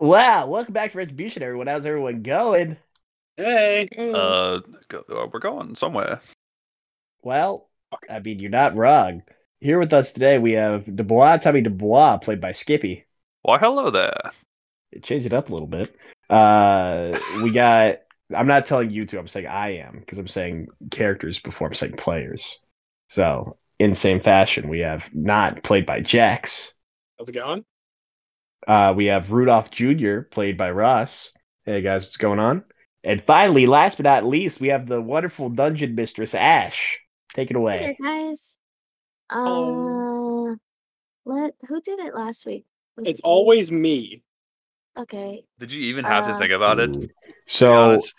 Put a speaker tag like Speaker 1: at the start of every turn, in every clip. Speaker 1: Wow, welcome back to Retribution, everyone. How's everyone going?
Speaker 2: Hey.
Speaker 3: Uh,
Speaker 2: Mm.
Speaker 3: go, uh, we're going somewhere.
Speaker 1: Well, I mean, you're not wrong. Here with us today, we have Dubois, Tommy Dubois, played by Skippy.
Speaker 3: Why, hello there.
Speaker 1: Change it up a little bit. Uh, we got, I'm not telling you to, I'm saying I am, because I'm saying characters before I'm saying players. So, in same fashion, we have not played by Jax.
Speaker 2: How's it going?
Speaker 1: Uh, we have Rudolph Jr., played by Ross. Hey guys, what's going on? And finally, last but not least, we have the wonderful dungeon mistress, Ash. Take it
Speaker 4: Hey there,
Speaker 1: away.
Speaker 4: guys. Uh,
Speaker 2: Hello.
Speaker 4: let who did it last week? Was
Speaker 2: It's
Speaker 4: it me?
Speaker 2: always me.
Speaker 4: okay.
Speaker 3: Did you even have to
Speaker 4: Uh,
Speaker 3: think about it? To be
Speaker 1: So,
Speaker 3: honest?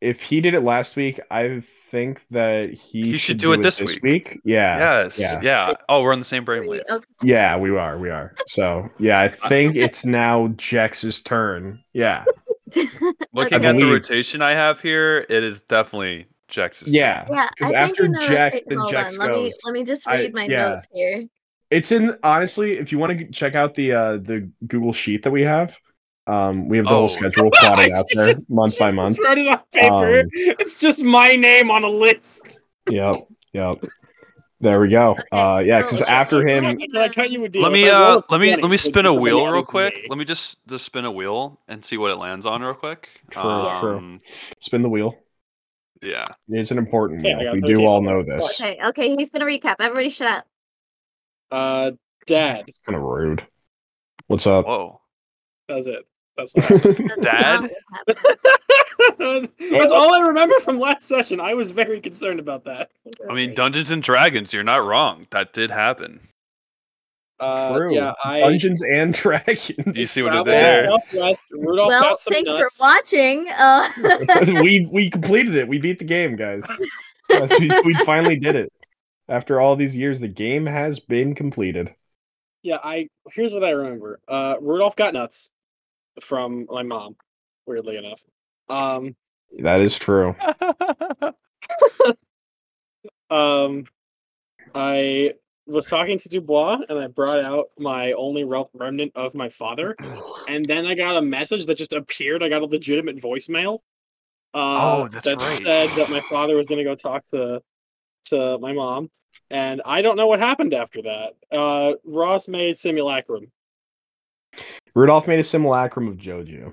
Speaker 1: if he did it last week, I think that he,
Speaker 3: He should do it this week.
Speaker 1: Yeah. uh, yeah.
Speaker 3: yes, yeah. Oh, we're on the same
Speaker 4: Wait,
Speaker 3: brainwave.
Speaker 4: okay.
Speaker 1: we are. We are. So, yeah, I think it's now Jax's turn. Yeah.
Speaker 3: Looking
Speaker 1: I
Speaker 3: at the
Speaker 1: believe-
Speaker 3: rotation I have here, it is definitely Jax's. team.
Speaker 1: Yeah.
Speaker 4: Yeah, I
Speaker 1: 'Cause
Speaker 4: think
Speaker 1: after
Speaker 4: you know it's-
Speaker 1: Jax,
Speaker 4: wait,
Speaker 1: then
Speaker 4: hold
Speaker 1: Jax
Speaker 4: on. Let me
Speaker 1: goes.
Speaker 4: let me just
Speaker 1: I-
Speaker 4: read my
Speaker 1: yeah.
Speaker 4: notes here.
Speaker 1: It's in, honestly, if you want to check out the uh, the Google sheet that we have, um, we have the
Speaker 3: Oh.
Speaker 1: whole schedule plotted out there month by
Speaker 2: She
Speaker 1: month.
Speaker 2: just wrote it on paper.
Speaker 1: Um,
Speaker 2: it's just my name on a list.
Speaker 1: Yep. Yep. There we go. Uh, yeah,
Speaker 4: so,
Speaker 1: because
Speaker 4: uh,
Speaker 1: after
Speaker 4: Tim-
Speaker 2: Can I-
Speaker 1: him,
Speaker 2: can I cut you a deal?
Speaker 3: Let me
Speaker 2: If I roll
Speaker 3: uh,
Speaker 2: a
Speaker 3: let me
Speaker 2: 20,
Speaker 3: let me
Speaker 2: it's
Speaker 3: spin a
Speaker 2: somebody
Speaker 3: wheel
Speaker 2: else
Speaker 3: real
Speaker 2: is
Speaker 3: quick.
Speaker 2: me.
Speaker 3: Let me just just spin a wheel and see what it lands on real quick.
Speaker 1: True, true.
Speaker 3: um,
Speaker 1: spin the wheel.
Speaker 3: Yeah.
Speaker 1: It's an important
Speaker 2: Yeah, I
Speaker 1: wheel.
Speaker 2: got
Speaker 1: We
Speaker 2: 13.
Speaker 1: do all know this.
Speaker 4: Okay, okay, he's gonna recap. Everybody shut up.
Speaker 2: Uh, Dad
Speaker 1: Kind of rude. What's up?
Speaker 3: Whoa.
Speaker 2: does it. That's all.
Speaker 4: That's
Speaker 3: Dad?
Speaker 4: not what happened.
Speaker 2: That's all I remember from last session. I was very concerned about that.
Speaker 3: I mean, Dungeons and Dragons. You're not wrong. That did happen.
Speaker 2: Uh,
Speaker 1: True.
Speaker 2: Yeah, I.
Speaker 1: Dungeons and Dragons.
Speaker 3: You see what I did there?
Speaker 2: traveled southwest, Rudolph
Speaker 4: well,
Speaker 2: got some
Speaker 4: thanks
Speaker 2: nuts.
Speaker 4: for watching. Uh,
Speaker 1: we we completed it. We beat the game, guys. Yes, we, we finally did it. After all these years, the game has been completed.
Speaker 2: Yeah, I here's what I remember. Uh Rudolph got nuts from my mom, weirdly enough. Um
Speaker 1: That is true.
Speaker 2: um I was talking to Dubois and I brought out my only rel- remnant of my father and then I got a message that just appeared. I got a legitimate voicemail. Uh,
Speaker 3: Oh, that's
Speaker 2: that
Speaker 3: right.
Speaker 2: said that my father was going to go talk to to my mom, and I don't know what happened after that. Uh, Ross made simulacrum.
Speaker 1: Rudolph made a simulacrum of JoJo.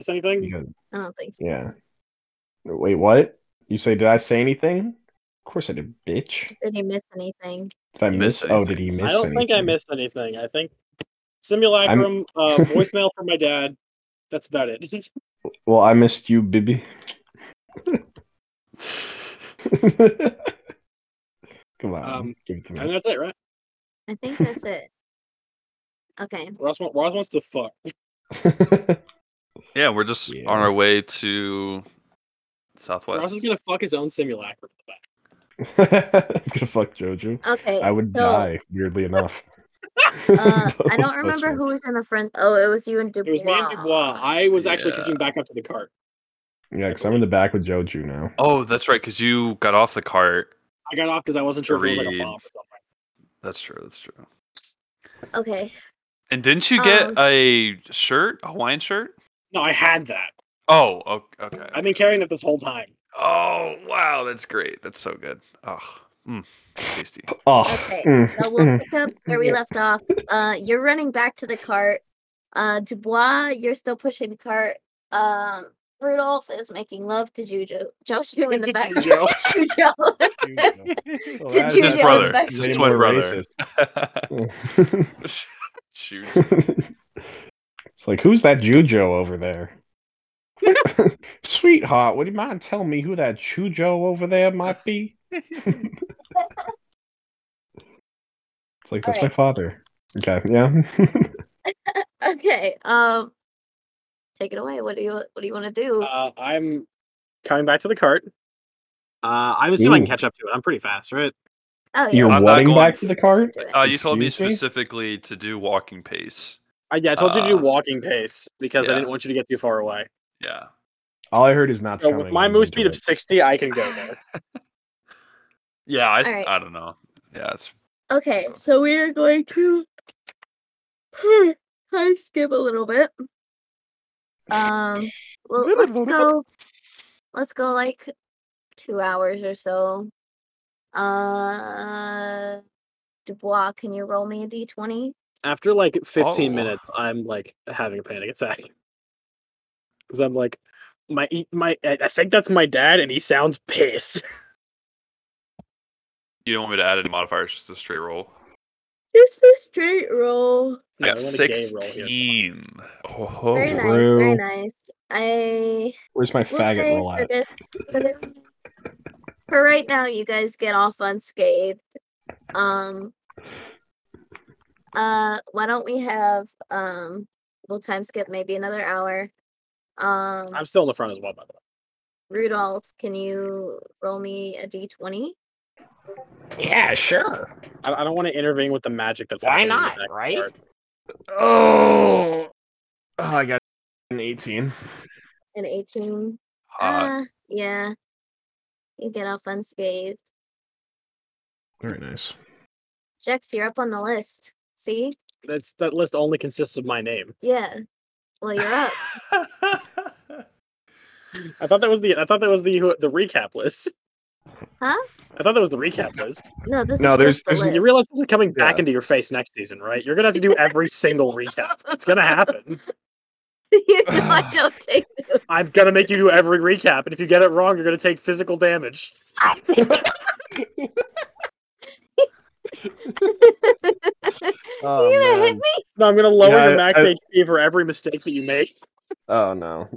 Speaker 2: Is anything?
Speaker 1: Because,
Speaker 4: I don't think so.
Speaker 1: yeah. Wait, what? You say? Did I say anything? Of course I did, bitch.
Speaker 4: Did he miss anything?
Speaker 1: Did I
Speaker 3: You
Speaker 1: miss?
Speaker 3: missed
Speaker 1: Oh,
Speaker 3: anything.
Speaker 1: did he miss?
Speaker 2: I don't think I
Speaker 1: anything?
Speaker 2: missed anything. I think simulacrum, uh, voicemail from my dad. That's about it.
Speaker 1: Well, I missed you, Bibby. Come on,
Speaker 2: Um,
Speaker 1: give it to me.
Speaker 2: and that's it, right?
Speaker 4: I think that's it. Okay.
Speaker 2: Ross, wa- Ross wants to fuck.
Speaker 3: yeah, we're just
Speaker 1: Yeah.
Speaker 3: on our way to Southwest.
Speaker 2: Ross is gonna fuck his own simulacrum.
Speaker 1: I'm gonna fuck JoJo.
Speaker 4: Okay.
Speaker 1: I would
Speaker 4: so,
Speaker 1: die, weirdly enough.
Speaker 4: Uh, I
Speaker 1: That's
Speaker 4: don't remember
Speaker 1: right.
Speaker 4: who was in the front. Oh, it was you and Dubois.
Speaker 2: It was me and Dubois. I was actually
Speaker 3: Yeah.
Speaker 2: catching back up to the cart.
Speaker 1: Yeah, because I'm in the back with JoJo now.
Speaker 3: Oh, that's right, because you got off the cart.
Speaker 2: I got off because I wasn't sure if it was like a
Speaker 3: Agreed.
Speaker 2: bomb or something.
Speaker 3: That's true. That's true.
Speaker 4: Okay.
Speaker 3: And didn't you get
Speaker 4: Um,
Speaker 3: a shirt, a Hawaiian shirt?
Speaker 2: No, I had that.
Speaker 3: Oh, o- okay.
Speaker 2: I've been carrying it this whole time.
Speaker 3: Oh, wow, that's great. That's so good. Oh, mm, tasty.
Speaker 1: Oh,
Speaker 4: Okay,
Speaker 1: mm,
Speaker 4: So we'll
Speaker 1: mm.
Speaker 4: pick up where we
Speaker 1: Yeah.
Speaker 4: left off. Uh, you're running back to the cart. Uh, Dubois, you're still pushing the cart. Um, Rudolph is making love to Juju. Jojo in the back.
Speaker 2: Jojo.
Speaker 4: Jujo.
Speaker 1: Well,
Speaker 4: To
Speaker 1: that is
Speaker 4: JoJo
Speaker 1: way
Speaker 4: brother. It's
Speaker 3: his
Speaker 1: more
Speaker 3: twin brother.
Speaker 1: racist.
Speaker 3: Shoot.
Speaker 1: it's like, who's that JoJo over there? Sweetheart, would you mind telling me who that JoJo over there might be? It's like, that's my
Speaker 4: Alright.
Speaker 1: father. Okay, yeah.
Speaker 4: okay. Um, take it away. What do you What do you want to do?
Speaker 2: Uh, I'm coming back to the cart. Uh, I'm assuming I can
Speaker 1: Ooh.
Speaker 2: catch up to it. I'm pretty fast, right?
Speaker 4: oh
Speaker 1: You're
Speaker 4: yeah.
Speaker 3: I'm not
Speaker 1: wedding
Speaker 3: going-
Speaker 1: back to the cart?
Speaker 4: do it.
Speaker 3: Uh, you told me
Speaker 1: Excuse me?
Speaker 3: specifically to do walking pace.
Speaker 2: I, yeah, I told you to do
Speaker 3: Uh,
Speaker 2: walking pace because I
Speaker 3: yeah.
Speaker 2: didn't want you to get too far away.
Speaker 3: Yeah.
Speaker 1: All I heard is not
Speaker 2: So
Speaker 1: coming.
Speaker 2: with my
Speaker 1: I'm
Speaker 2: move
Speaker 1: into
Speaker 2: speed of
Speaker 1: it.
Speaker 2: 60, I can go there.
Speaker 3: Yeah, I,
Speaker 4: Alright.
Speaker 3: I don't know. Yeah, it's
Speaker 4: Okay, so we are going to. I Hmm, skip a little bit. Um, well, let's go. Let's go like two hours or so. Uh, Dubois, can you roll me a d twenty?
Speaker 2: After like 15
Speaker 3: Oh.
Speaker 2: minutes, I'm like having a panic attack. Because I'm like, my e- my I I think that's my dad, and he sounds pissed.
Speaker 3: You don't want me to add any modifiers, just a straight roll.
Speaker 4: Just a straight roll.
Speaker 3: I
Speaker 2: Yeah,
Speaker 3: got
Speaker 2: I want a gay roll here.
Speaker 3: sixteen. Oh,
Speaker 4: Very
Speaker 3: ho.
Speaker 4: nice,
Speaker 1: bro.
Speaker 4: very nice. I
Speaker 1: Where's my
Speaker 4: will
Speaker 1: faggot
Speaker 4: say
Speaker 1: roll
Speaker 4: for
Speaker 1: at?
Speaker 4: this, for this, for right now, you guys get off unscathed. Um, uh, why don't we have um, we'll time skip maybe another hour. Um,
Speaker 2: I'm still in the front as well, by the way.
Speaker 4: Rudolph, can you roll me a d twenty?
Speaker 1: Yeah, sure.
Speaker 2: I, I don't want to intervene with the magic that's
Speaker 1: Why
Speaker 2: happening in the
Speaker 1: not,
Speaker 2: back
Speaker 1: right?
Speaker 2: part.
Speaker 1: Oh, oh I got an 18.
Speaker 4: An eighteen.
Speaker 3: Hot.
Speaker 4: Ah, yeah. You get off unscathed.
Speaker 1: Very nice.
Speaker 4: Jex, you're up on the list. See?
Speaker 2: That's that list only consists of my name.
Speaker 4: Yeah. Well, you're up.
Speaker 2: I thought that was the I thought that was the the recap list.
Speaker 4: Huh?
Speaker 2: I thought that was the recap list.
Speaker 4: No, this
Speaker 1: No,
Speaker 4: is
Speaker 1: there's-
Speaker 4: just the
Speaker 1: there's-
Speaker 4: list.
Speaker 2: You realize this is coming back
Speaker 1: Yeah.
Speaker 2: into your face next season, right? You're gonna have to do every single recap. It's gonna happen.
Speaker 4: you know I don't take notes.
Speaker 2: I'm gonna make you do every recap, and if you get it wrong, you're gonna take physical damage.
Speaker 1: Oh,
Speaker 4: you gonna hit
Speaker 1: man.
Speaker 4: me?
Speaker 2: No, I'm gonna lower
Speaker 1: Yeah,
Speaker 2: the max
Speaker 1: I-
Speaker 2: HP for every mistake that you make.
Speaker 1: oh no.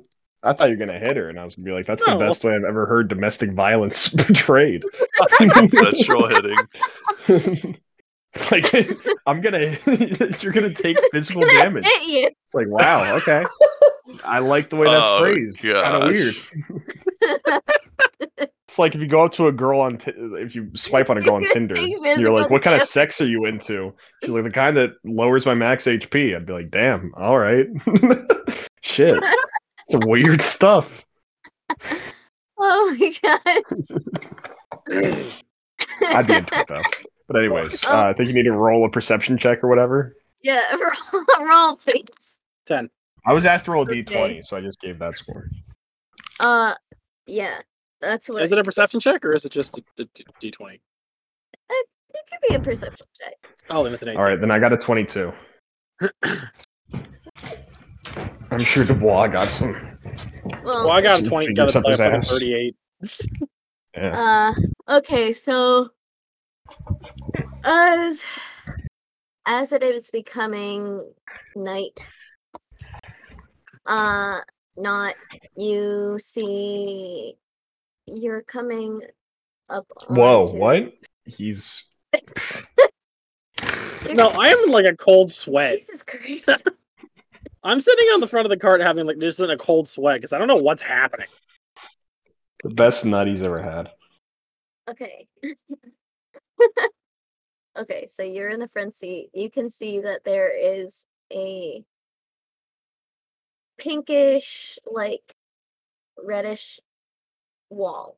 Speaker 1: I thought you were going to hit her, and I was going to be like, that's
Speaker 2: No.
Speaker 1: the best way I've ever heard domestic violence portrayed.
Speaker 3: Sexual hitting.
Speaker 1: it's like, I'm going to, you're going to take physical
Speaker 4: Gonna
Speaker 1: damage.
Speaker 4: hit you.
Speaker 1: It's like, wow, okay. I like the way that's
Speaker 3: Oh,
Speaker 1: phrased. Kind of
Speaker 3: gosh.
Speaker 1: weird. It's like if you go up to a girl on, Ti- if you swipe on a girl on
Speaker 4: You're
Speaker 1: Tinder,
Speaker 4: being
Speaker 1: you're like,
Speaker 4: miserable.
Speaker 1: what kind of sex are you into? She's like, the kind that lowers my max HP. I'd be like, damn, all right. Shit. Some weird stuff.
Speaker 4: Oh my god.
Speaker 1: I'd be into it though. But anyways,
Speaker 4: Oh.
Speaker 1: uh, I think you need to roll a perception check or whatever.
Speaker 4: yeah, roll, roll please.
Speaker 2: Ten.
Speaker 1: I was asked to roll a
Speaker 4: Okay.
Speaker 1: d20, so I just gave that score.
Speaker 4: Uh, yeah, that's what.
Speaker 2: Is it a perception check or is it just a D twenty?
Speaker 4: it could be a perception check.
Speaker 2: Oh, then it's an eighteen.
Speaker 1: All right, then I got a 22. I'm sure Dubois got some.
Speaker 4: Well,
Speaker 2: Well, I got a
Speaker 1: Figure
Speaker 2: twenty. Got a
Speaker 1: something's ass.
Speaker 2: thirty-eight.
Speaker 1: Yeah.
Speaker 4: Uh, okay, so as as it is becoming night, uh, not you see you're coming up.
Speaker 1: Whoa,
Speaker 4: onto-
Speaker 1: what? He's.
Speaker 4: you're-
Speaker 2: No, I am in like a cold sweat.
Speaker 4: Jesus Christ!
Speaker 2: I'm sitting on the front of the cart having like just in a cold sweat because I don't know what's happening.
Speaker 1: The best nut he's ever had.
Speaker 4: okay. okay, so you're in the front seat. You can see that there is a pinkish, like reddish wall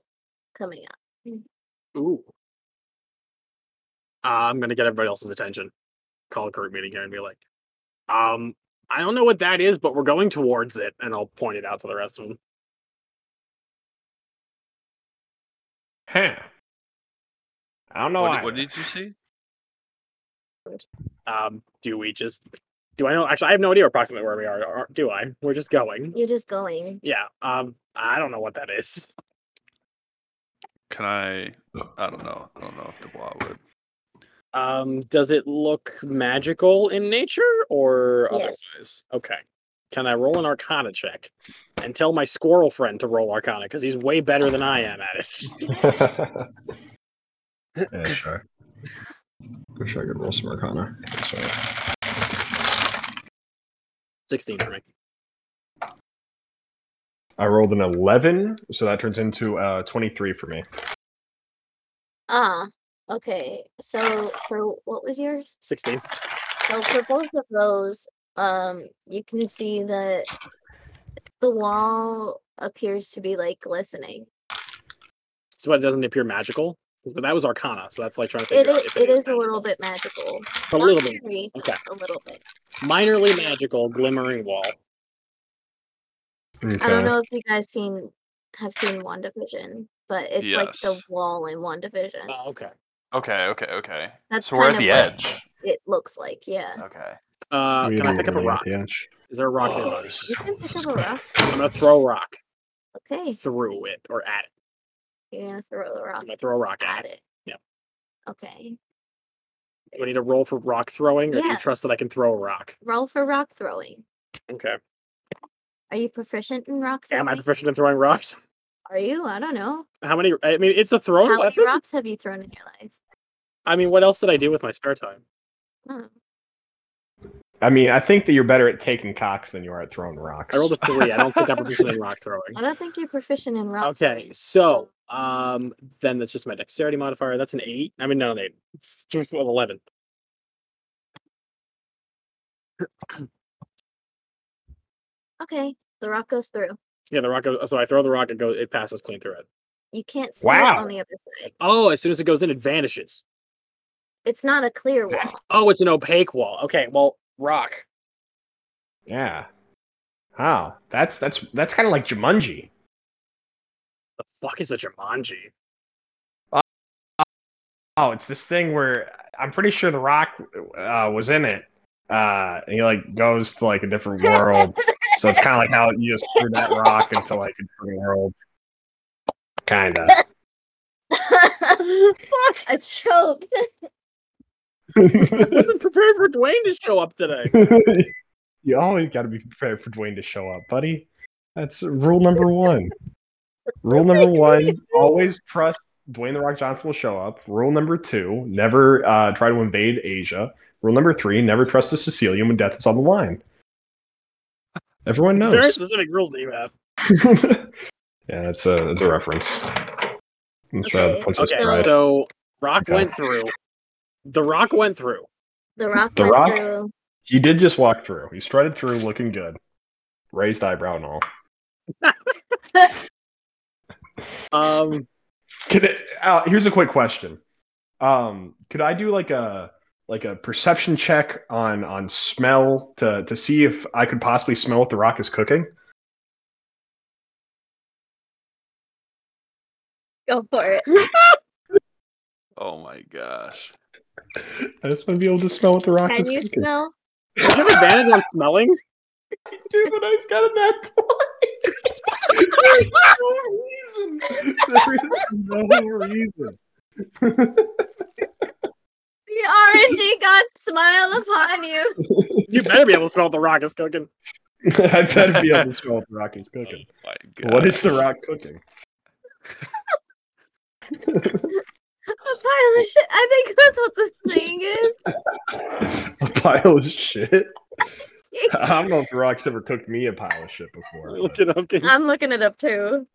Speaker 4: coming up.
Speaker 2: Ooh. Uh, I'm gonna get everybody else's attention. Call a group meeting here and be like, um, I don't know what that is, but we're going towards it, and I'll point it out to the rest of them.
Speaker 1: Huh. I don't know
Speaker 3: what,
Speaker 1: either.
Speaker 3: what did you see?
Speaker 2: Um, do we just? Do I know? Actually, I have no idea approximately where we are. Or, do I? We're just going.
Speaker 4: You're just going.
Speaker 2: Yeah. Um, I don't know what that is.
Speaker 3: Can I? I don't know. I don't know if Dubois would.
Speaker 2: Um, does it look magical in nature or
Speaker 4: Yes.
Speaker 2: otherwise? Okay. Can I roll an arcana check and tell my squirrel friend to roll arcana because he's way better than I am at it?
Speaker 1: yeah, sure. Wish I could roll some Arcana.
Speaker 2: 16 for me.
Speaker 1: I rolled an 11, so that turns into uh, 23 for me.
Speaker 4: Ah, okay. So for what was yours?
Speaker 2: 16.
Speaker 4: So for both of those, um, you can see that the wall appears to be like glistening.
Speaker 2: So it doesn't appear magical. 'Cause- But that was arcana, so that's like trying to
Speaker 4: It
Speaker 2: figure
Speaker 4: i-
Speaker 2: out if
Speaker 4: it is a
Speaker 2: magical.
Speaker 4: little bit magical.
Speaker 2: a
Speaker 4: Not
Speaker 2: little bit.
Speaker 4: very,
Speaker 2: Okay.
Speaker 4: A little bit.
Speaker 2: minorly magical glimmering wall.
Speaker 4: I don't know if you guys seen have seen WandaVision, but it's like the
Speaker 3: Yes.
Speaker 4: wall in WandaVision.
Speaker 2: Oh, okay.
Speaker 3: Okay, okay, okay.
Speaker 4: That's
Speaker 3: so we're at
Speaker 4: kind
Speaker 3: the
Speaker 4: of what-
Speaker 3: edge.
Speaker 4: It looks like, yeah.
Speaker 3: Okay.
Speaker 2: Uh, can I pick up a
Speaker 1: Really at
Speaker 2: rock?
Speaker 1: the edge.
Speaker 2: Is there a rock
Speaker 3: Oh,
Speaker 2: there?
Speaker 3: this is
Speaker 4: You
Speaker 3: cool,
Speaker 4: can
Speaker 3: this
Speaker 4: pick
Speaker 3: is
Speaker 4: up a
Speaker 3: great.
Speaker 4: rock.
Speaker 2: I'm gonna throw a rock
Speaker 4: Okay.
Speaker 2: through it or at it.
Speaker 4: You're gonna throw the rock
Speaker 2: I'm gonna throw a rock
Speaker 4: at
Speaker 2: at it.
Speaker 4: it.
Speaker 2: Yep.
Speaker 4: Okay.
Speaker 2: Do I need to roll for rock throwing, or do
Speaker 4: Yeah.
Speaker 2: you trust that I can throw a rock?
Speaker 4: Roll for rock throwing.
Speaker 2: Okay.
Speaker 4: Are you proficient in rock throwing?
Speaker 2: Am I proficient in throwing rocks?
Speaker 4: Are you? I don't know.
Speaker 2: How many? I mean, it's a thrown
Speaker 4: How many
Speaker 2: weapon.
Speaker 4: rocks have you thrown in your life?
Speaker 2: I mean, what else did I do with my spare time?
Speaker 4: Hmm.
Speaker 1: I mean, I think that you're better at taking cocks than you are at throwing rocks.
Speaker 2: I rolled a three. I don't think I'm proficient in rock throwing.
Speaker 4: I don't think you're proficient in rock
Speaker 2: Okay, so um, then that's just my dexterity modifier. That's an eight. I mean, no, an eight. Well, Eleven.
Speaker 4: throwing. Okay. The rock goes through.
Speaker 2: Yeah, the rock. Goes, so I throw the rock. It goes. It passes clean through it.
Speaker 4: You can't see it
Speaker 1: Wow.
Speaker 4: on the other side.
Speaker 2: Oh, as soon as it goes in, it vanishes.
Speaker 4: It's not a clear wall.
Speaker 2: Oh, it's an opaque wall. Okay, well, rock.
Speaker 1: Yeah. Wow. That's that's that's kind of like Jumanji.
Speaker 2: The fuck is a Jumanji?
Speaker 1: Oh, it's this thing where I'm pretty sure The Rock uh, was in it. Uh, and he like goes to like a different world. so it's kind of like how you just threw that rock into like a different world. Kind of.
Speaker 4: Fuck, I choked.
Speaker 2: I wasn't prepared for Dwayne to show up today.
Speaker 1: you always got to be prepared for Dwayne to show up, buddy. That's rule number one. Rule number one: always trust Dwayne the Rock Johnson will show up. Rule number two: never uh, try to invade Asia. Rule number three: never trust the Sicilian when death is on the line. Everyone
Speaker 2: Very
Speaker 1: knows.
Speaker 2: specific rules that you have.
Speaker 1: yeah, that's a that's a reference. It's, uh,
Speaker 4: Okay,
Speaker 1: the Princess
Speaker 2: Okay,
Speaker 4: so-
Speaker 1: Bride.
Speaker 2: so rock
Speaker 1: Okay.
Speaker 2: went through. The rock went through.
Speaker 4: The rock
Speaker 1: The
Speaker 4: went
Speaker 1: rock?
Speaker 4: through.
Speaker 1: He did just walk through. He strutted through, looking good, raised eyebrow and all.
Speaker 2: Um,
Speaker 1: Could it, uh, here's a quick question. Um, could I do like a like a perception check on on smell to to see if I could possibly smell what the rock is cooking?
Speaker 4: Go for it.
Speaker 3: Oh my gosh.
Speaker 1: I just want to be able to smell what the rock
Speaker 4: Can
Speaker 1: is
Speaker 4: you
Speaker 1: cooking.
Speaker 4: smell?
Speaker 2: do you have advantage on smelling?
Speaker 1: Dude, but I just got a nat twenty. There's no reason. There is no reason.
Speaker 4: The RNG god smile upon you.
Speaker 2: You better be able to smell what the rock is cooking.
Speaker 1: I better be able to smell what the rock is cooking.
Speaker 3: Oh my
Speaker 1: What is the
Speaker 3: gosh.
Speaker 1: rock cooking?
Speaker 4: A pile of shit. I think that's what the thing is.
Speaker 1: A pile of shit. I don't know if the rock's ever cooked me a pile of shit before. but-
Speaker 2: Look it up. Can you,
Speaker 4: I'm looking it up too.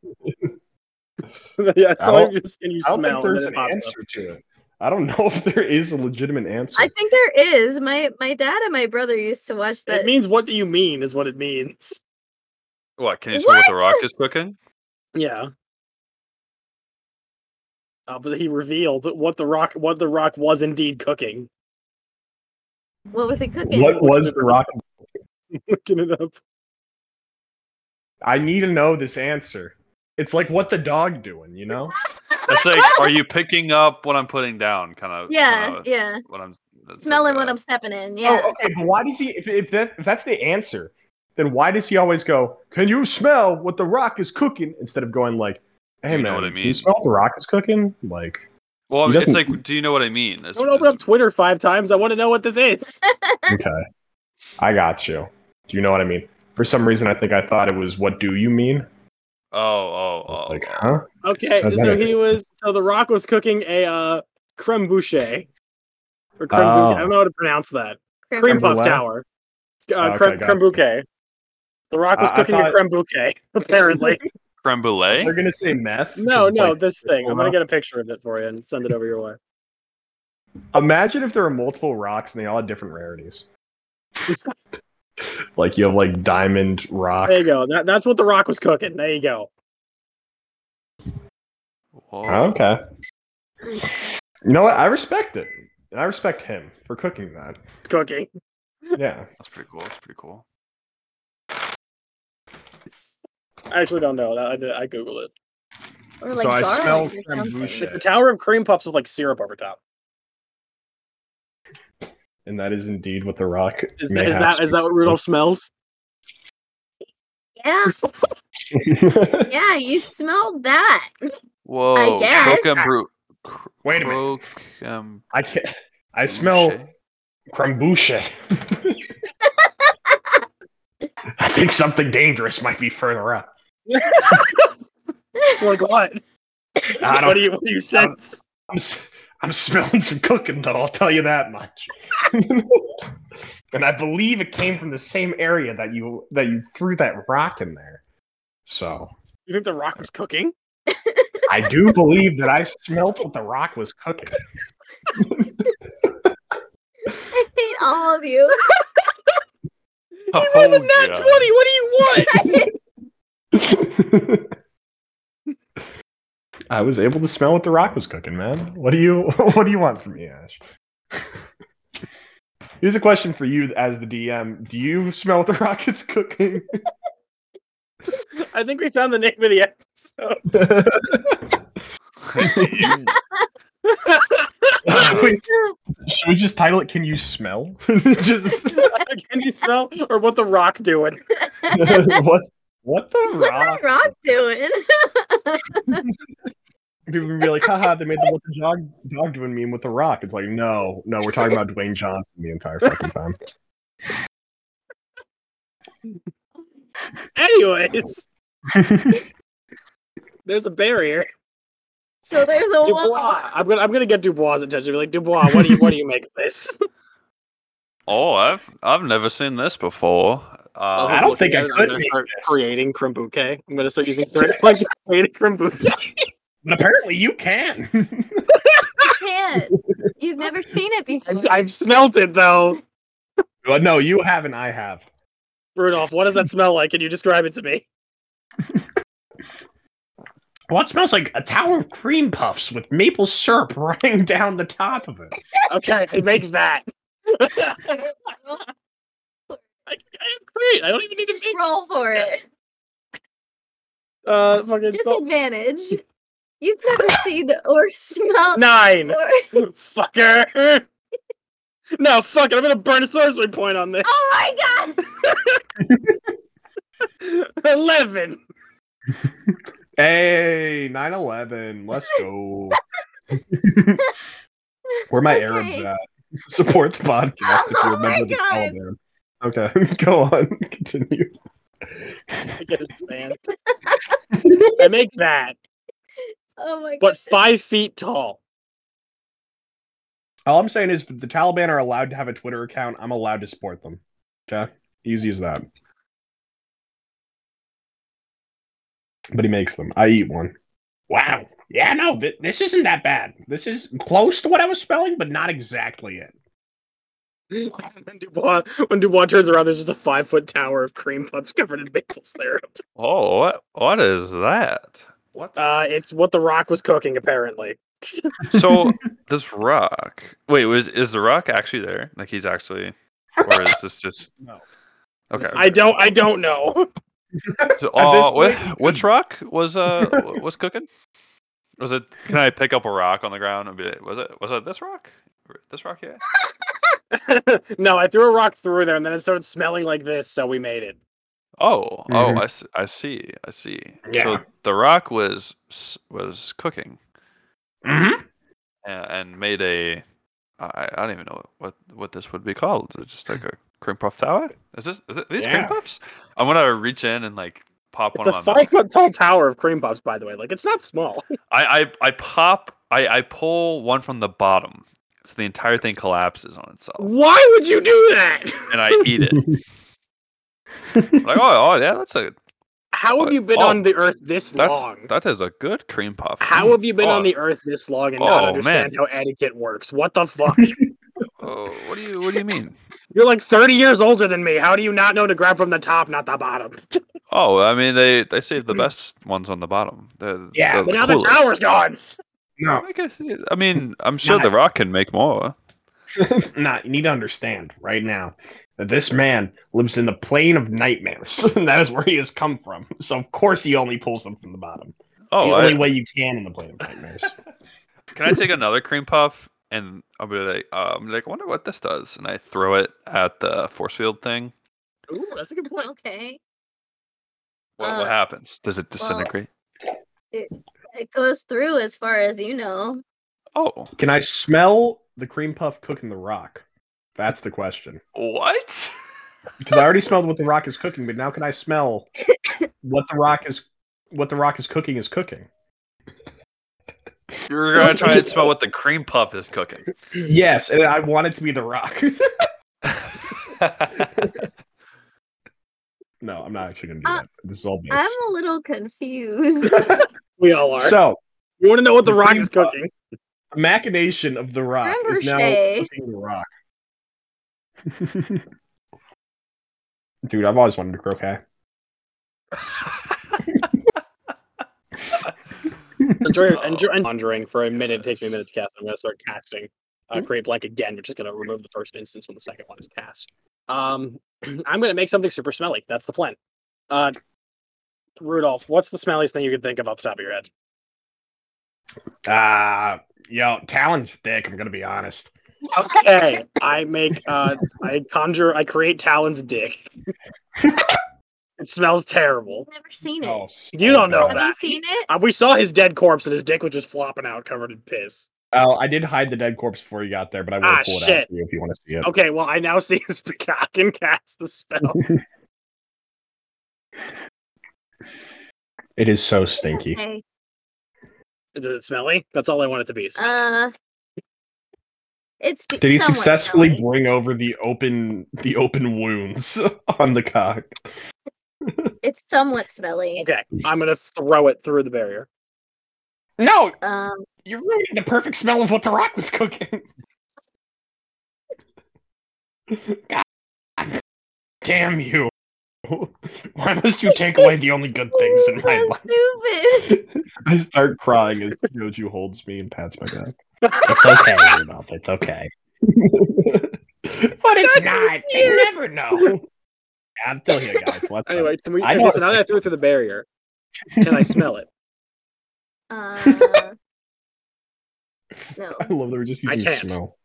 Speaker 2: yeah, so
Speaker 1: I
Speaker 2: I
Speaker 1: don't-
Speaker 2: just, can you
Speaker 1: I don't
Speaker 2: smell?
Speaker 1: think there's an
Speaker 2: and then it pops up.
Speaker 1: answer to it. I don't know if there is a legitimate answer.
Speaker 4: I think there is. My my dad and my brother used to watch that.
Speaker 2: It means what do you mean is what it means.
Speaker 3: What? Can you smell what the
Speaker 4: What?
Speaker 3: rock is cooking?
Speaker 2: Yeah. Uh, but he revealed what the rock what the rock was indeed cooking.
Speaker 4: what was he cooking?
Speaker 1: what was the rock?
Speaker 2: Looking it up.
Speaker 1: I need to know this answer. It's like what the dog doing, you know?
Speaker 3: It's like, are you picking up what I'm putting down? Kind of.
Speaker 4: Yeah,
Speaker 5: uh,
Speaker 4: yeah.
Speaker 3: What I'm that's
Speaker 4: Smelling
Speaker 3: like
Speaker 4: what
Speaker 3: a-
Speaker 4: I'm stepping in. Yeah.
Speaker 1: Oh, okay. But why does he? If, if that if that's the answer, then why does he always go? Can you smell what the rock is cooking? Instead of going like, Hey
Speaker 3: Do you
Speaker 1: man,
Speaker 3: know what I
Speaker 1: do
Speaker 3: mean?"
Speaker 1: you smell what the rock is cooking? Like,
Speaker 3: Well, I
Speaker 1: He
Speaker 3: mean, it's
Speaker 1: doesn't-
Speaker 3: like, do you know what I mean? Is-
Speaker 2: Don't open
Speaker 3: is-
Speaker 2: up Twitter five times. I want to know what this is.
Speaker 1: okay, I got you. Do you know what I mean? For some reason, I think I thought it was what do you mean?
Speaker 3: Oh, oh,
Speaker 1: I was
Speaker 3: oh.
Speaker 1: like,
Speaker 3: oh.
Speaker 1: huh?
Speaker 2: Okay,
Speaker 1: Doesn't
Speaker 2: so
Speaker 1: matter.
Speaker 2: he was so the rock was cooking a uh creme bouchée. Or creme
Speaker 1: Oh.
Speaker 2: bouquet. I don't know how to pronounce that. Cream
Speaker 1: Creme
Speaker 2: puff
Speaker 1: brulee?
Speaker 2: tower. Uh,
Speaker 1: Okay,
Speaker 2: creme,
Speaker 1: gotcha.
Speaker 2: creme bouquet. The rock was
Speaker 1: I- I
Speaker 2: cooking
Speaker 1: thought-
Speaker 2: a creme bouquet, apparently.
Speaker 3: Creme brulee?
Speaker 1: They're gonna say meth. 'cause
Speaker 2: no,
Speaker 1: it's
Speaker 2: no,
Speaker 1: like-
Speaker 2: this thing. I'm
Speaker 1: Well,
Speaker 2: gonna get a picture of it for you and send it over your way.
Speaker 1: Imagine if there were multiple rocks and they all had different rarities. like you have like diamond rock.
Speaker 2: There you go. That, that's what the rock was cooking. There you go.
Speaker 3: Whoa.
Speaker 1: Oh, Okay. You know what? I respect it. And I respect him for cooking that.
Speaker 2: It's cooking.
Speaker 1: Yeah.
Speaker 3: That's pretty cool. That's pretty cool.
Speaker 2: I actually don't know. I, I googled it.
Speaker 4: Or
Speaker 5: So
Speaker 4: like
Speaker 5: I
Speaker 4: garlic
Speaker 5: smell
Speaker 4: or something.
Speaker 5: kombucha.
Speaker 2: The Tower of Cream Puffs with like syrup over top.
Speaker 1: And that is indeed what the rock
Speaker 2: Is,
Speaker 1: may
Speaker 2: is
Speaker 1: have
Speaker 2: that is that what Rudolph smells?
Speaker 4: Yeah,
Speaker 1: smelled.
Speaker 4: yeah, you smelled that.
Speaker 3: Whoa.
Speaker 4: guess.
Speaker 3: Crocambru- cr-
Speaker 5: Wait a minute.
Speaker 3: crocam-
Speaker 1: I can't I
Speaker 2: Oh,
Speaker 1: smell
Speaker 3: crochet?
Speaker 1: Krambusha. I think something dangerous might be further up.
Speaker 2: Like what?
Speaker 1: I
Speaker 2: What
Speaker 1: don't,
Speaker 2: do you what do you sense?
Speaker 1: I'm, s- I'm smelling some cooking dough, I'll tell you that much. and I believe it came from the same area that you that you threw that rock in there. So
Speaker 2: You think the rock was cooking?
Speaker 1: I do believe that I smelt what the rock was cooking.
Speaker 4: I hate all of you.
Speaker 2: You rolled a
Speaker 3: Oh,
Speaker 2: nat
Speaker 3: God.
Speaker 2: twenty. What do you want?
Speaker 1: I was able to smell what the rock was cooking, man. What do you what do you want from me, Ash? Here's a question for you as the DM. Do you smell what the rock is cooking?
Speaker 2: I think we found the name of the episode.
Speaker 3: Do you-
Speaker 1: Should we- should we just title it "Can You Smell"? just
Speaker 2: Can you smell or what the rock doing?
Speaker 1: what? What the
Speaker 4: What the
Speaker 1: rock?
Speaker 4: rock doing?
Speaker 1: People would be like, haha, they made the what the dog, dog doing meme with the rock. It's like, no, no, we're talking about Dwayne Johnson the entire fucking time.
Speaker 2: Anyways, there's a barrier.
Speaker 4: So there's a wall.
Speaker 2: Dubois. I'm gonna I'm gonna get Dubois' attention. Be like Dubois. What do you what do you make of this?
Speaker 3: oh, I've I've never seen this before.
Speaker 2: I'll
Speaker 3: Uh,
Speaker 2: just
Speaker 1: don't
Speaker 2: look at
Speaker 1: think I
Speaker 2: it, I'm
Speaker 1: could
Speaker 2: gonna
Speaker 1: make
Speaker 2: start
Speaker 1: this.
Speaker 2: creating Krambuke. I'm gonna start using third point creating Krambuke.
Speaker 1: but apparently, you can.
Speaker 4: You can't. You've never seen it before.
Speaker 2: I've, I've smelt it though.
Speaker 1: well, no, you haven't. I have.
Speaker 2: Rudolph, what does that smell like? Can you describe it to me?
Speaker 1: Well, it smells like a tower of cream puffs with maple syrup running down the top of it.
Speaker 2: Okay, I make that. I, I am great. I don't even need to make
Speaker 4: Roll for it.
Speaker 2: uh fucking spell-
Speaker 4: Disadvantage. You've never seen or smelled.
Speaker 2: nine.
Speaker 4: Or...
Speaker 2: Fucker. No, fuck it. I'm gonna burn a sorcery point on this.
Speaker 4: Oh my god!
Speaker 2: Eleven.
Speaker 1: Hey, 9 11. Let's go. Where are my Arabs
Speaker 4: Okay.
Speaker 1: at? Support the podcast if
Speaker 4: Oh
Speaker 1: you're a member
Speaker 4: my
Speaker 1: of the
Speaker 4: God.
Speaker 1: Taliban. Okay, go on. Continue.
Speaker 2: I get it, man. I make that,
Speaker 4: Oh my god.
Speaker 2: but five feet tall.
Speaker 1: All I'm saying is the Taliban are allowed to have a Twitter account. I'm allowed to support them. Okay? Easy as that. But he makes them. I eat one. Wow. Yeah, no, th- this isn't that bad. This is close to what I was spelling, but not exactly it.
Speaker 2: when Dubois when Dubois turns around, there's just a five foot tower of cream puffs covered in maple syrup.
Speaker 3: oh, what what is that? What? the-
Speaker 2: Uh, it's what the Rock was cooking, apparently.
Speaker 3: so this rock. Wait, was is the rock actually there? Like he's actually, or is this just?
Speaker 1: No.
Speaker 3: Okay.
Speaker 2: I don't, I don't know.
Speaker 3: So,
Speaker 1: At this
Speaker 3: uh, whi-
Speaker 1: point, you
Speaker 3: which
Speaker 1: couldn't.
Speaker 3: rock was uh w- was cooking? Was it? Can I pick up a rock on the ground and be like, was it was it this rock? Or This rock here?
Speaker 2: no, I threw a rock through there, and then it started smelling like this, so we made it.
Speaker 3: Oh, oh,
Speaker 1: Mhm.
Speaker 3: I see, I see, I see.
Speaker 1: Yeah.
Speaker 3: So the rock was s- was cooking
Speaker 1: Mm-hmm.
Speaker 3: and, and made a. I, I don't even know what what this would be called. Is it just like a cream puff tower? Is this is it, these cream
Speaker 1: Yeah.
Speaker 3: puffs? I'm gonna reach in and like pop
Speaker 2: It's
Speaker 3: one
Speaker 2: a
Speaker 3: of my
Speaker 2: five foot tall tower of cream puffs, by the way. Like it's not small.
Speaker 3: I, I I pop I I pull one from the bottom, so the entire thing collapses on itself,
Speaker 2: Why would you do that?
Speaker 3: and I eat it. like oh, oh yeah, that's a
Speaker 2: How have you been
Speaker 3: Oh,
Speaker 2: on the earth this
Speaker 3: that's
Speaker 2: long?
Speaker 3: that is a good cream puff.
Speaker 2: How
Speaker 3: Mm,
Speaker 2: have you been
Speaker 3: oh,
Speaker 2: on the earth this long and not
Speaker 3: Oh,
Speaker 2: understand
Speaker 3: man.
Speaker 2: how etiquette works? What the fuck?
Speaker 3: oh, what do you what do you mean?
Speaker 2: You're like 30 years older than me. How do you not know to grab from the top, not the bottom?
Speaker 3: Oh, I mean they they save the best ones on the bottom. The,
Speaker 1: Yeah,
Speaker 3: the,
Speaker 2: But now the
Speaker 3: coolest.
Speaker 2: tower's gone.
Speaker 1: No,
Speaker 3: I guess yeah, I mean I'm sure
Speaker 1: Oh. Nah.
Speaker 3: the rock can make more.
Speaker 1: not. You need to understand right now. that this man lives in the plane of nightmares. and that is where he has come from. So of course he only pulls them from the bottom.
Speaker 3: Oh,
Speaker 1: the only
Speaker 3: I-
Speaker 1: way you can in the plane of nightmares.
Speaker 3: can I take another cream puff? And I'll be like, uh, I'm like, I wonder what this does. And I throw it at the force field thing.
Speaker 2: Ooh, that's a good point.
Speaker 4: Okay.
Speaker 3: What,
Speaker 4: Uh,
Speaker 3: what happens? Does it disintegrate?
Speaker 4: It goes through as far as you know.
Speaker 3: oh,
Speaker 1: can I smell the cream puff cooking the rock? That's the question.
Speaker 3: what?
Speaker 1: Because I already smelled what the rock is cooking, but now can I smell what the rock is what the rock is cooking is cooking?
Speaker 3: You're gonna try and smell what the cream puff is cooking.
Speaker 1: Yes, and I want it to be the rock. no, I'm not actually gonna do
Speaker 4: Uh,
Speaker 1: that. This is all base.
Speaker 4: I'm a little confused.
Speaker 2: We all are.
Speaker 1: So
Speaker 2: you want to know what the
Speaker 1: The
Speaker 2: rock
Speaker 1: cream
Speaker 2: is
Speaker 1: puff.
Speaker 2: cooking?
Speaker 1: the machination of the rock is now
Speaker 4: Creme
Speaker 1: cooking the rock. Dude, I've always wanted to croquet.
Speaker 2: Enjoy,
Speaker 3: Oh.
Speaker 2: enjoy conjuring for a minute. It takes me a minute to cast. I'm gonna start casting uh, create blank again, which is gonna remove the first instance when the second one is cast. Um, I'm gonna make something super smelly. That's the plan. Uh, Rudolph, what's the smelliest thing you can think of off the top of your head?
Speaker 1: Uh yo, Talon's thick, I'm gonna be honest.
Speaker 2: Okay, I make uh, I conjure, I create Talon's dick. it smells terrible.
Speaker 4: I've never seen it.
Speaker 1: Oh,
Speaker 2: You don't know
Speaker 1: God.
Speaker 4: Have
Speaker 2: that.
Speaker 4: you seen it?
Speaker 2: Uh, we saw his dead corpse, and his dick was just flopping out, covered in piss.
Speaker 1: Oh, I did hide the dead corpse before you got there, but I will
Speaker 2: Ah,
Speaker 1: pull it
Speaker 2: shit.
Speaker 1: out for you if you want to see it.
Speaker 2: Okay, well, I now see his cock and cast the spell.
Speaker 1: It is so stinky.
Speaker 4: Okay.
Speaker 2: Is it smelly? That's all I want it to be.
Speaker 4: Uh, it's d-
Speaker 1: Did he
Speaker 4: somewhat
Speaker 1: successfully
Speaker 4: smelly.
Speaker 1: bring over the open the open wounds on the cock?
Speaker 4: It's somewhat smelly.
Speaker 2: Okay, I'm gonna throw it through the barrier.
Speaker 1: No,
Speaker 4: Um,
Speaker 1: you're ruining the perfect smell of what the rock was cooking. God damn you. Why must you take away the only good things in my
Speaker 4: so
Speaker 1: life?
Speaker 4: stupid.
Speaker 1: I start crying as Joju holds me and pats my back. It's okay, Rudolph. It's okay. but it's
Speaker 4: That
Speaker 1: not.
Speaker 4: was
Speaker 1: You
Speaker 4: cute.
Speaker 1: never know. I'm still here, guys. What's up?
Speaker 2: Anyway, can we?
Speaker 1: I
Speaker 2: okay,
Speaker 1: don't-
Speaker 2: so now that I threw it through the barrier, can I smell it?
Speaker 4: Uh, no.
Speaker 1: I love that we're just
Speaker 2: I
Speaker 1: using
Speaker 2: can't.
Speaker 1: smell.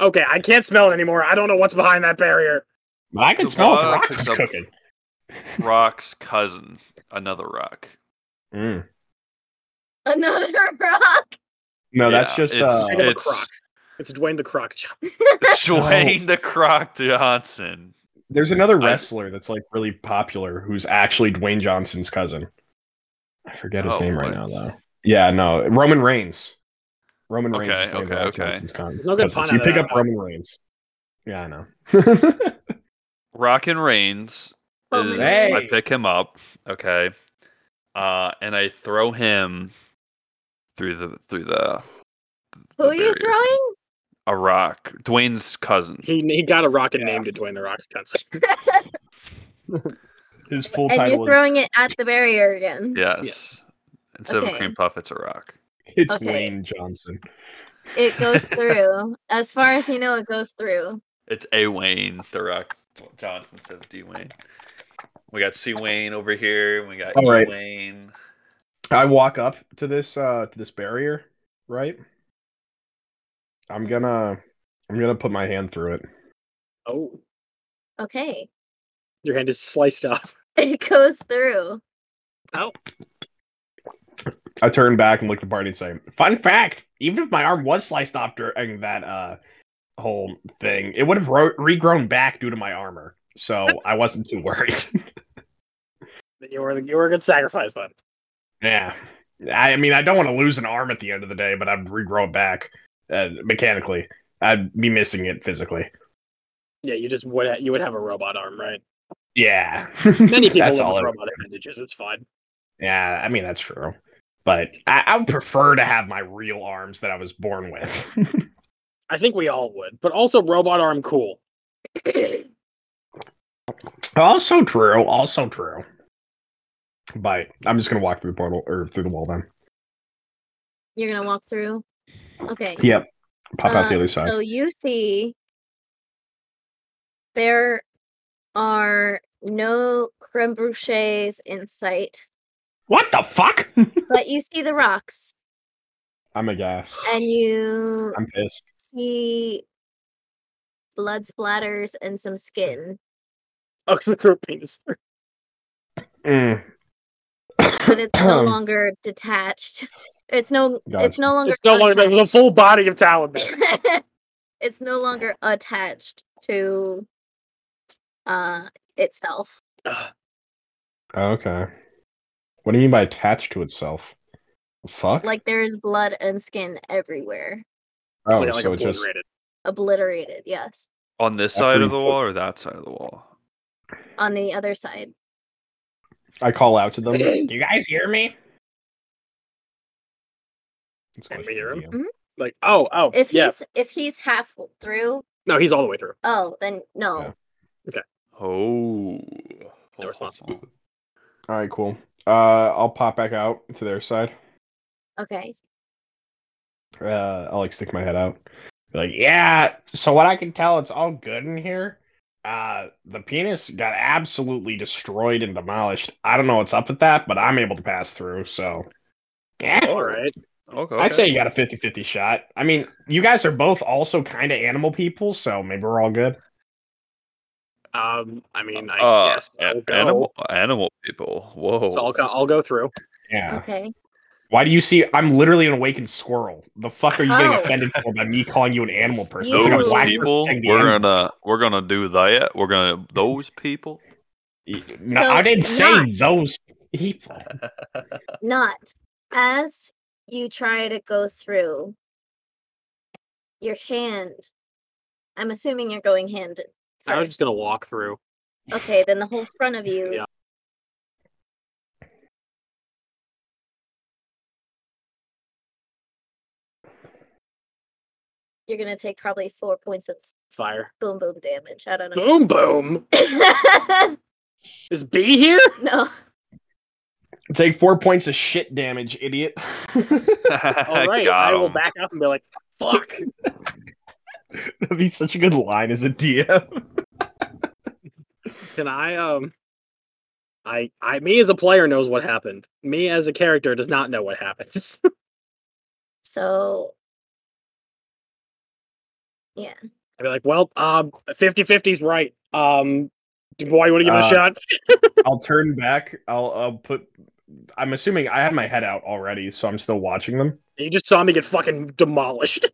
Speaker 2: Okay, I can't smell it anymore. I don't know what's behind that barrier.
Speaker 1: But I can
Speaker 3: The
Speaker 1: smell what the
Speaker 3: rock
Speaker 1: rock
Speaker 3: picks
Speaker 1: was
Speaker 3: up-
Speaker 1: cooking.
Speaker 3: Rock's cousin, another rock.
Speaker 1: Mm.
Speaker 4: Another rock.
Speaker 1: No,
Speaker 3: Yeah,
Speaker 1: that's just
Speaker 3: it's,
Speaker 1: uh,
Speaker 2: Dwayne the
Speaker 3: it's
Speaker 2: Croc. It's Dwayne the Croc. Johnson.
Speaker 3: Dwayne the Croc Johnson.
Speaker 1: there's another
Speaker 3: I-
Speaker 1: wrestler that's like really popular who's actually Dwayne Johnson's cousin. I forget his
Speaker 3: Oh,
Speaker 1: name right now
Speaker 3: what?
Speaker 1: though. Yeah, no, Roman Reigns. Roman Reigns.
Speaker 3: Okay,
Speaker 1: is Dwayne
Speaker 3: okay,
Speaker 1: Rock
Speaker 3: okay.
Speaker 1: Johnson's con-
Speaker 2: There's no good
Speaker 1: cousin.
Speaker 2: pun
Speaker 1: So you
Speaker 2: out of
Speaker 1: pick
Speaker 2: that,
Speaker 1: up
Speaker 2: though.
Speaker 1: Roman Reigns. Yeah, I know.
Speaker 3: Rock and Reigns
Speaker 4: Oh
Speaker 3: is
Speaker 1: Hey.
Speaker 3: I pick him up, okay, uh, and I throw him through the through the
Speaker 4: Who are you
Speaker 3: barrier.
Speaker 4: throwing?
Speaker 3: a rock. Dwayne's cousin.
Speaker 2: He he got a rocket
Speaker 1: Yeah.
Speaker 2: name to Dwayne the Rock's cousin.
Speaker 1: his full
Speaker 4: And
Speaker 1: title
Speaker 4: you're throwing it at the barrier again.
Speaker 3: Yes.
Speaker 2: Yes.
Speaker 3: Instead of
Speaker 4: Okay.
Speaker 3: a cream puff, it's a rock.
Speaker 1: is it's
Speaker 4: okay.
Speaker 1: Wayne Johnson.
Speaker 4: It goes through. As far as you know, it goes through.
Speaker 3: It's A Wayne, the rock Johnson instead of D Wayne. We got C Wayne over here. We got
Speaker 1: All
Speaker 3: E
Speaker 1: right.
Speaker 3: Wayne.
Speaker 1: I walk up to this uh to this barrier, right? I'm gonna I'm gonna put my hand through it.
Speaker 2: Oh,
Speaker 4: Okay.
Speaker 2: your hand is sliced off.
Speaker 4: It goes through.
Speaker 1: I turn back and look at the party and say, "Fun fact: Even if my arm was sliced off during that uh, whole thing, it would have ro- regrown back due to my armor, so I wasn't too worried."
Speaker 2: Then You were you were a good sacrifice then.
Speaker 1: yeah, I, I mean, I don't want to lose an arm at the end of the day, but I'd regrow it back uh, mechanically. I'd be missing it physically.
Speaker 2: Yeah, you just would ha- you would have a robot arm, right?
Speaker 1: Yeah,
Speaker 2: Many people
Speaker 1: That's
Speaker 2: live
Speaker 1: all
Speaker 2: with
Speaker 1: it-
Speaker 2: robot appendages. It's fine.
Speaker 1: Yeah, I mean that's true, but I, I would prefer to have my real arms that I was born with.
Speaker 2: I think we all would, but also robot arm cool.
Speaker 1: also true. Also true. But I'm just gonna walk through the portal or through the wall then.
Speaker 4: You're gonna walk through. Okay.
Speaker 1: Yep. Pop out the
Speaker 4: Uh,
Speaker 1: other side.
Speaker 4: So you see there are no creme bruchees in sight,
Speaker 1: What the fuck?
Speaker 4: but you see the rocks
Speaker 1: I'm a gas.
Speaker 4: and you
Speaker 2: Um,
Speaker 1: I'm pissed.
Speaker 4: see blood splatters and some skin,
Speaker 2: Oxycropine is there.
Speaker 1: Mm.
Speaker 4: but it's no longer detached. It's no. It's
Speaker 1: Gotcha.
Speaker 4: no longer.
Speaker 2: It's no longer the
Speaker 4: unattached.
Speaker 2: full body of Taliban.
Speaker 4: it's no longer attached to uh itself.
Speaker 1: Oh, okay. What do you mean by attached to itself? Fuck.
Speaker 4: Like there is blood and skin everywhere,
Speaker 1: oh,
Speaker 2: It's like- like
Speaker 1: so it just
Speaker 2: obliterated.
Speaker 4: obliterated. Yes,
Speaker 3: On this
Speaker 1: After
Speaker 3: side
Speaker 1: you
Speaker 3: of the
Speaker 1: put-
Speaker 3: wall or that side of the wall?
Speaker 4: on the other side.
Speaker 1: I call out to them. Do you guys hear me? That's
Speaker 2: Can we
Speaker 1: question
Speaker 2: hear
Speaker 1: for
Speaker 2: him?
Speaker 1: you.
Speaker 2: Like, oh, oh,
Speaker 4: If
Speaker 2: yeah.
Speaker 4: he's if he's half through,
Speaker 2: No, he's all the way through.
Speaker 4: oh then no.
Speaker 1: Yeah.
Speaker 3: Oh.
Speaker 2: No response.
Speaker 1: All right, cool. Uh, I'll pop back out to their side.
Speaker 4: Okay.
Speaker 1: Uh, I'll like stick my head out. Be like, yeah. So what I can tell, it's all good in here. Uh, the penis got absolutely destroyed and demolished. I don't know what's up with that, but I'm able to pass through. So, yeah.
Speaker 3: Oh.
Speaker 2: All right.
Speaker 3: Okay.
Speaker 1: I'd say you got a 50-50 shot. I mean, you guys are both also kind of animal people, so maybe we're all good.
Speaker 2: Um, I mean, I
Speaker 3: Uh,
Speaker 2: guess
Speaker 3: a-
Speaker 2: I'll go.
Speaker 3: animal, animal people. Whoa.
Speaker 2: So I'll go. I'll go through.
Speaker 1: Yeah.
Speaker 4: Okay.
Speaker 1: Why do you see? I'm literally an awakened squirrel. The fuck are you getting
Speaker 4: Oh.
Speaker 1: offended for by me calling you an animal person? It's like a
Speaker 3: those
Speaker 4: Ooh.
Speaker 1: black
Speaker 3: people,
Speaker 1: person saying the
Speaker 3: we're
Speaker 1: animal-
Speaker 3: gonna we're gonna do that. We're gonna those people.
Speaker 1: No,
Speaker 4: So,
Speaker 1: I didn't say
Speaker 4: not-
Speaker 1: those people.
Speaker 4: Not as you try to go through your hand. I'm assuming you're going hand.
Speaker 2: I was just gonna walk through.
Speaker 4: Okay, then the whole front of you
Speaker 2: Yeah.
Speaker 4: you're gonna take probably four points of
Speaker 2: Fire.
Speaker 4: boom boom damage. I don't know.
Speaker 2: Boom, boom. Is B here?
Speaker 4: no.
Speaker 1: Take four points of shit damage, idiot. That'd
Speaker 2: All right.
Speaker 3: Got
Speaker 2: I will
Speaker 3: 'em.
Speaker 2: back up and be like, fuck.
Speaker 1: be such a good line as a DM.
Speaker 2: Can I? Um. I, I, me as a player knows what happened. Me as a character does not know what happens.
Speaker 4: So
Speaker 2: I'd be like, well, um, 50 50's right. Um, Dubois, you want to give it a
Speaker 1: Uh,
Speaker 2: shot?
Speaker 1: I'll turn back. I'll, I'll put. I'm assuming I had my head out already, so I'm still watching them.
Speaker 2: You just saw me get fucking demolished.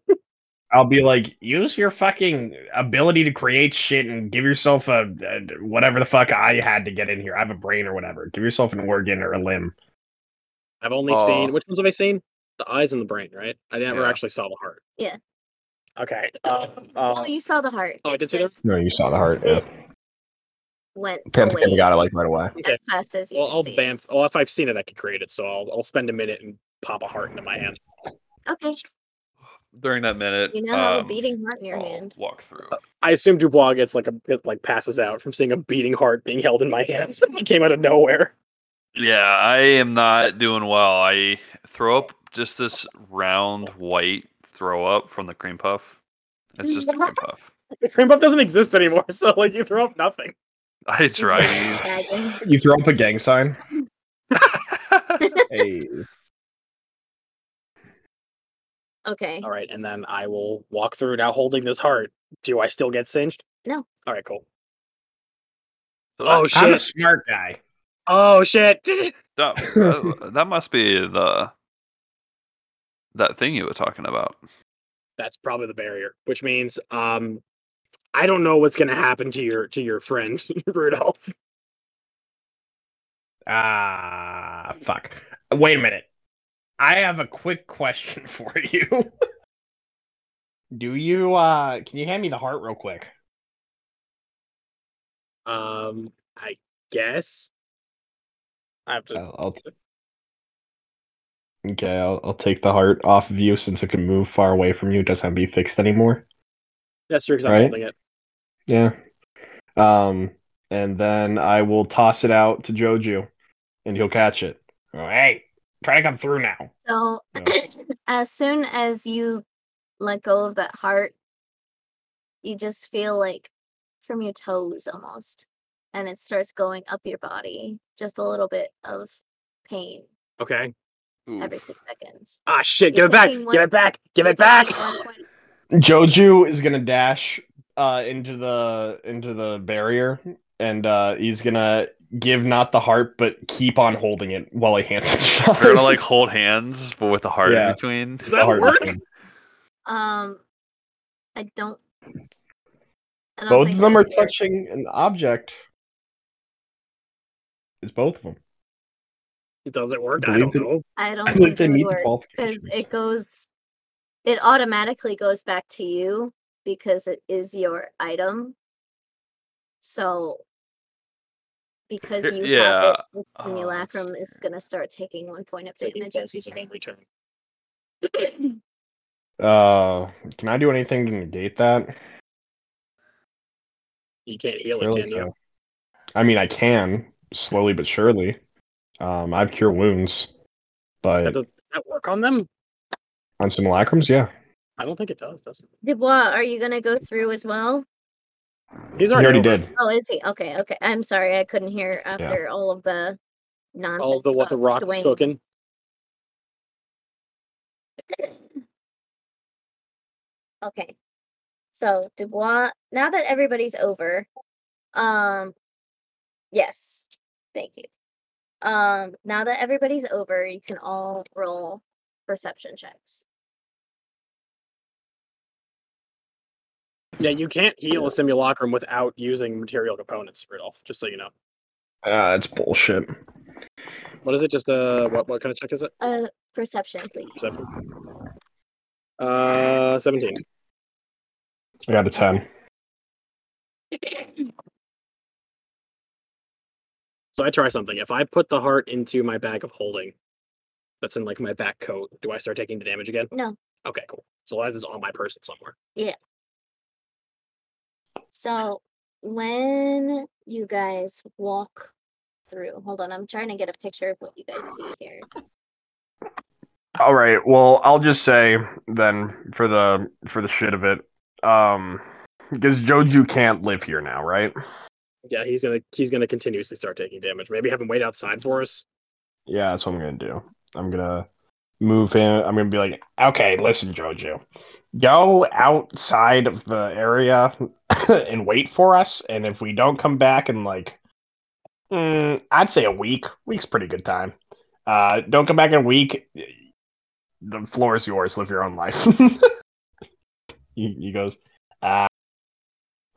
Speaker 1: I'll be like, use your fucking ability to create shit and give yourself a, a- whatever the fuck I had to get in here. I have a brain or whatever. Give yourself an organ or a limb.
Speaker 2: I've only
Speaker 3: Aw.
Speaker 2: seen which ones have I seen? The eyes and the brain, right? I never
Speaker 3: Yeah.
Speaker 2: actually saw the heart.
Speaker 4: Yeah.
Speaker 2: Okay. Uh,
Speaker 4: oh,
Speaker 2: uh,
Speaker 4: you saw the heart.
Speaker 2: oh, I
Speaker 4: It
Speaker 2: did see that?
Speaker 4: just
Speaker 1: No, you saw the heart.
Speaker 4: yeah. went away
Speaker 1: it like right away.
Speaker 2: okay.
Speaker 4: as fast as you
Speaker 2: Well,
Speaker 4: could
Speaker 2: I'll
Speaker 4: see.
Speaker 2: bamf. Well, if I've seen it, I can create it. So I'll I'll spend a minute and pop a heart into my hand.
Speaker 4: Okay,
Speaker 3: During that minute,
Speaker 4: you now have a
Speaker 3: um,
Speaker 4: beating heart in your
Speaker 6: oh,
Speaker 3: I'll
Speaker 4: hand.
Speaker 3: Walk through.
Speaker 2: I assume Dubois gets like a it, like passes out from seeing a beating heart being held in my hand. it came out of nowhere.
Speaker 3: Yeah, I am not doing well. I throw up just this round white throw up from the cream puff. It's just a cream puff.
Speaker 2: The cream puff doesn't exist anymore, so like you throw up nothing.
Speaker 3: I tried.
Speaker 4: Gagging.
Speaker 1: You throw up a gang sign. hey.
Speaker 4: Okay.
Speaker 2: All right, and then I will walk through now holding this heart. Do I still get singed?
Speaker 4: No.
Speaker 2: All right, cool.
Speaker 3: oh,
Speaker 2: Oh
Speaker 1: I'm a
Speaker 2: shit!
Speaker 1: smart guy.
Speaker 2: Oh shit!
Speaker 3: that, that, Uh, that must be the that thing you were talking about.
Speaker 2: That's probably the barrier, which means um, I don't know what's gonna happen to your to your friend Rudolph.
Speaker 1: Ah, fuck. Wait a minute. I have a quick question for you. Do you, uh, can you hand me the heart real quick?
Speaker 2: Um, I guess I have to.
Speaker 6: Uh,
Speaker 1: I'll, I'll okay, I'll, I'll take the heart off of you since it can move far away from you. It doesn't have to be fixed anymore.
Speaker 2: That's true because I'm
Speaker 1: Right.
Speaker 2: holding it.
Speaker 1: Yeah. Um, and then I will toss it out to Joju, and he'll catch it. Oh, hey, try to come through now.
Speaker 4: So
Speaker 1: Yeah.
Speaker 4: as soon as you let go of that heart, you just feel like from your toes almost, and it starts going up your body. Just a little bit of pain
Speaker 2: Okay.
Speaker 3: Ooh.
Speaker 4: every six seconds.
Speaker 2: Ah, shit.
Speaker 4: You're
Speaker 2: Give it back.
Speaker 4: taking
Speaker 2: Give
Speaker 4: one-
Speaker 2: it back. Give
Speaker 4: You're
Speaker 2: it back.
Speaker 4: taking one point-
Speaker 6: Joju is gonna dash uh, into the into the barrier, and uh, he's gonna give not the heart, but keep on holding it while he hands it. shot.
Speaker 3: They're gonna like hold hands, but with a heart
Speaker 6: Yeah.
Speaker 3: in between.
Speaker 2: Does that
Speaker 6: Heart
Speaker 2: work?
Speaker 6: thing.
Speaker 4: Um, I don't. I don't
Speaker 6: Both of
Speaker 4: think
Speaker 6: them
Speaker 4: I
Speaker 6: are
Speaker 4: can-
Speaker 6: touching an object. It's both of them.
Speaker 2: Does it work? I
Speaker 6: Believe
Speaker 2: don't
Speaker 6: it.
Speaker 2: know.
Speaker 4: I don't
Speaker 6: I
Speaker 4: think
Speaker 6: think they
Speaker 4: it would
Speaker 6: meet the
Speaker 4: work. because
Speaker 6: qualifications.
Speaker 4: it goes it automatically goes back to you because it is your item so because
Speaker 3: Here-
Speaker 4: you
Speaker 3: yeah,
Speaker 4: have it, the
Speaker 3: uh,
Speaker 4: simulacrum is going to start taking one point of
Speaker 2: Oh, Taking
Speaker 4: damage
Speaker 2: chances at every turn.
Speaker 6: Uh, can I do anything to negate that?
Speaker 2: You can't heal it,
Speaker 6: Surely
Speaker 2: can you?
Speaker 6: can't. I mean, I can slowly but surely. Um, I have cure wounds,
Speaker 2: That
Speaker 6: but
Speaker 2: does, does that work on them?
Speaker 6: on simulacrums, yeah.
Speaker 2: I don't think it does, does it?
Speaker 4: dubois are you going to go through as well
Speaker 2: He's
Speaker 6: He
Speaker 2: already
Speaker 6: already
Speaker 2: over.
Speaker 6: did.
Speaker 4: oh is he okay okay i'm sorry i couldn't hear after all of the nonsense
Speaker 2: All the what the
Speaker 4: about
Speaker 2: rock
Speaker 4: Uh, Dwayne.
Speaker 2: spoken.
Speaker 4: Okay. So Dubois, now that everybody's over, um yes, thank you. Um now that everybody's over, you can all roll perception checks.
Speaker 2: Yeah, you can't heal a simulacrum without using material components, Rudolph. Just so you know.
Speaker 6: Ah, that's bullshit.
Speaker 2: What is it? Just uh, what what kind of check is it?
Speaker 4: Uh perception, please.
Speaker 2: Perception. Uh, seventeen.
Speaker 6: I got a ten.
Speaker 2: So I try something. If I put the heart into my bag of holding, that's in like my back coat. Do I start taking the damage again?
Speaker 4: No.
Speaker 2: Okay, cool. So as it's on my person somewhere.
Speaker 4: So when you guys walk through, hold on, I'm trying to get a picture of what you guys see here.
Speaker 6: All right. Well, I'll just say then for the for the shit of it, um, because Joju can't live here now, right?
Speaker 2: Yeah, he's gonna he's gonna continuously start taking damage. Maybe have him wait outside for us.
Speaker 6: Yeah, that's what I'm gonna do. I'm gonna move him. I'm gonna be like, okay, listen, Jojo, go outside of the area and wait for us. And if we don't come back in like, mm, I'd say a week. Week's pretty good time. Uh, don't come back in a week. The floor is yours. Live your own life. he, he goes, uh,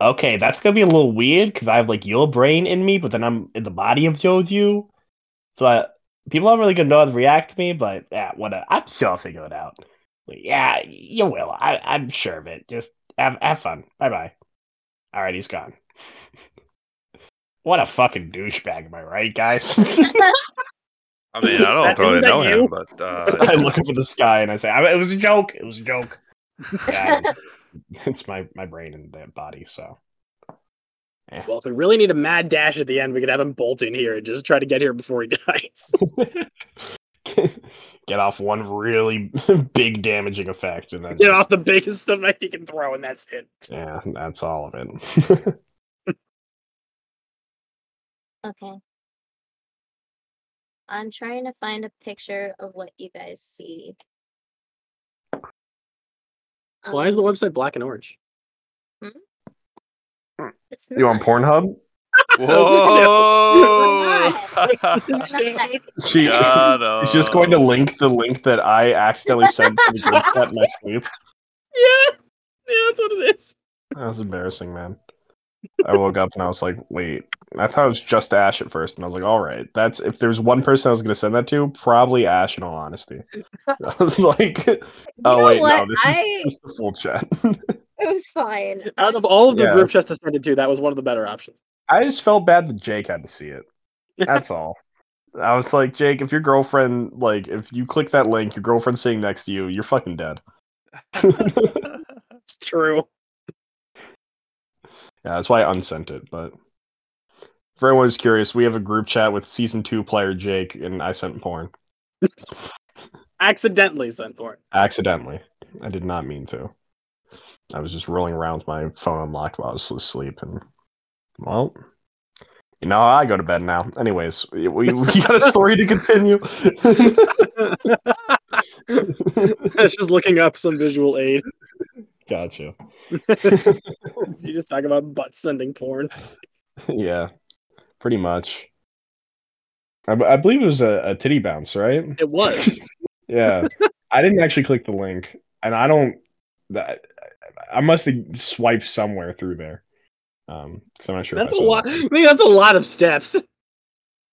Speaker 6: okay, that's gonna be a little weird because I have like your brain in me, but then I'm in the body of Jojo. So I, people aren't really gonna know how to react to me, but yeah, whatever. I'm sure I'll figure it out. But yeah, you will. I, I'm sure of it. Just have, have fun. Bye bye. All right, he's gone. what a fucking douchebag, am I right, guys?
Speaker 3: I mean, I don't
Speaker 2: That-
Speaker 3: totally
Speaker 2: isn't that
Speaker 3: know
Speaker 2: you?
Speaker 3: him, but
Speaker 6: I
Speaker 3: uh,
Speaker 6: look up at the sky and I say, I, "It was a joke. It was a joke." Yeah, it's, it's my my brain and that body. So
Speaker 2: Well, if we really need a mad dash at the end, we could have him bolt in here and just try to get here before he dies.
Speaker 6: get off one really big damaging effect, and then
Speaker 2: get
Speaker 6: just-
Speaker 2: off the biggest effect he can throw, and that's it.
Speaker 6: Yeah, that's all of it.
Speaker 4: Okay. I'm trying to find a picture of what you guys see.
Speaker 2: Why is the
Speaker 4: Um,
Speaker 2: website black and orange?
Speaker 4: it's
Speaker 6: you on
Speaker 4: not-
Speaker 6: Pornhub? Oh.
Speaker 3: whoa!
Speaker 4: it's not-
Speaker 6: She, uh,
Speaker 3: God,
Speaker 6: He's just going to
Speaker 3: oh.
Speaker 6: link the link that I accidentally sent to the group chat in my sleep.
Speaker 2: Yeah, yeah, that's what it is.
Speaker 6: That was embarrassing, man. I woke up and I was like, wait. I thought it was just Ash at first, and I was like, all right, that's if there's one person I was gonna send that to, probably Ash in all honesty. I was like,
Speaker 4: You
Speaker 6: oh
Speaker 4: know
Speaker 6: wait, no,
Speaker 4: what?
Speaker 6: this
Speaker 4: I-
Speaker 6: is just the full chat.
Speaker 4: It was fine.
Speaker 2: Out of all of the
Speaker 6: Yeah.
Speaker 2: group chats to send it to, that was one of the better options.
Speaker 6: I just felt bad that Jake had to see it. That's all. I was like, Jake, if your girlfriend like if you click that link, your girlfriend's sitting next to you, you're fucking dead.
Speaker 2: It's true.
Speaker 6: Yeah, that's why I unsent it. But if anyone was curious, we have a group chat with season two player Jake, and I sent porn
Speaker 2: Accidentally sent for it.
Speaker 6: accidentally. I did not mean to. I was just rolling around with my phone unlocked while I was asleep, and Well, you know, I go to bed now. Anyways, we, we got a story to continue.
Speaker 2: That's just looking up some visual aid.
Speaker 6: gotcha.
Speaker 2: You just talk about butt sending porn.
Speaker 6: Yeah, pretty much. I, b- I believe it was a, a titty bounce, right?
Speaker 2: It was.
Speaker 6: Yeah, I didn't actually click the link, and I don't. that- I must have swiped somewhere through there. Um, because I'm not sure. if
Speaker 2: That's
Speaker 6: I
Speaker 2: a
Speaker 6: saw
Speaker 2: lot.
Speaker 6: that.
Speaker 2: I mean, that's a lot of steps.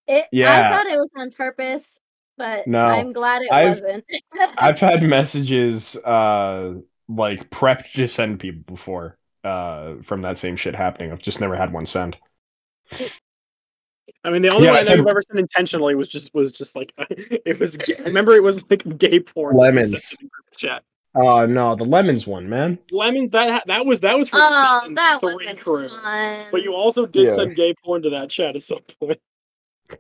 Speaker 4: It,
Speaker 6: Yeah.
Speaker 4: I thought it was on purpose, but
Speaker 6: No,
Speaker 4: I'm glad it
Speaker 6: I've-
Speaker 4: wasn't.
Speaker 6: I've had messages, uh, like prepped to send people before, uh, from that same shit happening. I've just never had one send.
Speaker 2: I mean, the only one I
Speaker 6: Yeah, I
Speaker 2: know I've
Speaker 6: said-
Speaker 2: ever sent intentionally was just was just like it was. I remember it was like gay porn.
Speaker 6: Lemons.
Speaker 2: Sent to the group Chat.
Speaker 6: Uh, no, the lemons one, man.
Speaker 2: Lemons. That ha- that was that was for
Speaker 4: oh,
Speaker 2: season
Speaker 4: that
Speaker 2: three
Speaker 4: wasn't
Speaker 2: crew.
Speaker 4: fun.
Speaker 2: But you also did
Speaker 6: Yeah.
Speaker 2: send gay porn to that chat at some point.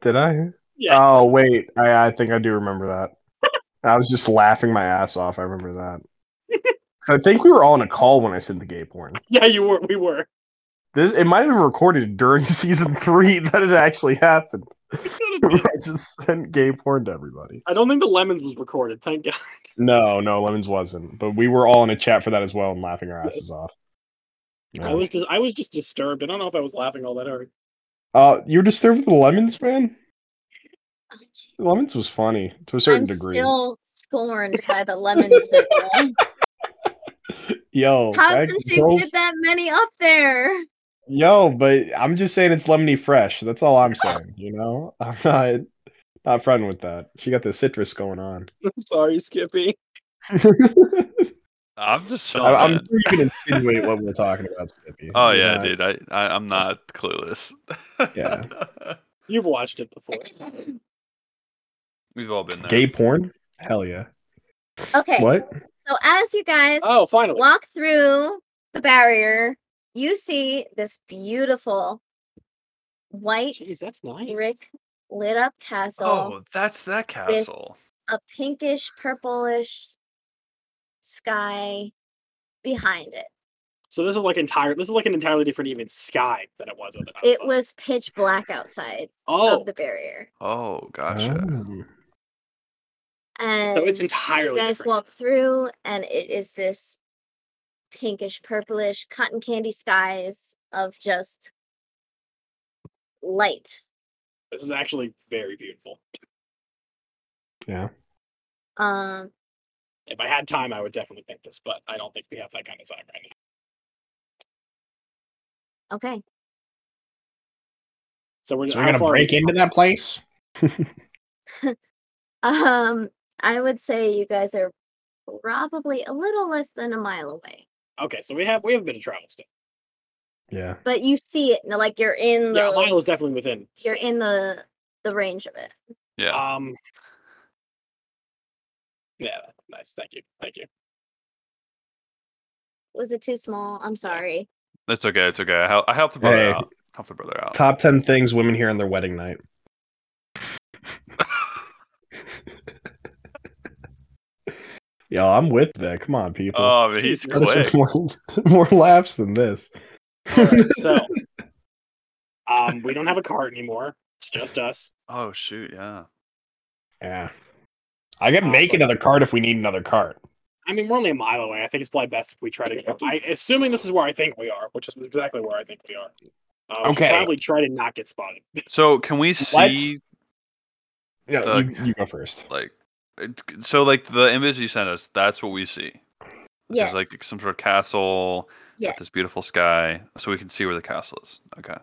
Speaker 6: Did I?
Speaker 2: Yes.
Speaker 6: Oh wait, I, I think I do remember that. I was just laughing my ass off. I remember that. 'Cause I think we were all on a call when I said the gay porn.
Speaker 2: Yeah, you were. We were.
Speaker 6: This it might have been recorded during season three that it actually happened. I just sent gay porn to everybody.
Speaker 2: I don't think the lemons was recorded. Thank God.
Speaker 6: No, no, lemons wasn't. But we were all in a chat for that as well and laughing our asses off. Oh.
Speaker 2: I was just I was just disturbed. I don't know if I was laughing all that hard.
Speaker 6: Uh, you're disturbed with the lemons, man.
Speaker 4: Oh, jeez.
Speaker 6: The lemons was funny to a certain
Speaker 4: I'm
Speaker 6: degree.
Speaker 4: still scorned by the lemon Zippo.
Speaker 6: Yo,
Speaker 4: How
Speaker 6: that
Speaker 4: can she
Speaker 6: girl's-
Speaker 4: fit that many up there?
Speaker 6: Yo, but I'm just saying it's lemony fresh. That's all I'm saying. You know, I'm not not fronting with that. She got the citrus going on.
Speaker 2: I'm sorry, Skippy.
Speaker 3: uh, I'm just
Speaker 6: I,
Speaker 3: showing
Speaker 6: I'm
Speaker 3: it.
Speaker 6: sure you can insinuate what we're talking about, Skippy.
Speaker 3: Oh
Speaker 6: You're
Speaker 3: yeah,
Speaker 6: not-
Speaker 3: dude. I, I I'm not clueless.
Speaker 6: Yeah.
Speaker 2: You've watched it before.
Speaker 3: We've all been there.
Speaker 6: Gay porn? Hell yeah.
Speaker 4: Okay,
Speaker 6: What?
Speaker 4: so as you guys
Speaker 2: Oh, finally.
Speaker 4: walk through the barrier, you see this beautiful white
Speaker 2: Jeez, that's nice.
Speaker 4: brick lit up castle.
Speaker 3: Oh, that's that castle.
Speaker 4: a pinkish purplish sky behind it.
Speaker 2: So this is like entire. This is like an entirely different even sky than it was. On the
Speaker 4: It
Speaker 2: outside.
Speaker 4: was pitch black outside
Speaker 2: Oh,
Speaker 4: of the barrier.
Speaker 3: Oh, gotcha.
Speaker 6: Oh.
Speaker 4: And
Speaker 2: so it's entirely.
Speaker 4: you guys
Speaker 2: different.
Speaker 4: walk through and it is this pinkish purplish cotton candy skies of just light.
Speaker 2: This is actually very beautiful.
Speaker 4: Um
Speaker 2: If I had time, I would definitely paint this, but I don't think we have that kind of time right now.
Speaker 4: okay.
Speaker 2: So we're just
Speaker 6: So we're gonna break into that place.
Speaker 4: Um I would say you guys are probably a little less than a mile away.
Speaker 2: Okay, so we have we have a bit of travel still.
Speaker 6: Yeah.
Speaker 4: But you see it and like you're in the
Speaker 2: Yeah, a mile is definitely within.
Speaker 4: you're in the the range of it.
Speaker 3: Yeah.
Speaker 2: Um. Yeah, that's nice. Thank you. Thank you.
Speaker 4: Was it too small? I'm sorry.
Speaker 3: That's okay. It's okay. I, hel- I helped the brother
Speaker 6: Hey.
Speaker 3: out. Help the brother out.
Speaker 6: Top ten things women hear on their wedding night. Yo, I'm with that. Come on, people.
Speaker 3: oh, man, he's
Speaker 2: Jesus.
Speaker 3: quick.
Speaker 6: Gotta show more, more laughs than this.
Speaker 2: All right, so um, we don't have a cart anymore. It's just us.
Speaker 3: Oh shoot, yeah.
Speaker 6: Yeah. I can make
Speaker 2: Awesome.
Speaker 6: another cart if we need another cart.
Speaker 2: I mean, we're only a mile away. I think it's probably best if we try to. Go. I assuming this is where I think we are, which is exactly where I think we are. Uh, we should
Speaker 6: Okay.
Speaker 2: Probably try to not get spotted.
Speaker 3: So can we see
Speaker 6: Yeah,
Speaker 3: Uh,
Speaker 6: you, you go first.
Speaker 3: like it- so like the image you sent us, that's what we see. There's
Speaker 4: Yes.
Speaker 3: like some sort of castle
Speaker 4: Yeah.
Speaker 3: with this beautiful sky. So we can see where the castle is. Okay.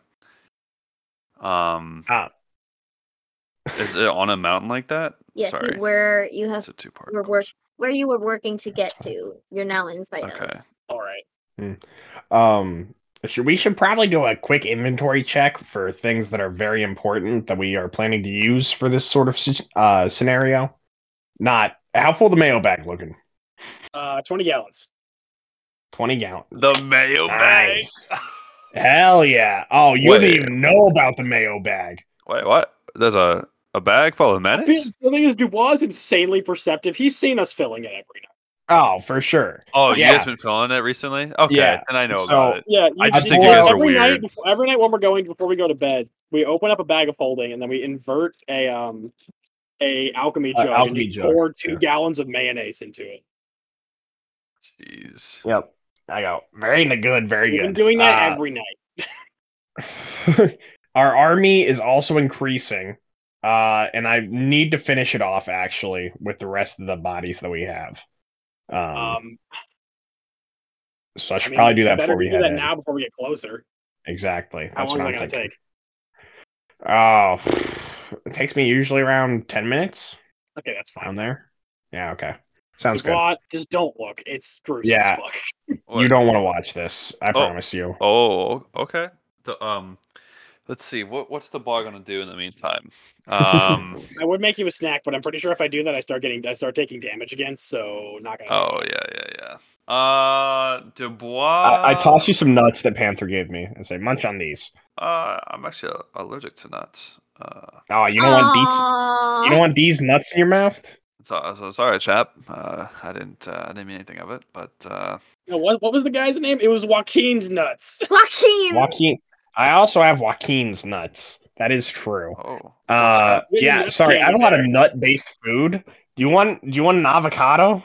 Speaker 3: Um
Speaker 6: Ah.
Speaker 3: Is it on a mountain like that?
Speaker 4: yes, you-
Speaker 3: Sorry.
Speaker 4: where you have
Speaker 3: It's a two part.
Speaker 4: were work- where you were working to get
Speaker 6: fine.
Speaker 4: to, you're now inside of.
Speaker 3: Okay.
Speaker 2: All right.
Speaker 6: Um, should, we should probably do a quick inventory check for things that are very important that we are planning to use for this sort of sce- uh, scenario. Not how full the mayo bag looking?
Speaker 2: Uh, twenty gallons.
Speaker 6: Twenty gallon.
Speaker 3: The mayo bag.
Speaker 6: Nice. Hell yeah! Oh, you
Speaker 3: Wait.
Speaker 6: didn't even know about the mayo bag.
Speaker 3: Wait, what? There's a, a bag full of
Speaker 2: I feel-
Speaker 3: mayonnaise?
Speaker 2: The thing is, Dubois is insanely perceptive. He's seen us filling it every night.
Speaker 6: Oh, for sure.
Speaker 3: Oh, you
Speaker 6: Yeah.
Speaker 3: guys been feeling it recently? Okay,
Speaker 6: Yeah.
Speaker 3: and I know
Speaker 6: So-
Speaker 3: about it.
Speaker 2: Yeah, you
Speaker 3: I just
Speaker 2: do-
Speaker 6: think you guys are
Speaker 2: every Night,
Speaker 3: weird.
Speaker 2: before, every night when we're going before we go to bed, we open up a bag of holding and then we invert a um a alchemy
Speaker 6: Uh,
Speaker 2: jug and
Speaker 6: alchemy
Speaker 2: just
Speaker 6: jug,
Speaker 2: pour two
Speaker 6: yeah.
Speaker 2: gallons of mayonnaise into it.
Speaker 3: Jeez.
Speaker 6: Yep. I go very n- good, very
Speaker 2: We've
Speaker 6: good.
Speaker 2: been doing that
Speaker 6: Uh,
Speaker 2: every night.
Speaker 6: our army is also increasing, uh, and I need to finish it off actually with the rest of the bodies that we have. Um,
Speaker 2: Um,
Speaker 6: so
Speaker 2: I
Speaker 6: I should
Speaker 2: mean,
Speaker 6: probably do that
Speaker 2: better
Speaker 6: before we
Speaker 2: do
Speaker 6: head
Speaker 2: that
Speaker 6: in.
Speaker 2: now before we get closer.
Speaker 6: Exactly.
Speaker 2: How
Speaker 6: That's
Speaker 2: long is
Speaker 6: what
Speaker 2: that
Speaker 6: I'm
Speaker 2: gonna
Speaker 6: thinking.
Speaker 2: take?
Speaker 6: Oh, it takes me usually around ten minutes
Speaker 2: Okay, that's fine.
Speaker 6: down there. Yeah. Okay. Sounds good.
Speaker 2: Well, just don't look. It's gruesome
Speaker 6: Yeah.
Speaker 2: as fuck.
Speaker 6: You
Speaker 3: What-
Speaker 6: don't want to watch this. I promise you.
Speaker 3: Oh, okay. The, um, let's see. What what's the blog gonna do in the meantime? Um.
Speaker 2: I would make you a snack, but I'm pretty sure if I do that, I start getting I start taking damage again. So not gonna.
Speaker 3: oh yeah, yeah, yeah. Uh, Dubois.
Speaker 6: I, I toss you some nuts that Panther gave me and say, munch on these.
Speaker 3: Uh, I'm actually allergic to nuts. Uh,
Speaker 6: Oh, you don't want these. You don't want these nuts in your mouth.
Speaker 3: so, so sorry, chap. Uh, I didn't. Uh, I didn't mean anything of it. But uh,
Speaker 2: No, what what was the guy's name? It was Joaquin's nuts.
Speaker 4: Joaquin.
Speaker 6: Joaquin. I also have Joaquin's nuts. That is true.
Speaker 3: oh.
Speaker 6: Uh,
Speaker 2: Wait,
Speaker 6: yeah.
Speaker 2: nuts
Speaker 6: Sorry,
Speaker 2: can't
Speaker 6: I have a
Speaker 2: be
Speaker 6: lot of
Speaker 2: there.
Speaker 6: nut-based food. Do you want? Do you want an avocado?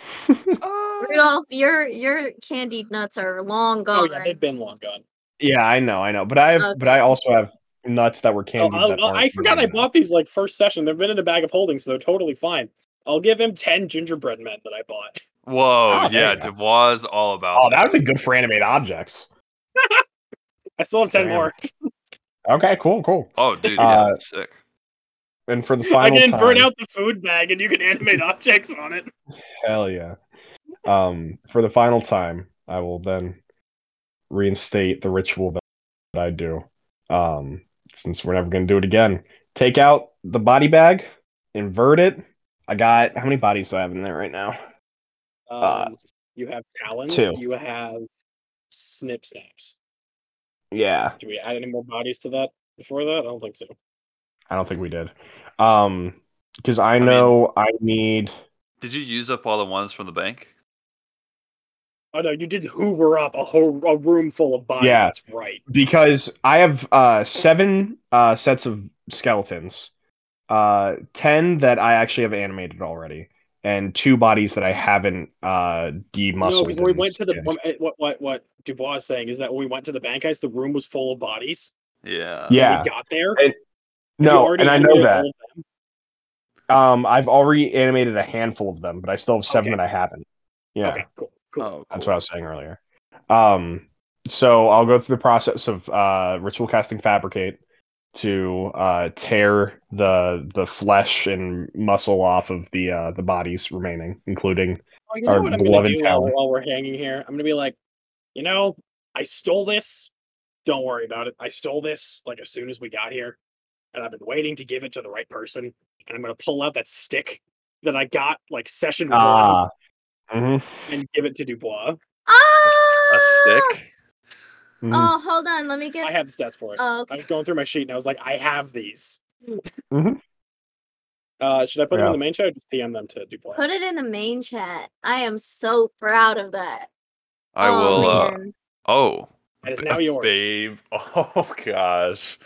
Speaker 4: Rudolph, your your candied nuts are long
Speaker 2: Oh
Speaker 4: gone.
Speaker 2: yeah, they've been long gone.
Speaker 6: yeah, I know, I know, but I have, but I also have nuts that were
Speaker 2: Oh,
Speaker 6: candied. that
Speaker 2: I'll- I'll- I
Speaker 6: aren't
Speaker 2: forgot I
Speaker 6: really
Speaker 2: bought these like first session. They've been in a bag of holding, so they're totally fine. I'll give him ten gingerbread men that I bought.
Speaker 3: Whoa,
Speaker 6: Oh, there
Speaker 3: yeah,
Speaker 6: you go.
Speaker 3: Dubois is all about.
Speaker 6: Oh, that would
Speaker 3: this.
Speaker 6: be good for animate objects.
Speaker 2: I still have ten
Speaker 6: Damn.
Speaker 2: more.
Speaker 6: Okay, cool, cool.
Speaker 3: Oh, dude, yeah,
Speaker 6: Uh,
Speaker 3: that's sick.
Speaker 6: And for the
Speaker 2: I
Speaker 6: final
Speaker 2: can invert
Speaker 6: time,
Speaker 2: out the food bag, and you can animate objects on it.
Speaker 6: hell yeah. Um, for the final time, I will then reinstate the ritual that that I do. Um, since we're never gonna do it again, take out the body bag, invert it. I got how many bodies do I have in there right now?
Speaker 2: Um,
Speaker 6: Uh,
Speaker 2: you have talons.
Speaker 6: two.
Speaker 2: You have snip snaps.
Speaker 6: Yeah,
Speaker 2: Do we add any more bodies to that before that? I don't think so.
Speaker 6: I don't think we did. Um, because I
Speaker 3: mean-
Speaker 6: know I need.
Speaker 3: Did you use up all the ones from the bank?
Speaker 2: Oh no, you did hoover up a whole a room full of bodies.
Speaker 6: Yeah.
Speaker 2: That's right.
Speaker 6: because I have uh, seven uh, sets of skeletons, uh, ten that I actually have animated already, and two bodies that I haven't uh, demuscled.
Speaker 2: no, because when we
Speaker 6: and
Speaker 2: went to the
Speaker 6: skinned.
Speaker 2: when- what what what Dubois is saying is that when we went to the bank heist, the room was full of bodies.
Speaker 3: Yeah.
Speaker 6: Yeah.
Speaker 2: When we got there.
Speaker 6: And-
Speaker 2: you
Speaker 6: no,
Speaker 2: already
Speaker 6: and I know
Speaker 2: animated
Speaker 6: that.
Speaker 2: all of them?
Speaker 6: Um, I've already animated a handful of them, but I still have seven
Speaker 2: Okay.
Speaker 6: that I haven't. Yeah,
Speaker 2: Okay, cool, cool.
Speaker 3: Oh,
Speaker 6: that's
Speaker 3: cool.
Speaker 6: what I was saying earlier. Um, so I'll go through the process of uh, ritual casting fabricate to uh, tear the the flesh and muscle off of the uh, the bodies remaining, including
Speaker 2: Oh, you know
Speaker 6: our
Speaker 2: what I'm gonna
Speaker 6: beloved
Speaker 2: do while,
Speaker 6: town.
Speaker 2: while we're hanging here? I'm gonna be like, you know, I stole this. Don't worry about it. I stole this like as soon as we got here, and I've been waiting to give it to the right person. And I'm gonna pull out that stick that I got like session one
Speaker 6: Ah. mhm,
Speaker 2: and give it to Dubois.
Speaker 3: A
Speaker 4: Ah!
Speaker 3: stick?
Speaker 6: mhm.
Speaker 4: Oh, hold on. Let me get.
Speaker 2: I have the stats for it. I
Speaker 4: oh, okay.
Speaker 2: was going through my sheet and I was like, I have these.
Speaker 6: Mhm.
Speaker 2: Uh, should I put them
Speaker 6: Yeah.
Speaker 2: in the main show or just PM them to Dubois?
Speaker 4: Put it in the main chat. I am so proud of that.
Speaker 3: I
Speaker 4: Aw,
Speaker 3: will. Uh,
Speaker 4: man.
Speaker 3: oh,
Speaker 2: That is now yours.
Speaker 3: babe. Oh gosh.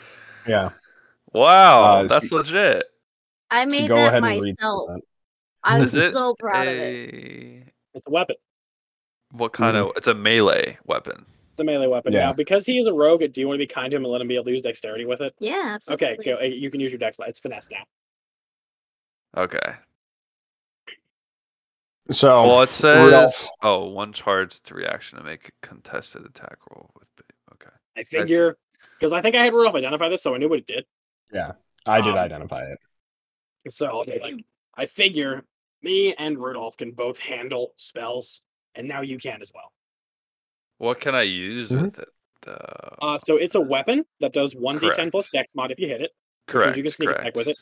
Speaker 6: Yeah.
Speaker 3: Wow,
Speaker 6: Uh,
Speaker 3: that's
Speaker 6: so-
Speaker 3: legit.
Speaker 4: I
Speaker 6: So
Speaker 4: made
Speaker 6: go
Speaker 4: that
Speaker 6: ahead and read through
Speaker 4: myself.
Speaker 6: that.
Speaker 4: I'm
Speaker 3: Is it
Speaker 4: so proud of it.
Speaker 3: a
Speaker 2: It's a weapon.
Speaker 3: what kind of? It's a melee weapon.
Speaker 2: It's a melee weapon.
Speaker 6: Yeah.
Speaker 2: Now, because he is a rogue, do you want to be kind to him and let him be able to use dexterity with it?
Speaker 4: Yeah, absolutely.
Speaker 2: Okay, go, uh, you can use your dex. but It's finesse now.
Speaker 3: Okay.
Speaker 6: So
Speaker 3: Well, it
Speaker 6: Rudolph.
Speaker 3: says oh, one charged reaction to make a contested attack roll with. Babe. Okay.
Speaker 2: I figure because I think I had Rudolph identify this, so I knew what it did.
Speaker 6: I did
Speaker 2: um,
Speaker 6: identify it.
Speaker 2: So I'll be like, I figure me and Rudolph can both handle spells, and now you can as well.
Speaker 3: What can I use
Speaker 6: Mhm.
Speaker 3: with it? though?
Speaker 2: Uh, so it's a weapon that does one d10 plus
Speaker 3: Correct.
Speaker 2: dex mod if you hit it.
Speaker 3: correct.
Speaker 2: you can sneak
Speaker 3: correct.
Speaker 2: attack with it.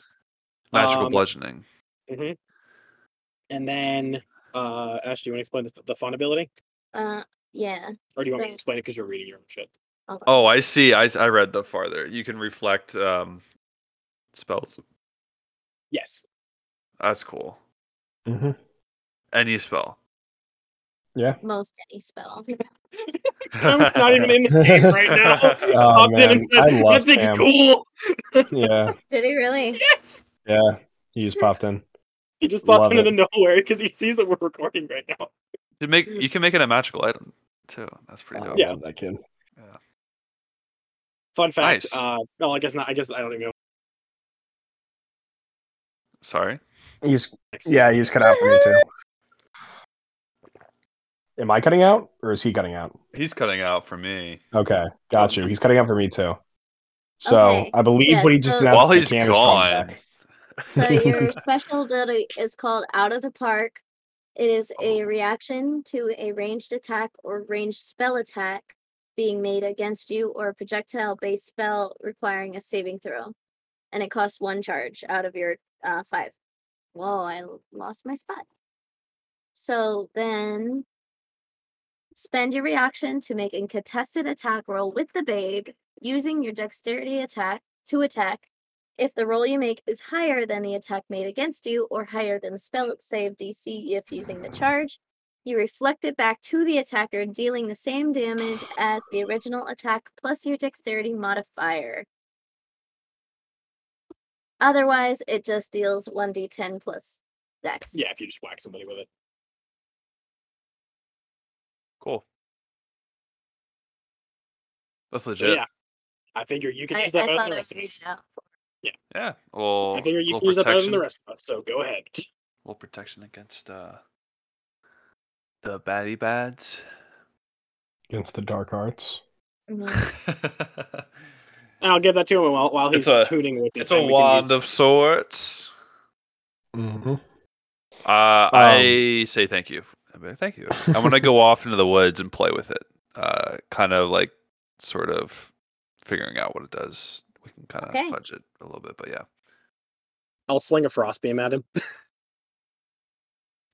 Speaker 3: Magical
Speaker 2: Um,
Speaker 3: bludgeoning.
Speaker 2: hmm And then, uh, Ash, do you want to explain the, the fun ability,
Speaker 4: Uh, yeah.
Speaker 2: or do you want me
Speaker 4: so-
Speaker 2: to explain it because you're reading your own shit?
Speaker 4: okay.
Speaker 3: Oh, I see. I, s- I read the farther. You can reflect um, spells.
Speaker 2: Yes.
Speaker 3: That's cool.
Speaker 6: Mhm.
Speaker 3: Any spell.
Speaker 6: Yeah.
Speaker 4: most any spell.
Speaker 2: Sam's not even in the game right now.
Speaker 6: Oh,
Speaker 2: Popped in
Speaker 6: man,
Speaker 2: and said,
Speaker 6: I
Speaker 2: that
Speaker 6: love
Speaker 2: thing's
Speaker 6: Sam.
Speaker 2: cool.
Speaker 6: Yeah,
Speaker 4: Did he really?
Speaker 2: Yes.
Speaker 6: yeah. He just popped in.
Speaker 2: He just pops
Speaker 6: Love
Speaker 2: in
Speaker 6: it.
Speaker 2: out of nowhere because he sees that we're recording right now.
Speaker 3: To make you can make it a magical item too. That's
Speaker 2: Uh,
Speaker 3: pretty
Speaker 6: I
Speaker 3: dope.
Speaker 6: love that kid.
Speaker 2: Fun fact.
Speaker 3: Nice.
Speaker 2: Uh, no, I guess not. I guess I don't even know.
Speaker 3: Sorry.
Speaker 6: He's yeah, he's cut out for me too. Am I cutting out or is he cutting out?
Speaker 3: He's cutting out for me.
Speaker 6: Okay, got you. He's cutting out for me too. So
Speaker 4: Okay.
Speaker 6: I believe
Speaker 4: Yes,
Speaker 6: what he just
Speaker 4: so-
Speaker 6: announced.
Speaker 3: While
Speaker 6: the
Speaker 3: he's
Speaker 6: can is coming
Speaker 3: gone.
Speaker 6: back.
Speaker 4: So your special ability is called Out of the Park. It is a reaction to a ranged attack or ranged spell attack being made against you or a projectile based spell requiring a saving throw. And it costs one charge out of your uh, five. Whoa, I l- lost my spot. So then spend your reaction to make a contested attack roll with the babe using your dexterity attack to attack if the roll you make is higher than the attack made against you or higher than the spell save DC if using the charge, you reflect it back to the attacker, dealing the same damage as the original attack plus your dexterity modifier. Otherwise, it just deals 1d10 plus dex.
Speaker 2: Yeah, if you just whack somebody with it.
Speaker 3: Cool. That's
Speaker 2: So,
Speaker 3: legit.
Speaker 2: yeah. I figure you can
Speaker 4: I,
Speaker 2: use that
Speaker 4: I
Speaker 2: better than
Speaker 4: found
Speaker 2: the
Speaker 4: it was
Speaker 2: rest of us.
Speaker 4: out.
Speaker 3: Yeah. Well,
Speaker 2: I figure you
Speaker 3: little
Speaker 2: can use that better than
Speaker 3: protection,
Speaker 2: the rest of us. So go ahead.
Speaker 3: little protection against uh, the baddie bads.
Speaker 6: against the dark arts.
Speaker 4: Mhm.
Speaker 2: And I'll give that to him while, while he's
Speaker 3: It's a-
Speaker 2: tuning with me.
Speaker 3: it's a wand of sorts.
Speaker 6: Mm-hmm.
Speaker 3: Uh, I say thank you. I'm like, Thank you. I'm gonna go off into the woods and play with it. Uh, kind of like, sort of, figuring out what it does. We can kind of
Speaker 4: Okay.
Speaker 3: fudge it a little bit, but yeah.
Speaker 2: I'll sling a frost beam at him.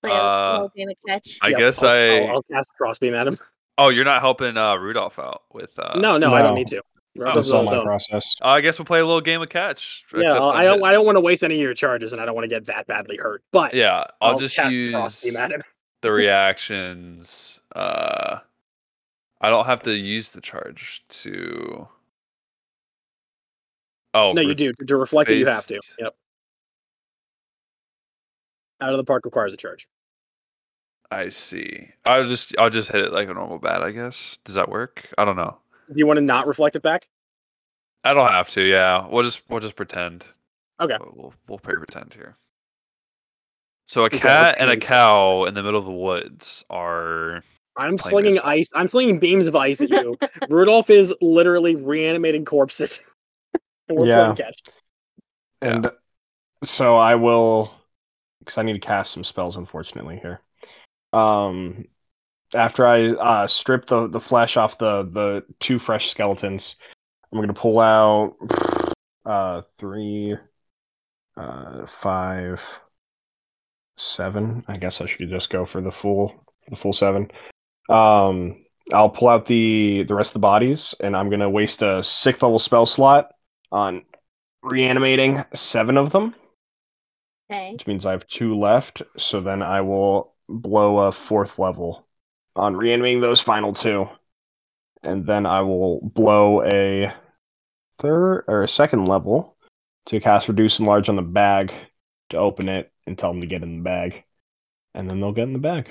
Speaker 4: Play a
Speaker 3: Uh,
Speaker 4: roll damage catch.
Speaker 3: I
Speaker 2: Yep,
Speaker 3: guess
Speaker 2: I'll,
Speaker 3: I.
Speaker 2: will cast a frost beam at him.
Speaker 3: Oh, you're not helping uh, Rudolph out with. Uh,
Speaker 2: no, no, I
Speaker 6: no.
Speaker 2: don't need to. Rob
Speaker 3: Oh,
Speaker 2: does
Speaker 6: That's
Speaker 2: it on
Speaker 6: all
Speaker 2: his
Speaker 6: my
Speaker 2: own.
Speaker 6: process.
Speaker 3: I guess we'll play a little game of catch.
Speaker 2: Yeah,
Speaker 3: except
Speaker 2: I'll-
Speaker 3: I'm
Speaker 2: I don't.
Speaker 3: hit-
Speaker 2: I don't want to waste any of your charges, and I don't want to get that badly hurt. But
Speaker 3: yeah, I'll, just
Speaker 2: cast
Speaker 3: use
Speaker 2: frost beam at him.
Speaker 3: the reactions. Uh, I don't have to use the charge to. Oh
Speaker 2: No, you
Speaker 3: Rud-
Speaker 2: do to reflect it. You have to.
Speaker 3: faced.
Speaker 2: Yep. Out of the park requires a charge.
Speaker 3: I see. I'll just I'll just hit it like a normal bat, I guess. Does that work? I don't know.
Speaker 2: Do you want to not reflect it back?
Speaker 3: I don't have to. Yeah, we'll just we'll just pretend.
Speaker 2: Okay.
Speaker 3: We'll we'll, we'll play pretend here. So a
Speaker 2: Okay, let's
Speaker 3: cat and a
Speaker 2: do-
Speaker 3: cow in the middle of the woods are.
Speaker 2: I'm
Speaker 3: Plain
Speaker 2: slinging
Speaker 3: miserable.
Speaker 2: ice. I'm slinging beams of ice at you. Rudolph is literally reanimating corpses. and we're
Speaker 6: Yeah.
Speaker 2: playing catch.
Speaker 3: Yeah.
Speaker 6: And so I will, because I need to cast some spells, unfortunately, here. Um, after I uh, strip the, the flesh off the, the two fresh skeletons, I'm going to pull out uh, three, uh, five, seven. I guess I should just go for the full the full seven. Um, I'll pull out the the rest of the bodies, and I'm going to waste a sixth level spell slot on reanimating seven of them,
Speaker 4: Okay.
Speaker 6: which means I have two left. So then I will blow a fourth level on reanimating those final two. And then I will blow a third or a second level to cast reduce and large on the bag to open it and tell them to get in the bag. And then they'll get in the bag.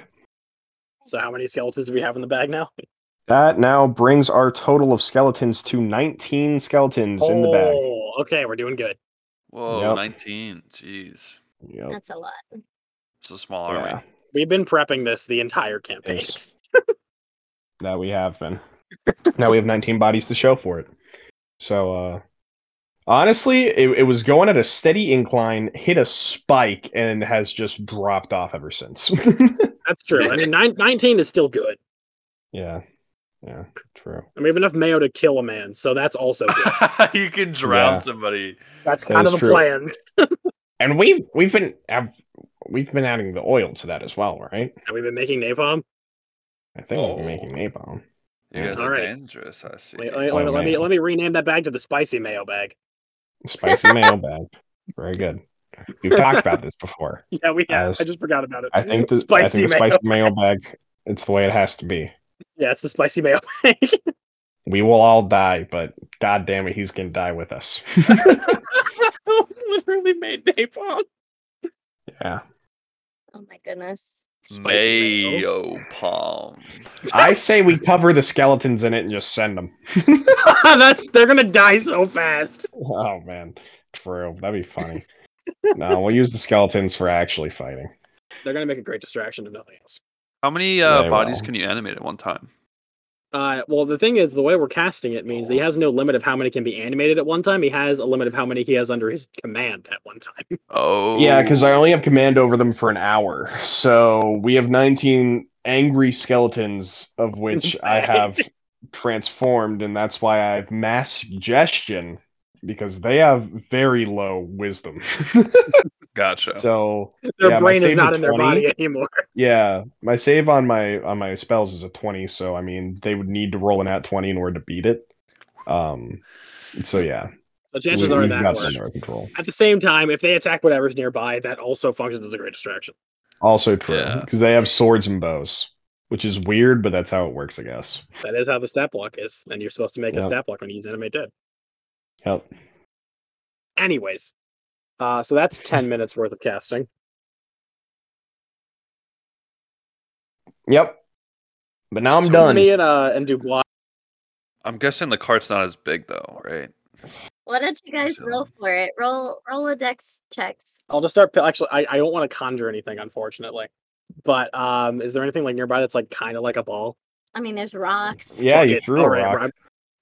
Speaker 2: So how many skeletons do we have in the bag now?
Speaker 6: That now brings our total of skeletons to 19 skeletons in the bag.
Speaker 2: Oh, okay, we're doing good.
Speaker 3: Whoa,
Speaker 6: Yep.
Speaker 3: nineteen. Jeez,
Speaker 6: Yep.
Speaker 4: That's a lot.
Speaker 3: it's a small
Speaker 6: Yeah,
Speaker 3: army.
Speaker 2: We've been prepping this the entire campaign.
Speaker 6: Yes. that we have been. now we have 19 bodies to show for it. So uh honestly, it, it was going at a steady incline, hit a spike, and has just dropped off ever since.
Speaker 2: That's true. I mean, nine, 19 is still good.
Speaker 6: yeah. Yeah, true.
Speaker 2: And we have enough mayo to kill a man, so that's also good.
Speaker 3: you can drown
Speaker 6: Yeah.
Speaker 3: somebody.
Speaker 2: That's
Speaker 6: That
Speaker 2: kind
Speaker 6: is
Speaker 2: of the
Speaker 6: true.
Speaker 2: plan.
Speaker 6: And we've we've been have, we've been adding the oil to that as well, right?
Speaker 2: And we've been making napalm.
Speaker 6: I think we've been making
Speaker 3: Oh.
Speaker 6: napalm.
Speaker 3: You
Speaker 6: Yeah.
Speaker 3: guys
Speaker 2: All
Speaker 3: are
Speaker 2: right.
Speaker 3: dangerous. I see.
Speaker 2: Wait, wait,
Speaker 6: Oh,
Speaker 2: wait, let me
Speaker 6: man.
Speaker 2: let me rename that bag to the spicy mayo bag.
Speaker 6: Spicy mailbag. Very good. We've talked about this before.
Speaker 2: Yeah, we have.
Speaker 6: As-
Speaker 2: I just forgot about it.
Speaker 6: I think the, I
Speaker 2: spicy
Speaker 6: think the
Speaker 2: mayo.
Speaker 6: spicy mailbag It's the way it has to be.
Speaker 2: Yeah, it's the spicy mayo.
Speaker 6: We will all die, but god damn it, he's gonna die with us.
Speaker 2: Literally made napalm.
Speaker 6: yeah.
Speaker 4: Oh my goodness.
Speaker 2: Spicy mayo.
Speaker 3: Mayo palm.
Speaker 6: I say we cover the skeletons in it and just send them.
Speaker 2: That's they're gonna die so fast.
Speaker 6: oh man. True. That'd be funny. no, we'll use the skeletons for actually fighting.
Speaker 2: They're gonna make a great distraction if nothing else.
Speaker 3: How many uh,
Speaker 6: They
Speaker 3: bodies
Speaker 6: will.
Speaker 3: can you animate at one time?
Speaker 2: Uh, well, the thing is, the way we're casting it means that he has no limit of how many can be animated at one time. He has a limit of how many he has under his command at one time.
Speaker 3: Oh,
Speaker 6: Yeah, because I only have command over them for an hour. So we have 19 angry skeletons, of which I have transformed, and that's why I have mass suggestion, because they have very low wisdom.
Speaker 3: gotcha.
Speaker 6: so
Speaker 2: Their
Speaker 6: Yeah, my
Speaker 2: brain is
Speaker 6: save's
Speaker 2: not
Speaker 6: a
Speaker 2: in their
Speaker 6: 20.
Speaker 2: body anymore.
Speaker 6: yeah, my save on my on my spells is a 20, so I mean they would need to roll an at 20 in order to beat it. Um so yeah.
Speaker 2: The chances
Speaker 6: we-
Speaker 2: are
Speaker 6: we've
Speaker 2: that
Speaker 6: got
Speaker 2: works.
Speaker 6: that under our control.
Speaker 2: At the same time, if they attack whatever's nearby, that also functions as a great distraction.
Speaker 6: Also true,
Speaker 3: Yeah.
Speaker 6: because they have swords and bows, which is weird, but that's how it works, I guess.
Speaker 2: That is how the stat block is, and you're supposed to make a
Speaker 6: Yep.
Speaker 2: stat block when you use animate dead.
Speaker 6: Yep.
Speaker 2: Anyways, uh, so that's ten minutes worth of casting.
Speaker 6: Yep. But now I'm
Speaker 2: So
Speaker 6: done.
Speaker 2: Me and uh, and Dubois.
Speaker 3: I'm guessing the cart's not as big though, right?
Speaker 4: Why don't you guys roll
Speaker 3: Awesome.
Speaker 4: for it? Roll roll a dex checks.
Speaker 2: I'll just start. Actually, I, I don't want to conjure anything, unfortunately. But um, is there anything like nearby that's like kind of like a ball?
Speaker 4: I mean, there's rocks.
Speaker 6: yeah,
Speaker 2: Fuck
Speaker 6: you
Speaker 2: it.
Speaker 6: threw
Speaker 2: All
Speaker 6: a
Speaker 2: right,
Speaker 6: rock.
Speaker 2: Rob.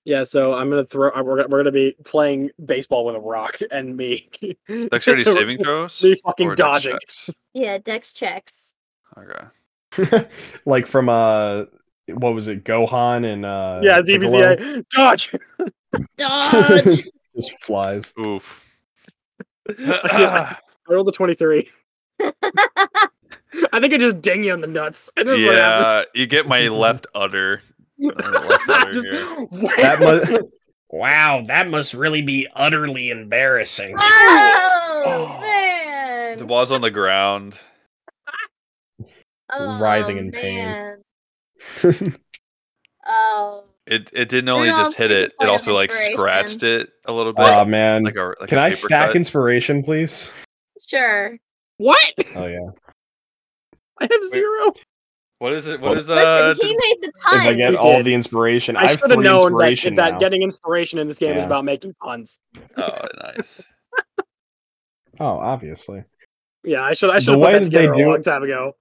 Speaker 2: Yeah, so I'm gonna throw. uh, We're gonna, we're gonna be playing baseball with a rock and me.
Speaker 3: Dexterity saving throws.
Speaker 2: Me fucking
Speaker 3: or dex
Speaker 2: dodging.
Speaker 3: checks?
Speaker 4: Yeah, dex checks.
Speaker 3: Okay.
Speaker 6: like from uh what was it, Gohan and uh
Speaker 2: Yeah,
Speaker 6: Piccolo?
Speaker 2: ZBCA dodge.
Speaker 4: Dodge.
Speaker 6: just flies.
Speaker 3: Oof.
Speaker 2: I rolled a 23. I think I just ding you in the nuts. And this is what happened.
Speaker 3: yeah, you get my left udder. the left over
Speaker 2: Just
Speaker 3: here.
Speaker 2: wham!
Speaker 6: That must
Speaker 1: Wow, that must really be utterly embarrassing.
Speaker 4: oh,
Speaker 3: Oh.
Speaker 4: man.
Speaker 3: The ball's on the ground.
Speaker 4: oh,
Speaker 6: writhing in pain.
Speaker 4: man. Oh,
Speaker 3: It it didn't only
Speaker 4: all
Speaker 3: just hit
Speaker 4: take a
Speaker 3: it.
Speaker 4: point
Speaker 3: It
Speaker 4: of
Speaker 3: also like
Speaker 4: inspiration.
Speaker 3: scratched it a little bit.
Speaker 6: Oh man.
Speaker 3: like a like
Speaker 6: Can
Speaker 3: a
Speaker 6: I
Speaker 3: paper
Speaker 6: stack
Speaker 3: cut.
Speaker 6: inspiration, please?
Speaker 4: sure.
Speaker 2: What?
Speaker 6: Oh yeah.
Speaker 2: I have zero.
Speaker 3: What is it?
Speaker 6: Well,
Speaker 3: What is uh?
Speaker 4: Listen, he
Speaker 3: d-
Speaker 4: made the
Speaker 6: If I
Speaker 4: pun.
Speaker 6: get
Speaker 2: You
Speaker 6: all
Speaker 2: did.
Speaker 6: the inspiration, I,
Speaker 2: I
Speaker 6: have
Speaker 2: should have
Speaker 6: free
Speaker 2: known that,
Speaker 6: inspiration
Speaker 2: that
Speaker 6: now.
Speaker 2: getting inspiration in this game is
Speaker 6: Yeah.
Speaker 2: about making puns.
Speaker 3: Oh, nice.
Speaker 6: Oh, obviously.
Speaker 2: Yeah, I should I
Speaker 6: The
Speaker 2: should have put
Speaker 6: way
Speaker 2: that
Speaker 6: that they
Speaker 2: together a
Speaker 6: do
Speaker 2: long
Speaker 6: it-
Speaker 2: time ago.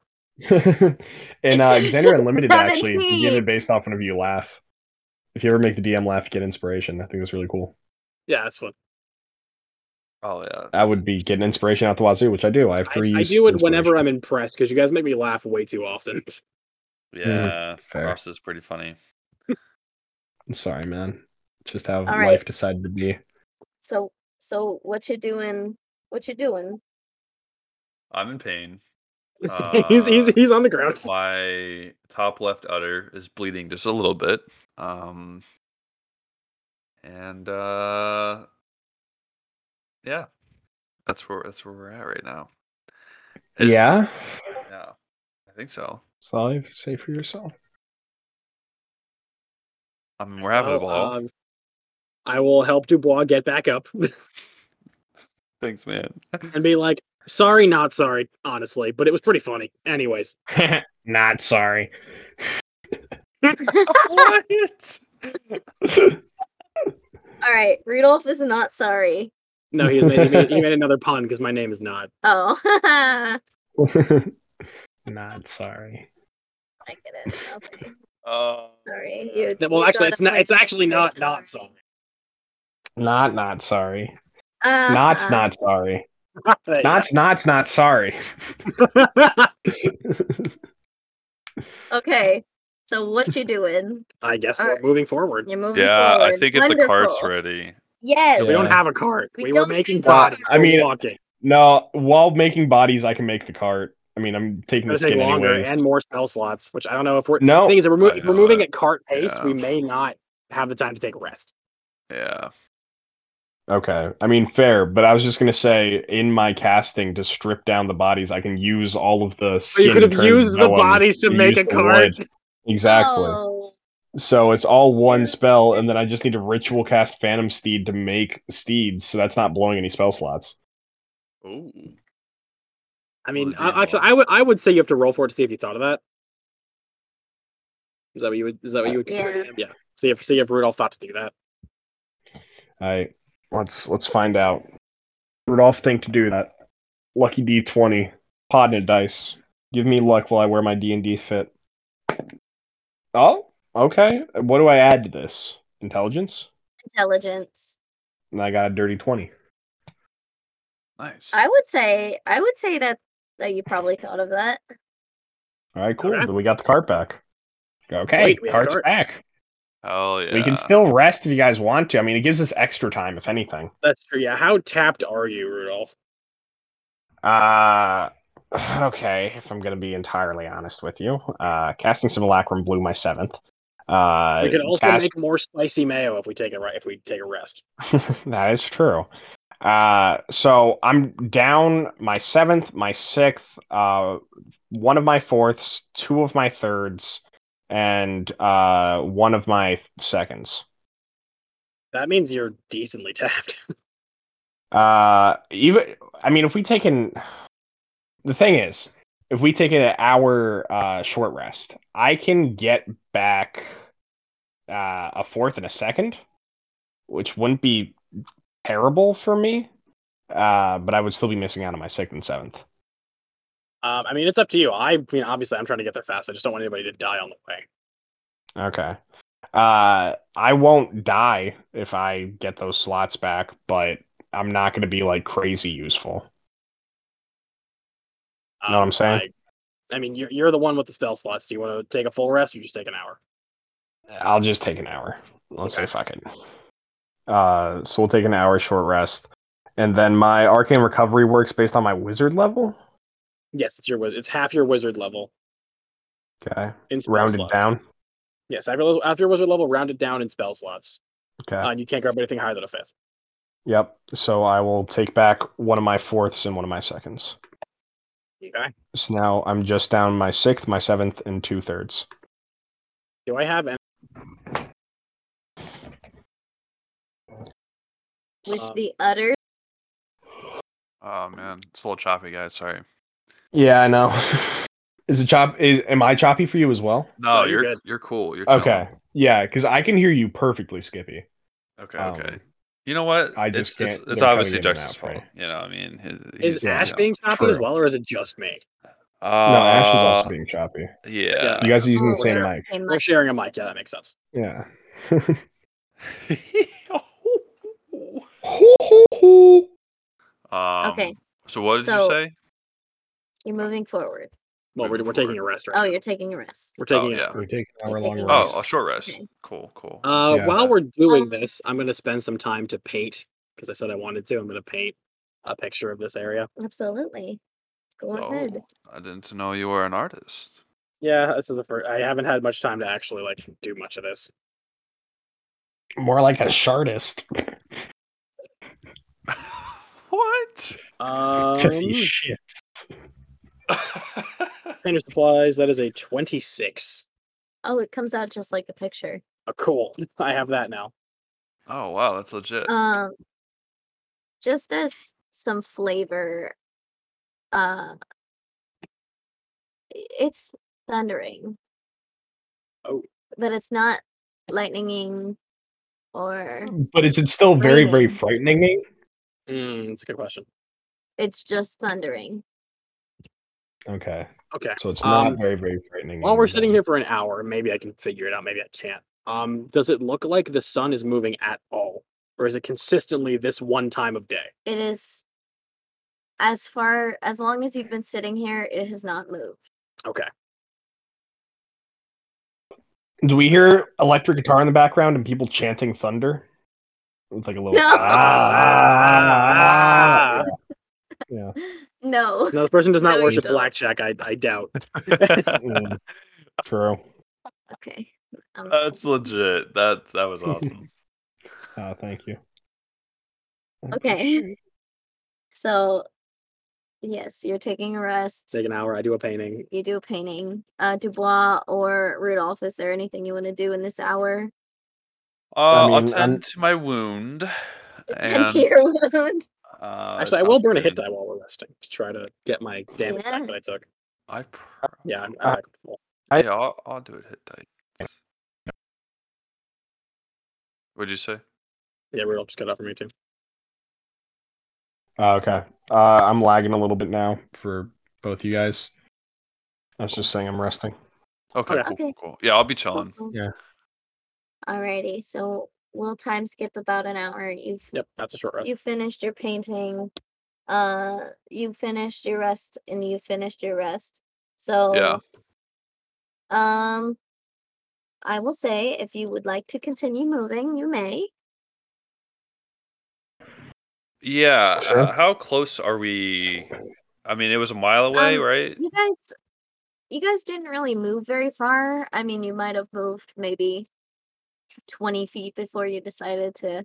Speaker 6: and uh
Speaker 4: It's
Speaker 6: Xander Unlimited actually if you give
Speaker 4: 17.
Speaker 6: it based off whenever you laugh. If you ever make the DM laugh, get inspiration. I think that's really cool.
Speaker 2: Yeah, that's fun.
Speaker 3: Oh yeah.
Speaker 6: I would be getting inspiration out the wazoo, which I do. I have
Speaker 2: I,
Speaker 6: three.
Speaker 2: I
Speaker 6: use
Speaker 2: do it whenever
Speaker 6: inspiration.
Speaker 2: I'm impressed because you guys make me laugh way too often.
Speaker 3: Yeah.
Speaker 6: fair.
Speaker 3: Ross is pretty funny.
Speaker 6: I'm sorry, man. Just how
Speaker 4: All
Speaker 6: life
Speaker 4: right.
Speaker 6: decided to be.
Speaker 4: So so what you doing? What you doing?
Speaker 3: I'm in pain.
Speaker 2: he's he's
Speaker 3: Uh,
Speaker 2: he's on the ground.
Speaker 3: My top left udder is bleeding just a little bit. Um, and uh, yeah, that's where that's where we're at right now. Is-
Speaker 6: yeah.
Speaker 3: yeah, I think so.
Speaker 6: That's all you have to say for yourself.
Speaker 3: I mean, we're having a
Speaker 2: Well,
Speaker 3: ball.
Speaker 2: um, I will help Dubois get back up
Speaker 3: Thanks, man.
Speaker 2: and be like, sorry, not sorry, honestly, but it was pretty funny. Anyways,
Speaker 1: Not sorry.
Speaker 3: what?
Speaker 4: All right, Rudolph is not sorry.
Speaker 2: no, he's made, he, made, he made another pun because my name is not.
Speaker 4: Oh, I
Speaker 1: Not sorry.
Speaker 4: get it. Okay,
Speaker 3: Uh,
Speaker 4: sorry. You,
Speaker 2: That- Well,
Speaker 4: you
Speaker 2: actually,
Speaker 4: got
Speaker 2: it's
Speaker 4: a
Speaker 2: not. It's
Speaker 4: point.
Speaker 2: actually not not sorry.
Speaker 6: not not sorry.
Speaker 4: Uh,
Speaker 6: Not's not sorry.
Speaker 2: But-
Speaker 6: Not's not's not sorry.
Speaker 4: Okay, so what you doing?
Speaker 2: I guess
Speaker 4: All
Speaker 2: we're
Speaker 4: right.
Speaker 2: moving forward.
Speaker 4: You're moving.
Speaker 3: yeah, I
Speaker 4: forward.
Speaker 3: think if the cart's
Speaker 4: Wonderful.
Speaker 3: ready,
Speaker 4: Yes.
Speaker 2: We don't
Speaker 6: Yeah.
Speaker 2: have a cart.
Speaker 4: We
Speaker 2: We, were
Speaker 4: don't
Speaker 2: making
Speaker 4: have a cart.
Speaker 2: bodies.
Speaker 6: I
Speaker 2: we're
Speaker 6: mean,
Speaker 2: walking.
Speaker 6: No, while making bodies, I can make the cart. I mean, I'm taking the
Speaker 2: It's gonna
Speaker 6: skin
Speaker 2: take longer
Speaker 6: anyways.
Speaker 2: and more spell slots, which I don't know if we're.
Speaker 6: No.
Speaker 2: The thing is, that we're, mo-
Speaker 3: I
Speaker 2: if
Speaker 3: know
Speaker 2: we're moving
Speaker 3: it.
Speaker 2: at cart pace.
Speaker 3: Yeah.
Speaker 2: We may not have the time to take a rest.
Speaker 3: yeah,
Speaker 6: Okay. I mean, fair, but I was just gonna say, in my casting to strip down the bodies, I can use all of
Speaker 2: But
Speaker 6: the.
Speaker 2: you
Speaker 6: skin
Speaker 2: could have
Speaker 6: turned
Speaker 2: used the
Speaker 6: no one
Speaker 2: bodies to make a
Speaker 6: used the
Speaker 2: card.
Speaker 6: wood. Exactly.
Speaker 4: Oh,
Speaker 6: So it's all one spell, and then I just need to ritual cast Phantom Steed to make steeds. So that's not blowing any spell slots.
Speaker 3: Oh,
Speaker 2: I mean,
Speaker 3: the
Speaker 6: Oh,
Speaker 2: I,
Speaker 3: DM
Speaker 2: actually,
Speaker 3: will.
Speaker 2: I would I would say you have to roll for it to see if you thought of that. Is that what you would? Is that what you would?
Speaker 4: Yeah.
Speaker 2: yeah. See if see if Rudolph thought to do that.
Speaker 6: All right, let's let's find out. Rudolph, think to do that. Lucky D twenty, Podna dice. Give me luck while I wear my D and D fit. Oh, okay. What do I add to this? Intelligence,
Speaker 4: intelligence.
Speaker 6: and I got a dirty twenty.
Speaker 3: nice.
Speaker 4: I would say I would say that that you probably thought of that.
Speaker 6: All right, cool.
Speaker 2: Okay.
Speaker 6: Then we got the cart back. Okay,
Speaker 2: Sweet, we have
Speaker 6: cart's
Speaker 2: cart.
Speaker 6: back.
Speaker 3: Oh yeah.
Speaker 6: We can still rest if you guys want to. I mean, it gives us extra time, if anything.
Speaker 2: That's true. Yeah. How tapped are you, Rudolph?
Speaker 6: Uh okay, if I'm gonna be entirely honest with you. Uh casting simulacrum blew my seventh. Uh
Speaker 2: We could also
Speaker 6: cast-
Speaker 2: make more spicy mayo if we take a ri- if we take a rest.
Speaker 6: that is true. Uh so I'm down my seventh, my sixth, uh one of my fourths, two of my thirds, and uh one of my seconds.
Speaker 2: That means you're decently tapped.
Speaker 6: Uh, even I mean, if we take an the thing is, if we take an hour uh short rest, I can get back uh a fourth and a second, which wouldn't be terrible for me. Uh, but I would still be missing out on my sixth and seventh.
Speaker 2: Um, I mean, it's up to you. I mean, obviously, I'm trying to get there fast. I just don't want anybody to die on the way.
Speaker 6: Okay. Uh, I won't die if I get those slots back, but I'm not going to be like crazy useful. Know what I'm
Speaker 2: Um,
Speaker 6: saying?
Speaker 2: I, I mean, you're you're the one with the spell slots. Do you want to take a full rest or just take an hour?
Speaker 6: I'll just take an hour. Let's
Speaker 2: Okay.
Speaker 6: say fuck it. Uh, so we'll take an hour short rest, and then my arcane recovery works based on my wizard level.
Speaker 2: Yes, it's your wiz It's half your wizard level.
Speaker 6: Okay,
Speaker 2: in spell
Speaker 6: rounded
Speaker 2: slots.
Speaker 6: down.
Speaker 2: Yes, after, level- after wizard level, rounded down in spell slots,
Speaker 6: Okay.
Speaker 2: uh, and you can't grab anything higher than a fifth.
Speaker 6: yep. So I will take back one of my fourths and one of my seconds.
Speaker 2: Okay.
Speaker 6: So now I'm just down my sixth, my seventh, and two thirds.
Speaker 2: Do I have? Any-
Speaker 4: With
Speaker 2: Um,
Speaker 4: the utter
Speaker 3: Oh man, it's a little choppy, guys. Sorry.
Speaker 6: Yeah, I know. is it chop? Is am I choppy for you as well?
Speaker 3: No,
Speaker 2: No, you're
Speaker 3: you're you're,
Speaker 2: good.
Speaker 3: cool. You're
Speaker 6: Okay. Yeah, because I can hear you perfectly, Skippy.
Speaker 3: chilling. Okay.
Speaker 6: Um,
Speaker 3: Okay. You know what?
Speaker 6: I
Speaker 3: it's,
Speaker 6: just can't-
Speaker 3: It's, it's
Speaker 6: they're
Speaker 3: obviously
Speaker 6: coming in and out
Speaker 3: Dexter's
Speaker 6: for
Speaker 3: fault.
Speaker 6: me.
Speaker 3: You know, I mean, he-
Speaker 2: is
Speaker 3: he's, you
Speaker 2: Ash
Speaker 3: know.
Speaker 2: being choppy as
Speaker 6: true.
Speaker 2: well, or is it just me?
Speaker 6: no, Ash is also
Speaker 3: Uh,
Speaker 6: being choppy.
Speaker 3: Yeah.
Speaker 6: You guys are using the
Speaker 4: oh,
Speaker 6: same
Speaker 4: we're
Speaker 6: mic.
Speaker 4: same
Speaker 2: We're
Speaker 4: mic.
Speaker 2: sharing a mic. Yeah, that makes sense.
Speaker 6: Yeah.
Speaker 3: um,
Speaker 4: Okay.
Speaker 3: So what did
Speaker 4: So-
Speaker 3: you say?
Speaker 4: You're moving forward.
Speaker 2: Well, we're, we're taking a rest right
Speaker 4: Oh,
Speaker 2: now.
Speaker 4: you're taking a rest.
Speaker 2: We're
Speaker 3: Oh,
Speaker 2: taking it.
Speaker 3: yeah.
Speaker 6: We take an
Speaker 4: We're
Speaker 6: hour long
Speaker 4: taking-
Speaker 6: rest.
Speaker 3: Oh, a short rest.
Speaker 4: Okay.
Speaker 3: Cool. Cool.
Speaker 2: Uh,
Speaker 6: Yeah.
Speaker 2: While we're doing
Speaker 4: Um,
Speaker 2: this, I'm going to spend some time to paint because I said I wanted to. I'm going to paint a picture of this area.
Speaker 4: Absolutely. Go
Speaker 3: So,
Speaker 4: ahead.
Speaker 3: I didn't know you were an artist.
Speaker 2: Yeah, this is the first. I haven't had much time to actually like do much of this.
Speaker 6: More like a shardist.
Speaker 3: what?
Speaker 2: Um,
Speaker 6: Because he's shit.
Speaker 2: painter supplies. That is a 26.
Speaker 4: Oh, it comes out just like a picture.
Speaker 2: Oh, cool. I have that now.
Speaker 3: oh wow, that's legit.
Speaker 4: Um, just as some flavor, uh, i- it's thundering.
Speaker 2: Oh.
Speaker 4: But it's not lightninging or
Speaker 6: But is it still very, very
Speaker 4: Raining.
Speaker 6: frightening?
Speaker 2: Mm, that's a good question.
Speaker 4: it's just thundering.
Speaker 6: Okay.
Speaker 2: Okay.
Speaker 6: So it's
Speaker 2: Um,
Speaker 6: not very, very frightening.
Speaker 2: While we're sitting here for an hour, maybe I can figure it out. Maybe I can't. Um, does it look like the sun is moving at all, or is it consistently this one time of day?
Speaker 4: It is as far as long as you've been sitting here, it has not moved.
Speaker 2: Okay.
Speaker 6: Do we hear electric guitar in the background and people chanting thunder? It's like a little.
Speaker 4: No.
Speaker 6: "Ah, ah, ah, ah." Yeah.
Speaker 4: No.
Speaker 2: No, this person does not
Speaker 4: No, you
Speaker 2: worship
Speaker 4: don't.
Speaker 2: blackjack. I, I doubt.
Speaker 6: Mm. True.
Speaker 4: Okay. Um,
Speaker 3: that's legit. That that was awesome.
Speaker 6: Uh, thank you.
Speaker 4: Okay. So, yes, you're taking a rest.
Speaker 2: Take an hour. I do a painting.
Speaker 4: you do a painting. Uh, Dubois or Rudolph, is there anything you want to do in this hour?
Speaker 3: Uh, I'll
Speaker 6: mean,
Speaker 3: tend
Speaker 6: I'm-
Speaker 3: to my wound.
Speaker 4: Attend
Speaker 3: And,
Speaker 4: to your wound.
Speaker 3: uh,
Speaker 2: Actually, I
Speaker 3: sounds
Speaker 2: will burn a hit
Speaker 3: good.
Speaker 2: die while we're resting to try to get my damage back that I took.
Speaker 3: I pr-
Speaker 2: Yeah, I'm,
Speaker 6: Uh,
Speaker 2: I'm cool.
Speaker 6: I-
Speaker 3: yeah, I'll, I'll do it hit die. What'd you say?
Speaker 2: yeah, Rudolph just got up for me too.
Speaker 6: Oh, okay. Uh, I'm lagging a little bit now for both you guys. I was just saying I'm resting.
Speaker 3: Okay,
Speaker 2: Okay.
Speaker 3: Cool,
Speaker 4: Okay.
Speaker 3: cool, cool. Yeah, I'll be chilling.
Speaker 6: Yeah.
Speaker 4: Alrighty, so we'll time skip about an hour. You've
Speaker 2: Yep, that's a short rest.
Speaker 4: you finished your painting. Uh, you finished your rest, and you finished your rest. So
Speaker 3: Yeah.
Speaker 4: Um, I will say if you would like to continue moving, you may.
Speaker 3: Yeah.
Speaker 6: Sure.
Speaker 3: uh, how close are we? I mean, it was a mile away,
Speaker 4: Um,
Speaker 3: right?
Speaker 4: You guys, you guys didn't really move very far. I mean, you might have moved maybe twenty feet before you decided to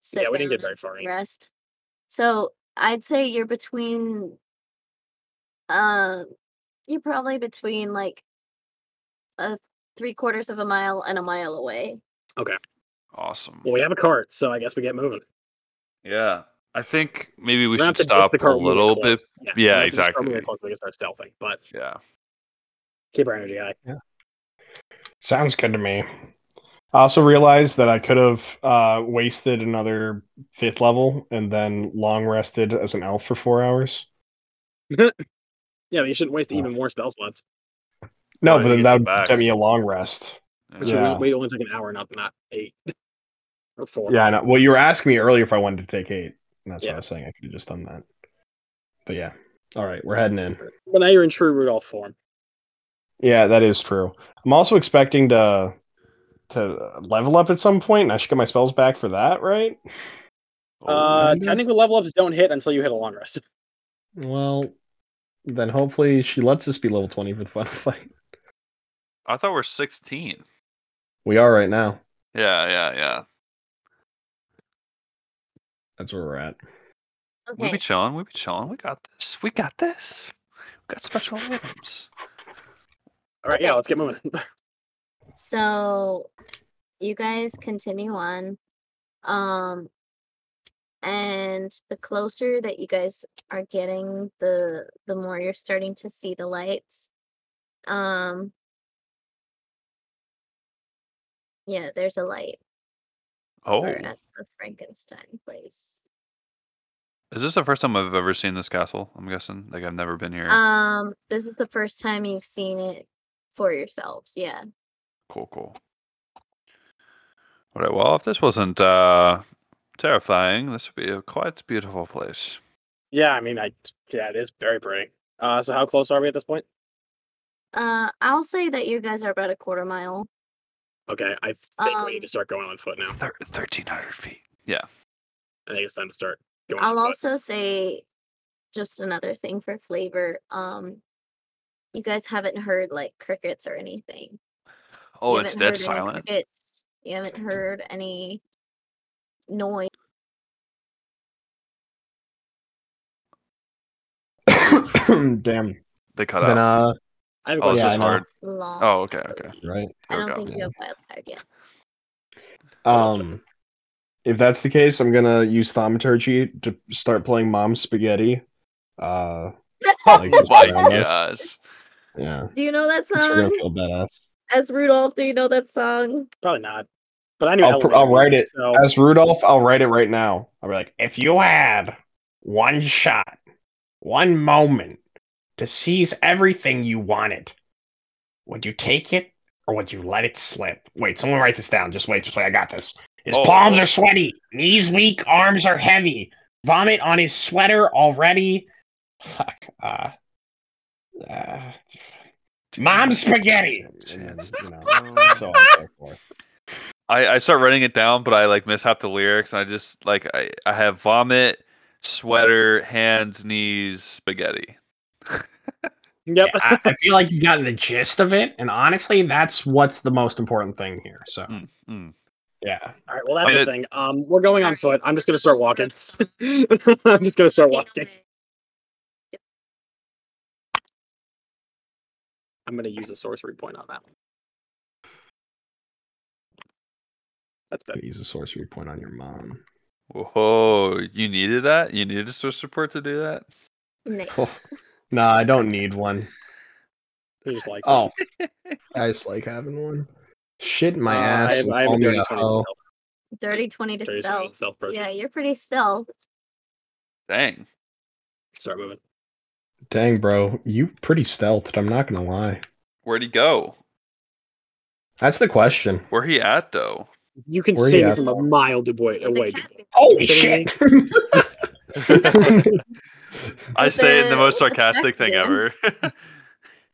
Speaker 4: sit
Speaker 2: Yeah, we didn't
Speaker 4: down
Speaker 2: get very far.
Speaker 4: and
Speaker 2: in.
Speaker 4: rest. So I'd say you're between. Uh, you're probably between like a three quarters of a mile and a mile away.
Speaker 3: Awesome.
Speaker 2: Well, we have a cart, so I guess we get moving.
Speaker 3: Yeah. I think maybe we
Speaker 2: don't
Speaker 3: should
Speaker 2: have to ditch
Speaker 3: stop
Speaker 2: the cart
Speaker 3: a
Speaker 2: when we get
Speaker 3: little
Speaker 2: close.
Speaker 3: bit.
Speaker 2: we
Speaker 3: Yeah,
Speaker 2: don't have to just throw them really
Speaker 3: exactly.
Speaker 2: close, We can start stealthing, but
Speaker 3: Yeah.
Speaker 2: keep our energy high.
Speaker 6: Sounds good to me. I also realized that I could have uh, wasted another fifth level and then long rested as an elf for four hours.
Speaker 2: Yeah, but you shouldn't waste
Speaker 6: Yeah.
Speaker 2: even more spell slots.
Speaker 3: Well, I
Speaker 6: No, but
Speaker 3: think
Speaker 6: then
Speaker 3: it's
Speaker 6: that
Speaker 3: a
Speaker 6: would
Speaker 3: back.
Speaker 6: get me a long rest.
Speaker 2: But
Speaker 3: yeah.
Speaker 2: should we-
Speaker 6: Yeah.
Speaker 2: we only took an hour, not not eight or four.
Speaker 6: Yeah, I know. Well, you were asking me earlier if I wanted to take eight, and that's what
Speaker 2: Yeah.
Speaker 6: I was saying. I could have just done that. But yeah, all right, we're heading in.
Speaker 2: But now you're in true Rudolph form.
Speaker 6: Yeah, that is true. I'm also expecting to to level up at some point, and I should get my spells back for that, right? Oh,
Speaker 3: Oh,
Speaker 2: Uh,
Speaker 6: maybe.
Speaker 2: technically, level ups don't hit until you hit a long rest.
Speaker 6: Well, then hopefully she lets us be level 20 for the final fight.
Speaker 3: I thought we're 16.
Speaker 6: We are right now.
Speaker 3: Yeah, yeah, yeah.
Speaker 6: That's where we're at.
Speaker 3: We'll
Speaker 4: Okay.
Speaker 3: be chilling. We'll be chilling. We got this. We got this. We got special items.
Speaker 2: All right, yeah, let's get moving.
Speaker 4: So you guys continue on. Um and the closer that you guys are getting, the the more you're starting to see the lights. Um Yeah, there's a light
Speaker 3: Oh,
Speaker 4: over at the Frankenstein place.
Speaker 3: is this the first time I've ever seen this castle? I'm guessing. Like I've never been here.
Speaker 4: Um this is the first time you've seen it for yourselves. Yeah.
Speaker 3: cool, cool. All right. Well, if this wasn't uh, terrifying, this would be a quite beautiful place.
Speaker 2: yeah, I mean, I yeah, it is very pretty. Uh, so how close are we at this point?
Speaker 4: Uh I'll say that you guys are about a quarter mile.
Speaker 2: Okay, I think we need
Speaker 4: Um,
Speaker 2: to start going on foot now.
Speaker 3: Thir- 1,300 feet. Yeah.
Speaker 2: I think it's time to start going.
Speaker 4: I'll
Speaker 2: on foot.
Speaker 4: also say just another thing for flavor. Um, you guys haven't heard like crickets or anything.
Speaker 3: Oh,
Speaker 4: you
Speaker 3: it's
Speaker 4: haven't
Speaker 3: dead
Speaker 4: heard any
Speaker 3: silent. Mm.
Speaker 4: Crickets. You haven't heard any noise.
Speaker 6: Damn.
Speaker 3: They cut
Speaker 6: Then
Speaker 3: out.
Speaker 6: uh,
Speaker 2: I have a
Speaker 3: oh, it's
Speaker 2: question.
Speaker 6: yeah, I
Speaker 3: just
Speaker 6: know.
Speaker 3: hard.
Speaker 4: Long.
Speaker 3: Oh, okay, okay.
Speaker 6: right.
Speaker 4: I
Speaker 3: there we
Speaker 4: don't
Speaker 3: go.
Speaker 4: think you have wild card yet.
Speaker 6: Um, if that's the case, I'm gonna use thaumaturgy to start playing mom's spaghetti. Uh, like,
Speaker 3: Oh
Speaker 6: just
Speaker 3: my
Speaker 6: around us.
Speaker 3: gosh.
Speaker 6: Yeah,
Speaker 4: Do you know that
Speaker 6: I'm sure
Speaker 4: song?
Speaker 6: I feel badass.
Speaker 4: As Rudolph, do you know that song?
Speaker 2: Probably not. But I knew.
Speaker 6: I'll pr-
Speaker 2: Elevator
Speaker 6: I'll write
Speaker 2: music,
Speaker 6: it.
Speaker 2: So
Speaker 6: As Rudolph, I'll write it right now. I'll be like, if you had one shot, one moment to seize everything you wanted, would you take it or would you let it slip? Wait, someone write this down. Just wait, just wait. I got this. His
Speaker 3: Oh.
Speaker 6: palms are sweaty, knees weak, arms are heavy. Vomit on his sweater already. Fuck. Uh, uh, mom spaghetti.
Speaker 3: Chance.
Speaker 6: you know,
Speaker 3: Oh.
Speaker 6: so on and so forth.
Speaker 3: I, I start writing it down, but I like miss half the lyrics, and I just like I, I have vomit, sweater, hands, knees, spaghetti.
Speaker 2: yep.
Speaker 6: I, I feel like you
Speaker 3: Hmm,
Speaker 6: got the gist of it, and honestly, that's what's the most important thing here. So
Speaker 3: Mm, mm.
Speaker 6: Yeah.
Speaker 2: All right. Well, that's
Speaker 3: Wait,
Speaker 2: a
Speaker 3: it-
Speaker 2: thing. Um, we're going on foot. I'm just gonna start walking. I'm just gonna start walking. I'm gonna use a sorcery point on that one. That's better.
Speaker 6: Use a sorcery point on your mom.
Speaker 3: Whoa, you needed that? You needed source support to do that?
Speaker 4: Nice.
Speaker 6: No, I don't need one.
Speaker 2: He just likes. it.
Speaker 6: Oh, I just like having one. Shit in my
Speaker 2: Uh,
Speaker 6: ass.
Speaker 2: I have,
Speaker 6: and
Speaker 2: I have
Speaker 6: call
Speaker 2: a
Speaker 6: me
Speaker 2: dirty
Speaker 6: a
Speaker 2: twenty.
Speaker 6: hoe.
Speaker 2: stealth-
Speaker 4: Dirty 20 to
Speaker 2: dirty
Speaker 4: stealth.
Speaker 2: 20 stealth person.
Speaker 4: Yeah, you're pretty stealth.
Speaker 3: Dang.
Speaker 2: Start moving.
Speaker 6: Dang, bro, you pretty stealthed. I'm not gonna lie.
Speaker 3: Where'd he go?
Speaker 6: That's the question.
Speaker 3: Where he at though?
Speaker 2: You can
Speaker 6: Where
Speaker 2: see
Speaker 6: you
Speaker 2: me
Speaker 6: at?
Speaker 2: from a mile Dubois
Speaker 4: With the
Speaker 2: away.
Speaker 4: captain.
Speaker 6: Holy
Speaker 2: kidding
Speaker 3: I
Speaker 4: With
Speaker 3: say it in the
Speaker 4: the-
Speaker 3: most
Speaker 4: with the
Speaker 3: sarcastic thing ever.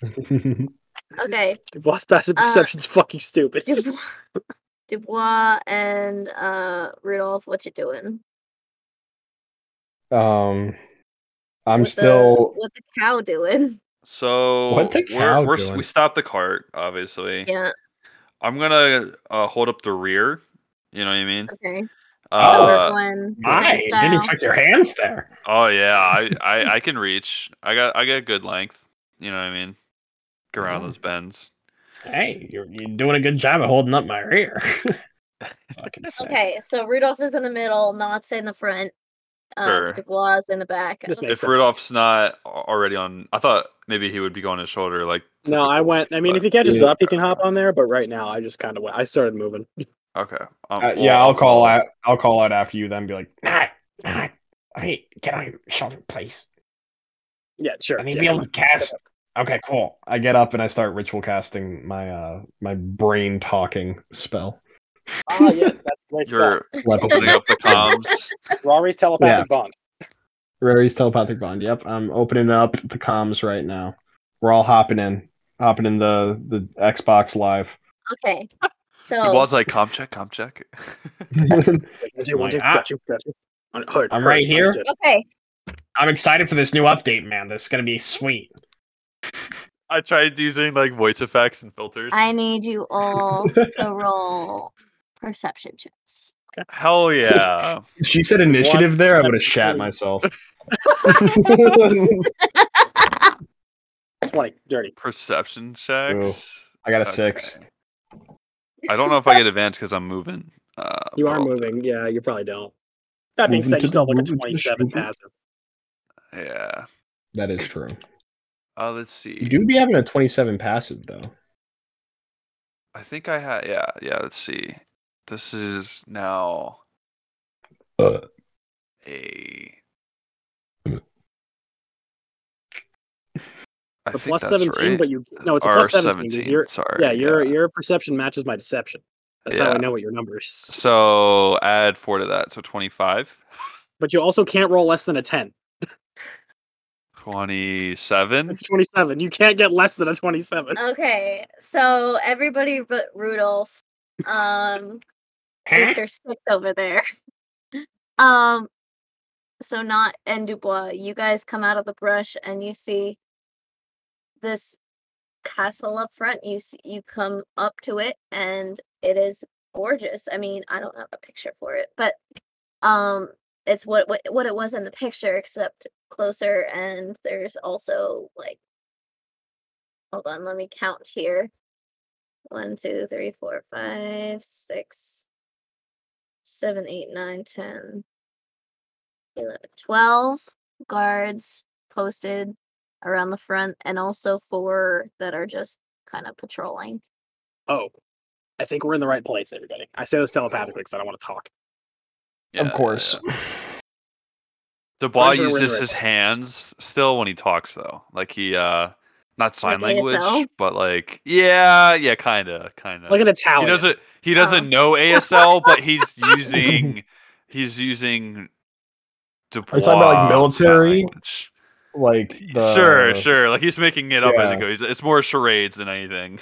Speaker 4: accident. Okay.
Speaker 2: Dubois' passive
Speaker 4: Uh,
Speaker 2: perception's fucking stupid.
Speaker 4: Dubois, Dubois and uh Rudolph, what you doing?
Speaker 6: um,
Speaker 4: What
Speaker 6: I'm
Speaker 4: the-
Speaker 6: still.
Speaker 4: what the cow doing?
Speaker 3: so
Speaker 6: What the
Speaker 3: we're,
Speaker 6: cow
Speaker 3: we're, s- we
Speaker 6: doing?
Speaker 3: stopped the cart, obviously.
Speaker 4: Yeah.
Speaker 3: I'm gonna uh, hold up the rear. You know what I mean?
Speaker 4: Okay.
Speaker 6: Oh.
Speaker 4: so we're
Speaker 3: Uh,
Speaker 4: going
Speaker 1: My,
Speaker 4: Nice
Speaker 1: didn't
Speaker 4: style.
Speaker 1: expect your hands there.
Speaker 3: oh yeah, I, I I can reach. I got I got good length. You know what I mean? Go around
Speaker 6: Mhm.
Speaker 3: those bends.
Speaker 1: Hey, you're, you're doing a good job of holding up my rear. Fucking sick.
Speaker 4: Okay, so Rudolph is in the middle, Knott's in the front, uh,
Speaker 3: Sure.
Speaker 4: Dubois is in the back.
Speaker 2: This
Speaker 4: Okay.
Speaker 2: makes
Speaker 3: If
Speaker 2: sense.
Speaker 3: Rudolph's not a- already on, I thought maybe he would be going his shoulder. Like
Speaker 2: No, I
Speaker 3: typical,
Speaker 2: went. I mean,
Speaker 3: but-
Speaker 2: if he catches
Speaker 6: Yeah.
Speaker 2: up, he can hop on there. But right now, I just kind of went. I started moving.
Speaker 3: Okay. Um,
Speaker 6: Uh,
Speaker 3: well,
Speaker 6: yeah, I'll call
Speaker 3: follow.
Speaker 6: out. I'll call out after you. Then be like,
Speaker 1: Nah, nah. I need, get on your shoulder, please.
Speaker 2: Yeah, sure.
Speaker 1: I need to
Speaker 2: yeah,
Speaker 1: be
Speaker 2: come
Speaker 1: able to
Speaker 2: on.
Speaker 1: cast.
Speaker 6: okay, cool. I get up and I start ritual casting my uh my brain talking spell.
Speaker 2: Ah, yes, that's a great. You're...
Speaker 3: You're opening up the comms.
Speaker 2: Rory's telepathic
Speaker 6: Yeah.
Speaker 2: bond.
Speaker 6: Rary's telepathic bond. Yep, I'm opening up the comms right now. We're all hopping in, hopping in the the Xbox Live.
Speaker 4: Okay.
Speaker 3: He
Speaker 4: So
Speaker 3: was like, com check, com check.
Speaker 2: Like, one, two,
Speaker 1: Like,
Speaker 2: one, two,
Speaker 1: ah.
Speaker 2: got you, got you. On- heard,
Speaker 1: I'm
Speaker 2: heard,
Speaker 1: right here.
Speaker 2: understood.
Speaker 4: okay,
Speaker 1: I'm excited for this new update, man. This is gonna be sweet.
Speaker 3: I tried using like voice effects and filters.
Speaker 4: I need you all to roll perception checks.
Speaker 3: Hell yeah.
Speaker 6: she said initiative there. I would have shat myself. I
Speaker 2: Twenty, dirty.
Speaker 3: Perception checks.
Speaker 6: got a six.
Speaker 3: Okay. I don't know if I get advanced because I'm moving. Uh,
Speaker 2: You are
Speaker 3: but-
Speaker 2: moving. Yeah, you probably don't. That being
Speaker 6: Moving
Speaker 2: said,
Speaker 6: to
Speaker 2: you still have
Speaker 6: the-
Speaker 2: like a
Speaker 6: moving to the
Speaker 2: twenty-seven
Speaker 6: shoulder.
Speaker 2: passive.
Speaker 3: Yeah.
Speaker 6: That is true.
Speaker 3: Uh, let's see.
Speaker 6: You do be having a 27 passive though.
Speaker 3: I think I had. Yeah. Yeah. Let's see. This is now
Speaker 6: Uh.
Speaker 3: a. I
Speaker 2: The
Speaker 3: think
Speaker 2: plus
Speaker 3: that's
Speaker 2: seventeen,
Speaker 3: right.
Speaker 2: but you no, it's a
Speaker 3: Or
Speaker 2: plus seventeen. 'cause your-
Speaker 3: Sorry.
Speaker 2: yeah, your your perception matches my deception. That's how I
Speaker 3: Yeah.
Speaker 2: know what your number is.
Speaker 3: So add four to that. So 25,
Speaker 2: But you also can't roll less than a ten.
Speaker 3: 27.
Speaker 2: It's twenty-seven. You can't get less than a twenty-seven.
Speaker 4: Uh. Okay, so everybody but Rudolph, um, at
Speaker 1: Huh?
Speaker 4: least there's six over there. Um, so not and Dubois, you guys come out of the brush and you see this castle up front. You see, you come up to it and it is gorgeous. I mean, I don't have a picture for it, but um, it's what what, what it was in the picture, except closer. And there's also like, hold on, let me count here. One, two, three, four, five, six, seven, eight, nine, ten, eleven, twelve guards posted around the front, and also four that are just kind of patrolling.
Speaker 2: Oh, I think we're in the right place, everybody. I say this telepathically because I don't want to talk.
Speaker 3: Yeah,
Speaker 6: of course.
Speaker 3: Dubois
Speaker 2: Where's your
Speaker 3: uses
Speaker 2: winner?
Speaker 3: his hands still when he talks, though. Like he, uh, not sign
Speaker 4: Like
Speaker 3: language,
Speaker 4: ASL?
Speaker 3: but like, yeah, yeah, kind of, kind
Speaker 2: Like
Speaker 3: of.
Speaker 2: an Italian.
Speaker 3: He doesn't, he
Speaker 6: Oh.
Speaker 3: doesn't know ASL, but he's using, he's using. Dubois
Speaker 6: you talking about, like,
Speaker 3: sign
Speaker 6: military?
Speaker 3: language.
Speaker 6: Like the-
Speaker 3: Sure, sure. Like he's making it up as it
Speaker 6: Yeah.
Speaker 3: goes. It's more charades than anything.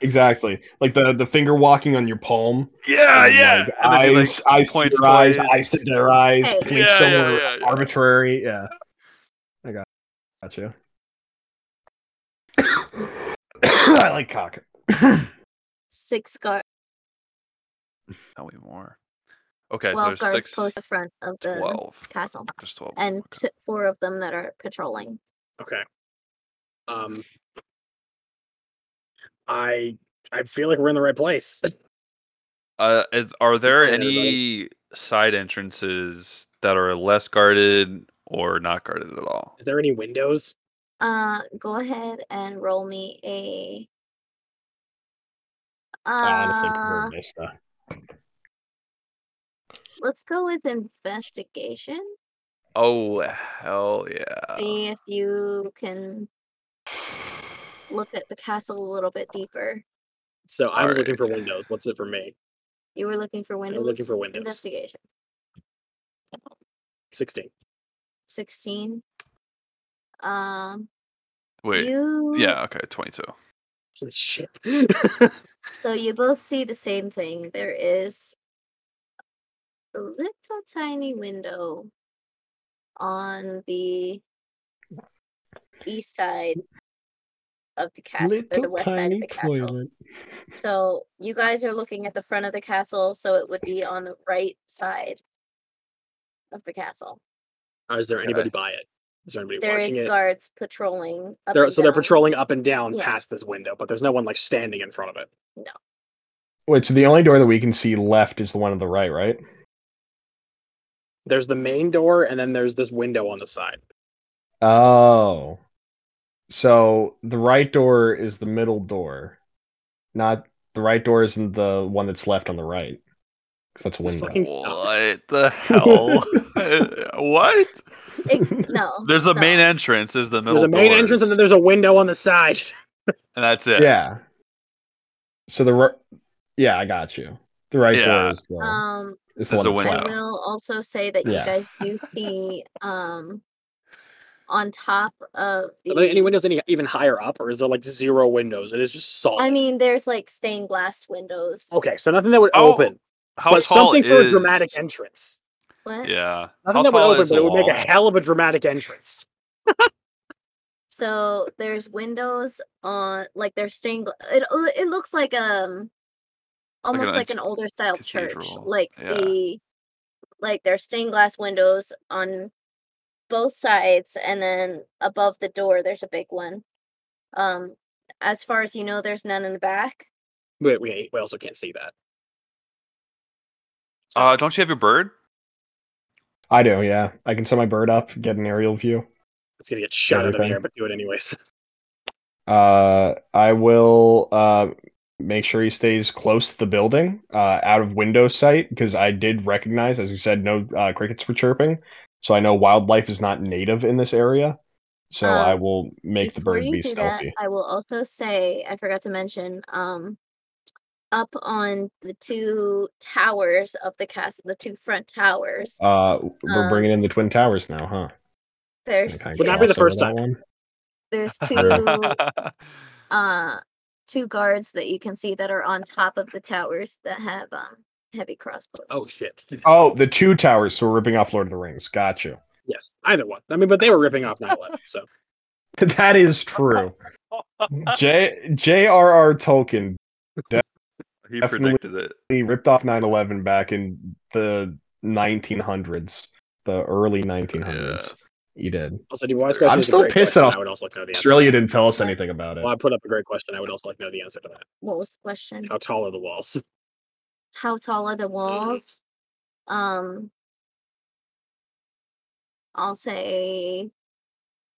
Speaker 6: Exactly. Like the the finger walking on your palm.
Speaker 3: yeah,
Speaker 6: and,
Speaker 3: yeah.
Speaker 6: Like,
Speaker 3: And then he, like,
Speaker 6: eyes, eyes to
Speaker 3: points
Speaker 6: their eyes,
Speaker 3: twice.
Speaker 6: eyes to their eyes.
Speaker 4: Hey.
Speaker 6: points
Speaker 3: Yeah, yeah,
Speaker 6: somewhere
Speaker 3: yeah, yeah.
Speaker 6: Arbitrary. Yeah. I got, got you. I like cock.
Speaker 4: Six guard
Speaker 3: Tell me more. Okay, so
Speaker 4: Twelve
Speaker 3: there's
Speaker 4: guards
Speaker 3: six,
Speaker 4: post the front of the
Speaker 3: 12.
Speaker 4: castle,
Speaker 3: Just 12.
Speaker 4: and
Speaker 3: okay.
Speaker 4: t- four of them that are patrolling.
Speaker 2: Okay. Um, I I feel like we're in the right place.
Speaker 3: Uh, is- are there
Speaker 2: Yeah,
Speaker 3: any side entrances that are less guarded or not guarded at all?
Speaker 2: Is there any windows?
Speaker 4: Uh, go ahead and roll me a.
Speaker 6: I honestly prefer
Speaker 4: Uh,
Speaker 6: Vista.
Speaker 4: let's go with investigation.
Speaker 3: Oh hell yeah!
Speaker 4: See
Speaker 2: Uh
Speaker 4: if you can look at the castle a little bit deeper.
Speaker 2: So I was looking for
Speaker 3: Alright.
Speaker 2: windows. What's it for me?
Speaker 4: You were looking for windows.
Speaker 2: I'm looking for windows.
Speaker 4: Investigation.
Speaker 2: Sixteen.
Speaker 4: Sixteen. Um.
Speaker 3: Wait,
Speaker 4: You.
Speaker 3: yeah, okay, twenty-two.
Speaker 2: Holy shit. Uh,
Speaker 4: So you both see the same thing. There is a little tiny window on the east side of the castle, or the
Speaker 6: Little
Speaker 4: west side of
Speaker 6: tiny
Speaker 4: the castle.
Speaker 6: toilet.
Speaker 4: So you guys are looking at the front of the castle, so it would be on the right side of the castle.
Speaker 2: Uh, Is there anybody
Speaker 3: Okay.
Speaker 2: by it? Is there anybody
Speaker 4: There
Speaker 2: watching
Speaker 4: is
Speaker 2: it?
Speaker 4: guards patrolling. up
Speaker 2: They're-
Speaker 4: and
Speaker 2: so they're
Speaker 4: down.
Speaker 2: patrolling up and down
Speaker 4: Yeah.
Speaker 2: past this window, but there's no one like standing in front of it.
Speaker 6: Wait, so the only door that we can see left is the one on the right, right?
Speaker 2: There's the main door, and then there's this window on the side.
Speaker 6: Oh. So the right door is the middle door. Not the right door isn't the one that's left on the right. Because that's a
Speaker 2: This
Speaker 6: window.
Speaker 2: fucking-
Speaker 3: What the hell? what?
Speaker 4: It- no.
Speaker 3: There's a
Speaker 4: no.
Speaker 3: main entrance. Is the middle.
Speaker 2: there's a main entrance, and then
Speaker 3: doors,
Speaker 2: there's a window on the side.
Speaker 3: and that's it.
Speaker 6: Yeah. So the right Yeah, I got you. The right
Speaker 3: Yeah.
Speaker 6: door is the
Speaker 4: Um,
Speaker 3: Is
Speaker 6: is the one
Speaker 3: the
Speaker 6: that's
Speaker 4: I
Speaker 3: window.
Speaker 6: left.
Speaker 4: will also say that you
Speaker 6: Yeah.
Speaker 4: guys do see um on top of
Speaker 2: Are there any
Speaker 4: the-
Speaker 2: windows any even higher up, or is there like zero windows? It is just solid.
Speaker 4: I mean there's like stained glass windows.
Speaker 2: okay, so nothing that would
Speaker 3: Oh,
Speaker 2: open,
Speaker 3: How
Speaker 2: but
Speaker 3: tall
Speaker 2: something for a dramatic
Speaker 3: is-
Speaker 2: entrance.
Speaker 4: What?
Speaker 3: Yeah.
Speaker 2: Nothing
Speaker 3: How
Speaker 2: that would
Speaker 3: tall
Speaker 2: open,
Speaker 3: is
Speaker 2: but
Speaker 3: the
Speaker 2: it would make a
Speaker 3: wall?
Speaker 2: hell of a dramatic entrance.
Speaker 4: So there's windows on like there's stained gla- it uh, it- it looks like um almost
Speaker 3: an
Speaker 4: like
Speaker 3: ancient
Speaker 4: an older style church.
Speaker 3: cathedral,
Speaker 4: Like
Speaker 3: yeah.
Speaker 4: the like there's stained glass windows on both sides and then above the door there's a big one. Um as far as you know there's none in the back.
Speaker 2: Wait, we we also can't see that. So,
Speaker 3: Uh, don't you have your bird?
Speaker 6: I do, yeah. I can set my bird up, get an aerial view.
Speaker 2: it's gonna get shot out of the air,
Speaker 6: everything.
Speaker 2: but do it anyways.
Speaker 6: Uh, I will uh, make sure he stays close to the building, uh, out of window sight, because I did recognize, as you said, no uh, crickets were chirping. So I know wildlife is not native in this area. So I
Speaker 4: Um,
Speaker 6: will make the
Speaker 4: Before
Speaker 6: bird
Speaker 4: you do
Speaker 6: be
Speaker 4: that,
Speaker 6: stealthy.
Speaker 4: I will also say I forgot to mention um up on the two towers of the castle, the two front towers.
Speaker 6: Uh, we're
Speaker 4: Um,
Speaker 6: bringing in the twin towers now, huh?
Speaker 4: There's
Speaker 6: Okay,
Speaker 2: Would
Speaker 4: two,
Speaker 2: not be the
Speaker 6: gloss over
Speaker 2: first
Speaker 6: that
Speaker 2: time.
Speaker 6: one.
Speaker 4: there's two uh two guards that you can see that are on top of the towers that have um heavy crossbows.
Speaker 2: Oh shit!
Speaker 6: Oh, the two towers. So we're ripping off Lord of the Rings. Got you.
Speaker 2: Yes, either one. I mean, but they were ripping off 9/11, so
Speaker 6: That is true. J J.R.R. Tolkien
Speaker 3: he
Speaker 6: Definitely.
Speaker 3: predicted it.
Speaker 6: he ripped off 9/11 back in the 1900s, the early 1900s. He did.
Speaker 2: also do wise question.
Speaker 6: I'm
Speaker 2: is a
Speaker 6: still
Speaker 2: great
Speaker 6: pissed
Speaker 2: question.
Speaker 6: off.
Speaker 2: I would also like to know the answer.
Speaker 6: Australia didn't tell us anything about it.
Speaker 2: Well, I put up a great question. I would also like to know the answer to that.
Speaker 4: What was the question?
Speaker 2: How tall are the walls?
Speaker 4: How tall are the
Speaker 6: Mm-hmm.
Speaker 4: walls? Um I'll say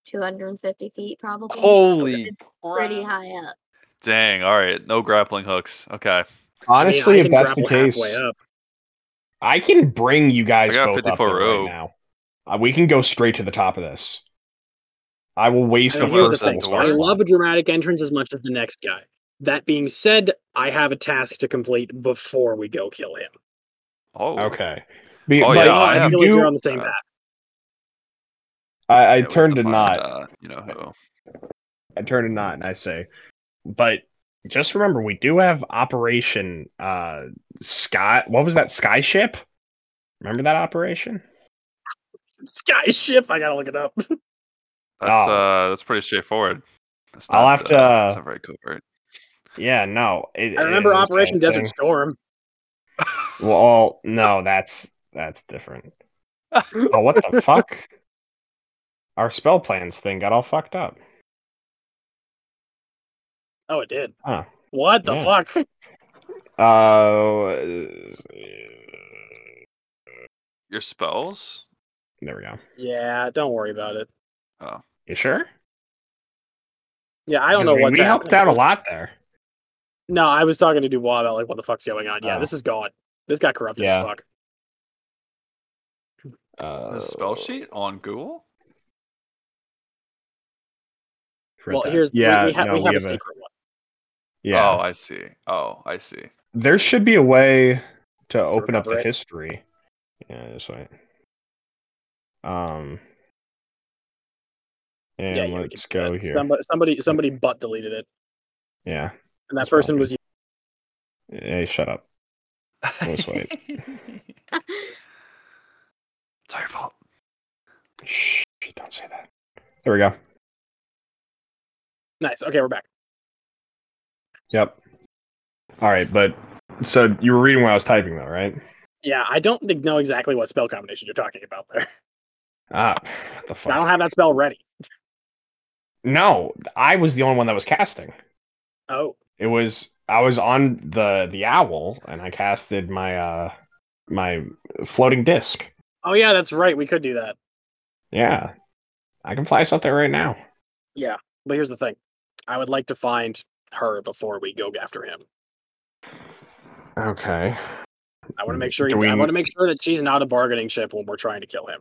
Speaker 4: 250 feet probably.
Speaker 3: Holy
Speaker 4: it's pretty high up.
Speaker 3: Dang! All right, no grappling hooks. Okay,
Speaker 6: Honestly,
Speaker 2: I
Speaker 6: if
Speaker 2: mean, I
Speaker 6: that's
Speaker 2: can
Speaker 6: the
Speaker 2: grapple
Speaker 6: case,
Speaker 2: halfway up.
Speaker 6: I can bring you guys
Speaker 3: I got
Speaker 6: both up
Speaker 3: 54
Speaker 6: there
Speaker 3: row.
Speaker 6: right now. Uh, we can go straight to the top of this. I will waste
Speaker 2: I
Speaker 6: the
Speaker 2: mean, here's the
Speaker 6: first
Speaker 2: thing.
Speaker 6: little
Speaker 3: door.
Speaker 2: I
Speaker 6: star slot.
Speaker 2: love a dramatic entrance as much as the next guy. That being said, I have a task to complete before we go kill him.
Speaker 3: Oh,
Speaker 6: Okay. Be-
Speaker 3: Oh,
Speaker 6: but
Speaker 3: yeah, I
Speaker 6: I,
Speaker 3: am.
Speaker 2: feel like you're on
Speaker 6: do,
Speaker 2: the same path.
Speaker 6: I, I
Speaker 3: Yeah, we have
Speaker 6: turn to
Speaker 3: find,
Speaker 6: not.
Speaker 3: Uh, you know who?
Speaker 6: Oh. I turn to Knot and I say, but just remember, we do have Operation uh, Sky. What was that? Skyship? Remember that operation?
Speaker 2: Skyship. I gotta look it up.
Speaker 3: That's
Speaker 6: Oh.
Speaker 3: uh, that's pretty straightforward. That's
Speaker 6: I'll have to,
Speaker 3: Uh, that's
Speaker 6: uh,
Speaker 3: not very covert.
Speaker 6: Yeah, no. It,
Speaker 2: I remember
Speaker 6: it was
Speaker 2: Operation
Speaker 6: the
Speaker 2: Desert
Speaker 6: same thing.
Speaker 2: Storm.
Speaker 6: Well, no, that's that's different. oh, what the fuck? Our spell plans thing got all fucked up.
Speaker 2: Oh, it did.
Speaker 6: Huh.
Speaker 2: What the
Speaker 6: Yeah.
Speaker 2: fuck?
Speaker 6: Uh,
Speaker 3: Your spells?
Speaker 6: there we go.
Speaker 2: Yeah, don't worry about it.
Speaker 6: You sure?
Speaker 2: Yeah, I don't
Speaker 6: Because
Speaker 2: know
Speaker 6: we,
Speaker 2: what's
Speaker 6: we helped
Speaker 2: happening.
Speaker 6: out a lot there.
Speaker 2: No, I was talking to Dubois about like what the fuck's going on. Yeah,
Speaker 6: Oh.
Speaker 2: this is gone. This got corrupted
Speaker 6: Yeah.
Speaker 2: as fuck.
Speaker 6: Uh,
Speaker 3: The
Speaker 6: Oh.
Speaker 3: spell sheet on Google?
Speaker 6: print
Speaker 2: well,
Speaker 6: that.
Speaker 2: here's
Speaker 6: yeah,
Speaker 2: we, we, ha-
Speaker 6: no,
Speaker 2: we have a
Speaker 6: a-
Speaker 2: secret one.
Speaker 6: yeah.
Speaker 3: Oh, I see. Oh, I see.
Speaker 6: There should be a way to open up
Speaker 2: recover
Speaker 6: the
Speaker 2: it.
Speaker 6: history. Yeah, that's right. Um. And
Speaker 2: yeah, we can
Speaker 6: let's
Speaker 2: do
Speaker 6: go
Speaker 2: that.
Speaker 6: here.
Speaker 2: Somebody, somebody, somebody butt deleted it,
Speaker 6: Yeah.
Speaker 2: and that
Speaker 6: That's what
Speaker 2: person was.
Speaker 6: Hey, shut up. Let's wait.
Speaker 3: it's your fault.
Speaker 6: Shh, don't say that. There we go.
Speaker 2: Nice. Okay, we're back.
Speaker 6: Yep. All right, but so you were reading what I was typing, though, right?
Speaker 2: Yeah, I don't think- know exactly what spell combination you're talking about there.
Speaker 6: Ah, what the
Speaker 2: I
Speaker 6: fuck.
Speaker 2: don't have that spell ready.
Speaker 6: No, I was the only one that was casting.
Speaker 2: Oh,
Speaker 6: It was I was on the the owl, and I casted my uh my floating disc.
Speaker 2: oh yeah, that's right. We could do that.
Speaker 6: Yeah, I can fly something right now.
Speaker 2: Yeah, but here's the thing. I would like to find her before we go after him.
Speaker 6: Okay.
Speaker 2: I want to make sure. He,
Speaker 6: Do we-
Speaker 2: I want to make sure that she's not a bargaining chip when we're trying to kill him.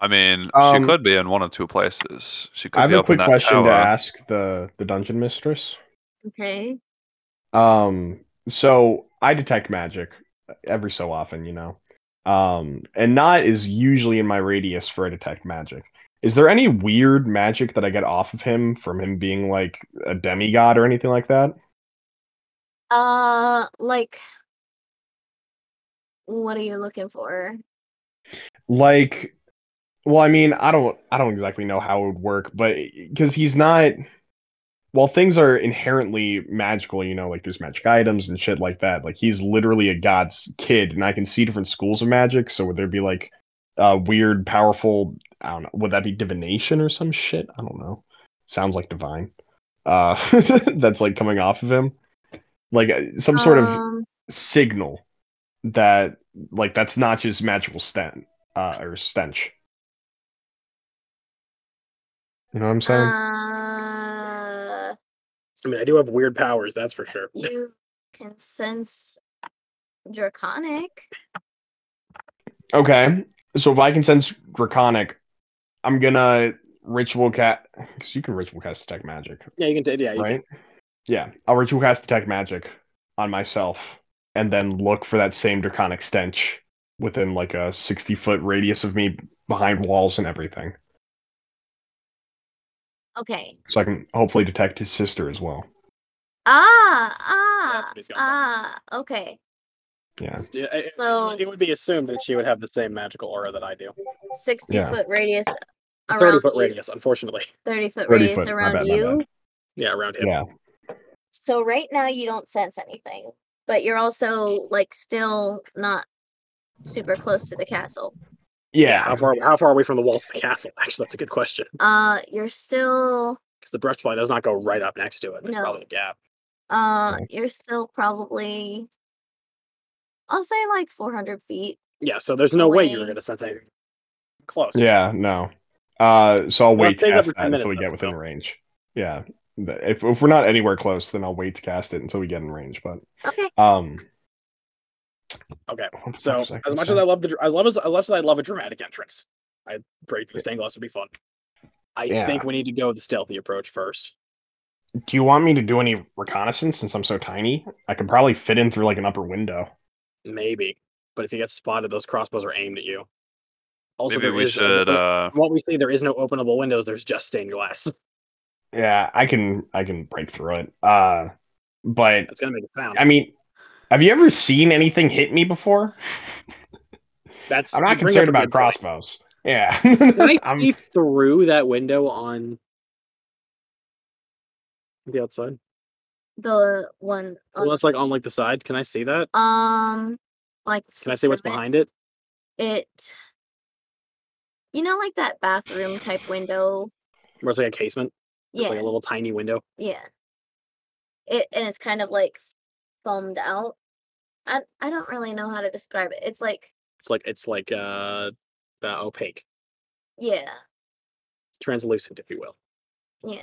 Speaker 3: I mean,
Speaker 6: Um,
Speaker 3: she could be in one of two places. She could
Speaker 6: I have
Speaker 3: be
Speaker 6: a
Speaker 3: up in
Speaker 6: quick
Speaker 3: that
Speaker 6: question
Speaker 3: tower.
Speaker 6: to ask the the dungeon mistress.
Speaker 4: Okay.
Speaker 6: Um, so I detect magic every so often, you know. Um, and not is usually in my radius for a detect magic. Is there any weird magic that I get off of him from him being like a demigod or anything like that?
Speaker 4: Uh, like, what are you looking for?
Speaker 6: Like, well, I mean, I don't, I don't exactly know how it would work, but because he's not, while things are inherently magical, you know, like there's magic items and shit like that. Like he's literally a god's kid, and I can see different schools of magic. So would there be like uh, weird, powerful? I don't know. Would that be divination or some shit? I don't know. Sounds like divine. Uh, that's like coming off of him, like uh, some sort of
Speaker 4: Um,
Speaker 6: signal that like that's not just magical stench uh, or stench. You know what I'm saying?
Speaker 4: uh,
Speaker 2: I mean, I do have weird powers. That's for sure.
Speaker 4: you can sense draconic.
Speaker 6: okay, so if I can sense draconic, I'm gonna ritual cat because you can ritual cast detect magic,
Speaker 2: Yeah, you can. T- yeah, you
Speaker 6: right? Yeah, I'll ritual cast detect magic on myself, and then look for that same draconic stench within like a 60 foot radius of me behind walls and everything,
Speaker 4: Okay.
Speaker 6: so I can hopefully detect his sister as well.
Speaker 4: Ah,
Speaker 2: that's
Speaker 4: ah,
Speaker 2: what he's got.
Speaker 4: ah. Okay.
Speaker 6: Yeah.
Speaker 2: It's- it- it-
Speaker 4: So-
Speaker 2: it would be assumed that she would have the same magical aura that I do.
Speaker 4: 60
Speaker 6: Yeah.
Speaker 4: foot radius around
Speaker 2: Thirty foot
Speaker 4: you-
Speaker 2: radius, unfortunately.
Speaker 4: 30 foot
Speaker 6: 30
Speaker 4: radius
Speaker 6: foot, my
Speaker 4: around
Speaker 6: bad, my
Speaker 4: you.
Speaker 6: bad.
Speaker 2: Yeah, around him.
Speaker 6: Yeah.
Speaker 4: So right now you don't sense anything, but you're also like still not super close to the castle.
Speaker 6: Yeah.
Speaker 2: How far? How far away from the walls of the castle? Actually, that's a good question
Speaker 4: Uh you're still
Speaker 2: because the breastplate does not go right up next to it. There's
Speaker 4: No.
Speaker 2: probably a gap.
Speaker 4: uh
Speaker 6: Right.
Speaker 4: you're still probably I'll say like 400 feet.
Speaker 2: Yeah, so there's no way you were
Speaker 4: Wait.
Speaker 2: gonna sense anything close.
Speaker 6: Yeah, no. Uh, so I'll
Speaker 2: Well,
Speaker 6: wait
Speaker 2: it
Speaker 6: to
Speaker 2: takes up
Speaker 6: cast
Speaker 2: to
Speaker 6: that
Speaker 2: 10
Speaker 6: until we
Speaker 2: minutes,
Speaker 6: get within
Speaker 2: so.
Speaker 6: range. Yeah. Th- If if we're not anywhere close, then I'll wait to cast it until we get in range. But
Speaker 4: Okay.
Speaker 6: um.
Speaker 2: Okay,
Speaker 6: what the fuck
Speaker 2: So
Speaker 6: was I
Speaker 2: as
Speaker 6: gonna
Speaker 2: much
Speaker 6: say?
Speaker 2: as I love the dr- as love as, as much as I love a dramatic entrance, I break the stained glass would be fun. I
Speaker 6: Yeah.
Speaker 2: think we need to go with the stealthy approach first.
Speaker 6: do you want me to do any reconnaissance since I'm so tiny? I can probably fit in through like an upper window.
Speaker 2: Maybe. But if you get spotted, those crossbows are aimed at you. Also,
Speaker 3: Maybe
Speaker 2: there
Speaker 3: we
Speaker 2: is-
Speaker 3: should.
Speaker 2: from
Speaker 3: Uh,
Speaker 2: what we see, there is no openable windows. There's just stained glass.
Speaker 6: Yeah, I can. I can break through it. Uh, but
Speaker 2: That's gonna make a sound.
Speaker 6: I mean, have you ever seen anything hit me before?
Speaker 2: That's
Speaker 6: I'm
Speaker 2: you
Speaker 6: not
Speaker 2: bring up
Speaker 6: concerned
Speaker 2: a
Speaker 6: about
Speaker 2: good point.
Speaker 6: crossbows. Yeah.
Speaker 2: Can I
Speaker 6: I'm-
Speaker 2: see through that window on the outside?
Speaker 4: The one
Speaker 2: Well,
Speaker 4: on,
Speaker 2: that's like on like the side. Can I see that?
Speaker 4: um Like
Speaker 2: Can I say what's
Speaker 4: from it.
Speaker 2: behind it?
Speaker 4: it you know like that bathroom type window
Speaker 2: Where it's like a casement.
Speaker 4: yeah
Speaker 2: It's like a little tiny window.
Speaker 4: yeah it and it's kind of like foamed out I, I don't really know how to describe it it's like
Speaker 2: It's like it's like uh, uh opaque,
Speaker 4: yeah
Speaker 2: translucent, if you will.
Speaker 4: yeah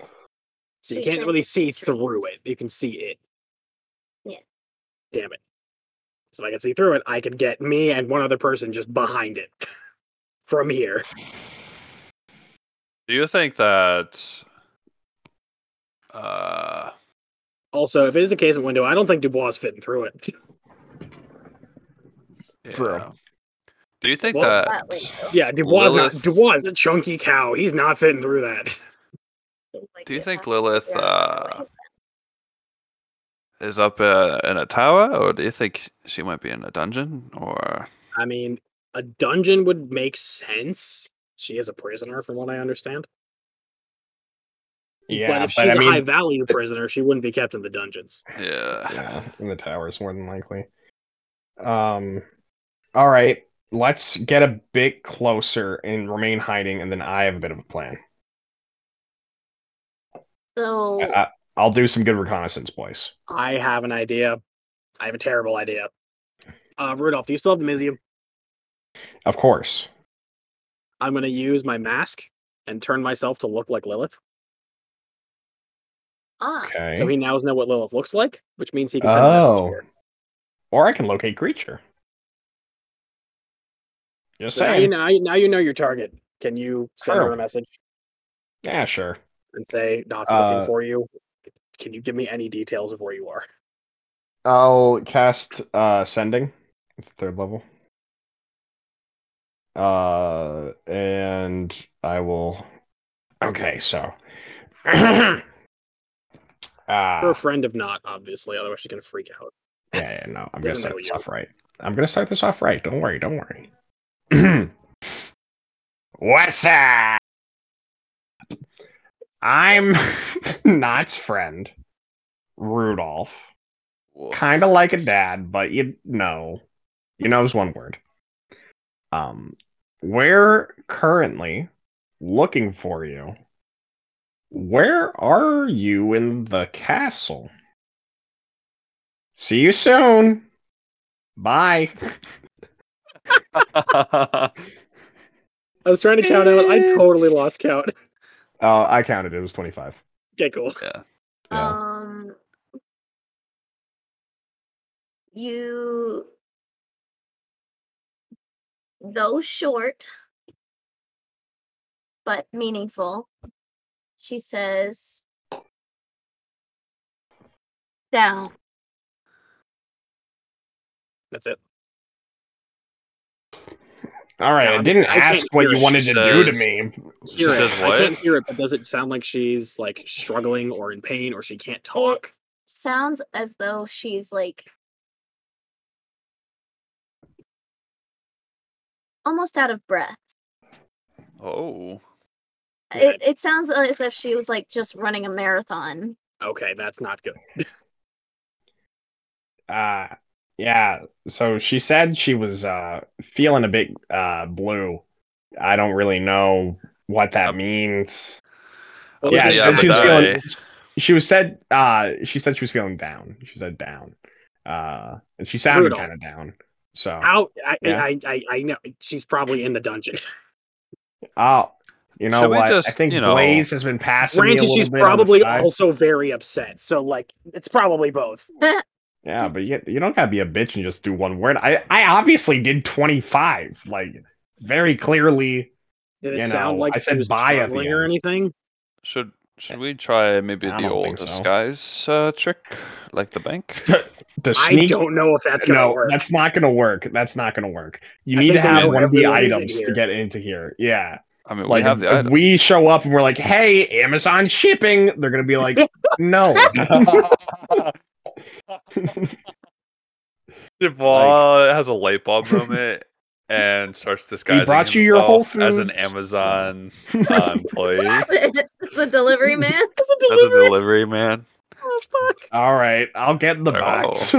Speaker 2: So you
Speaker 4: Sweet
Speaker 2: can't really see
Speaker 4: translucent dreams.
Speaker 2: through it. You can see it.
Speaker 4: Yeah.
Speaker 2: Damn it. So I can see through it. I could get me and one other person just behind it from here.
Speaker 3: Do you think that? Uh,
Speaker 2: Also, if it is a casement window, I don't think Dubois is fitting through it.
Speaker 6: True.
Speaker 3: yeah. Do you think
Speaker 2: Well,
Speaker 4: that
Speaker 3: that?
Speaker 4: window
Speaker 2: Yeah, Dubois is not
Speaker 3: Lilith-
Speaker 2: Dubois is a chunky cow. He's not fitting through that.
Speaker 4: is like
Speaker 3: Do you
Speaker 4: it
Speaker 3: think
Speaker 4: has-
Speaker 3: Lilith
Speaker 4: yeah,
Speaker 3: uh,
Speaker 4: like-
Speaker 3: is up uh, in a tower, or do you think she might be in a dungeon? Or
Speaker 2: I mean, a dungeon would make sense. She is a prisoner, from what I understand. but
Speaker 6: Yeah,
Speaker 2: if
Speaker 6: but
Speaker 2: she's
Speaker 6: I
Speaker 2: a high
Speaker 6: mean,
Speaker 2: value prisoner, she wouldn't be kept in the dungeons.
Speaker 3: yeah,
Speaker 6: yeah, in the towers more than likely. Um, all right, let's get a bit closer and remain hiding, and then I have a bit of a plan.
Speaker 4: so
Speaker 6: I, I, I'll do some good reconnaissance, boys.
Speaker 2: I have an idea. I have a terrible idea. Uh, Rudolph, do you still have the Mizium?
Speaker 6: Of course.
Speaker 2: I'm going to use my mask and turn myself to look like Lilith.
Speaker 4: ah
Speaker 6: Okay.
Speaker 2: So he now knows what Lilith looks like, which means he can send a message to
Speaker 6: Oh.
Speaker 2: her.
Speaker 6: or I can locate creature. Just
Speaker 2: So now, you
Speaker 6: saying.
Speaker 2: know, now you know your target. Can you send her
Speaker 6: Sure.
Speaker 2: a message
Speaker 6: Yeah, sure.
Speaker 2: and say, Dot's
Speaker 6: Uh,
Speaker 2: looking for you? Can you give me any details of where you are?
Speaker 6: I'll cast uh sending at the third level. Uh and I will Okay, so
Speaker 2: Her
Speaker 6: Ah,
Speaker 2: friend of not, obviously, otherwise she's gonna freak out.
Speaker 6: yeah, yeah, no, I'm gonna
Speaker 2: Doesn't
Speaker 6: start
Speaker 2: know
Speaker 6: this
Speaker 2: you.
Speaker 6: off right. I'm gonna start this off right. Don't worry, don't worry. What's up? I'm Knott's friend, Rudolph.
Speaker 3: Wha-
Speaker 6: kind of like a dad, but you know, you know is one word. Um, we're currently looking for you. Where are you in the castle? See you soon. Bye.
Speaker 2: I was trying to count out.
Speaker 6: Eh.
Speaker 2: I totally lost count.
Speaker 6: Uh, I counted. It was twenty-five.
Speaker 2: okay, cool.
Speaker 3: yeah.
Speaker 6: Yeah.
Speaker 4: um you though short but meaningful she says down
Speaker 2: That's it.
Speaker 6: All right.
Speaker 2: No,
Speaker 6: I
Speaker 2: I'm-
Speaker 6: didn't
Speaker 2: I can't
Speaker 6: ask what
Speaker 2: hear
Speaker 6: you
Speaker 2: it.
Speaker 6: wanted to
Speaker 3: She
Speaker 6: do to
Speaker 3: says-
Speaker 6: me.
Speaker 3: She
Speaker 2: Hear it.
Speaker 3: says
Speaker 2: I can't
Speaker 3: what?
Speaker 2: hear it, but does it sound like she's like struggling or in pain or she can't talk?
Speaker 4: sounds as though she's like almost out of breath
Speaker 3: Oh,
Speaker 2: Yeah.
Speaker 4: it, it sounds as if she was like just running a marathon
Speaker 2: Okay, that's not good.
Speaker 6: Uh, yeah. So she said she was uh feeling a bit uh blue. I don't really know what that
Speaker 3: Yep.
Speaker 6: means.
Speaker 2: What was
Speaker 6: Yeah,
Speaker 2: the
Speaker 6: she
Speaker 3: Yeah,
Speaker 6: said
Speaker 2: exact-
Speaker 6: she was
Speaker 3: but
Speaker 6: feeling. She was said. Uh, she said she was feeling down. She said down. Uh, and she sounded
Speaker 2: Rudolph.
Speaker 6: kind of down. So,
Speaker 2: How I,
Speaker 6: Yeah.
Speaker 2: I, I I know she's probably in the dungeon.
Speaker 6: oh, you know
Speaker 3: Should we
Speaker 6: what? I
Speaker 3: just,
Speaker 6: think
Speaker 3: you know-
Speaker 6: Blaze has been passing me a
Speaker 2: Granted,
Speaker 6: little
Speaker 2: she's
Speaker 6: bit on the
Speaker 2: probably
Speaker 6: side.
Speaker 2: also very upset. So like it's probably both.
Speaker 6: Yeah, but you, you don't gotta be a bitch and just do one word. I I obviously did twenty five, like very clearly.
Speaker 2: Did it
Speaker 6: You
Speaker 2: sound
Speaker 6: know,
Speaker 2: like
Speaker 6: I
Speaker 2: she
Speaker 6: said
Speaker 2: was
Speaker 6: bye at the
Speaker 2: struggling or
Speaker 6: end.
Speaker 2: anything?
Speaker 3: should should we try maybe
Speaker 6: I
Speaker 3: the
Speaker 6: don't
Speaker 3: old
Speaker 6: think so.
Speaker 3: disguise uh, trick, like the bank?
Speaker 6: The
Speaker 2: I
Speaker 6: sneak
Speaker 2: don't know if that's gonna
Speaker 6: no,
Speaker 2: work.
Speaker 6: that's not gonna work. That's not gonna work. You
Speaker 2: I
Speaker 6: need to
Speaker 2: think they
Speaker 6: have
Speaker 2: know
Speaker 6: one of the
Speaker 2: everyone who's in
Speaker 6: items to
Speaker 2: here.
Speaker 6: get into here. Yeah,
Speaker 3: I mean,
Speaker 6: like
Speaker 3: we have
Speaker 6: if,
Speaker 3: the item.
Speaker 6: we show up and we're like, "Hey, Amazon shipping," they're gonna be like, "No."
Speaker 3: Dubois has a light bulb moment and starts disguising
Speaker 6: brought you your Whole
Speaker 3: himself as an
Speaker 6: Foods.
Speaker 3: Amazon uh, employee,
Speaker 4: it's a delivery man
Speaker 2: That's a
Speaker 3: as a
Speaker 2: delivery.
Speaker 3: delivery man.
Speaker 2: Oh, fuck.
Speaker 3: Oh.
Speaker 6: All right, I'll get in the box.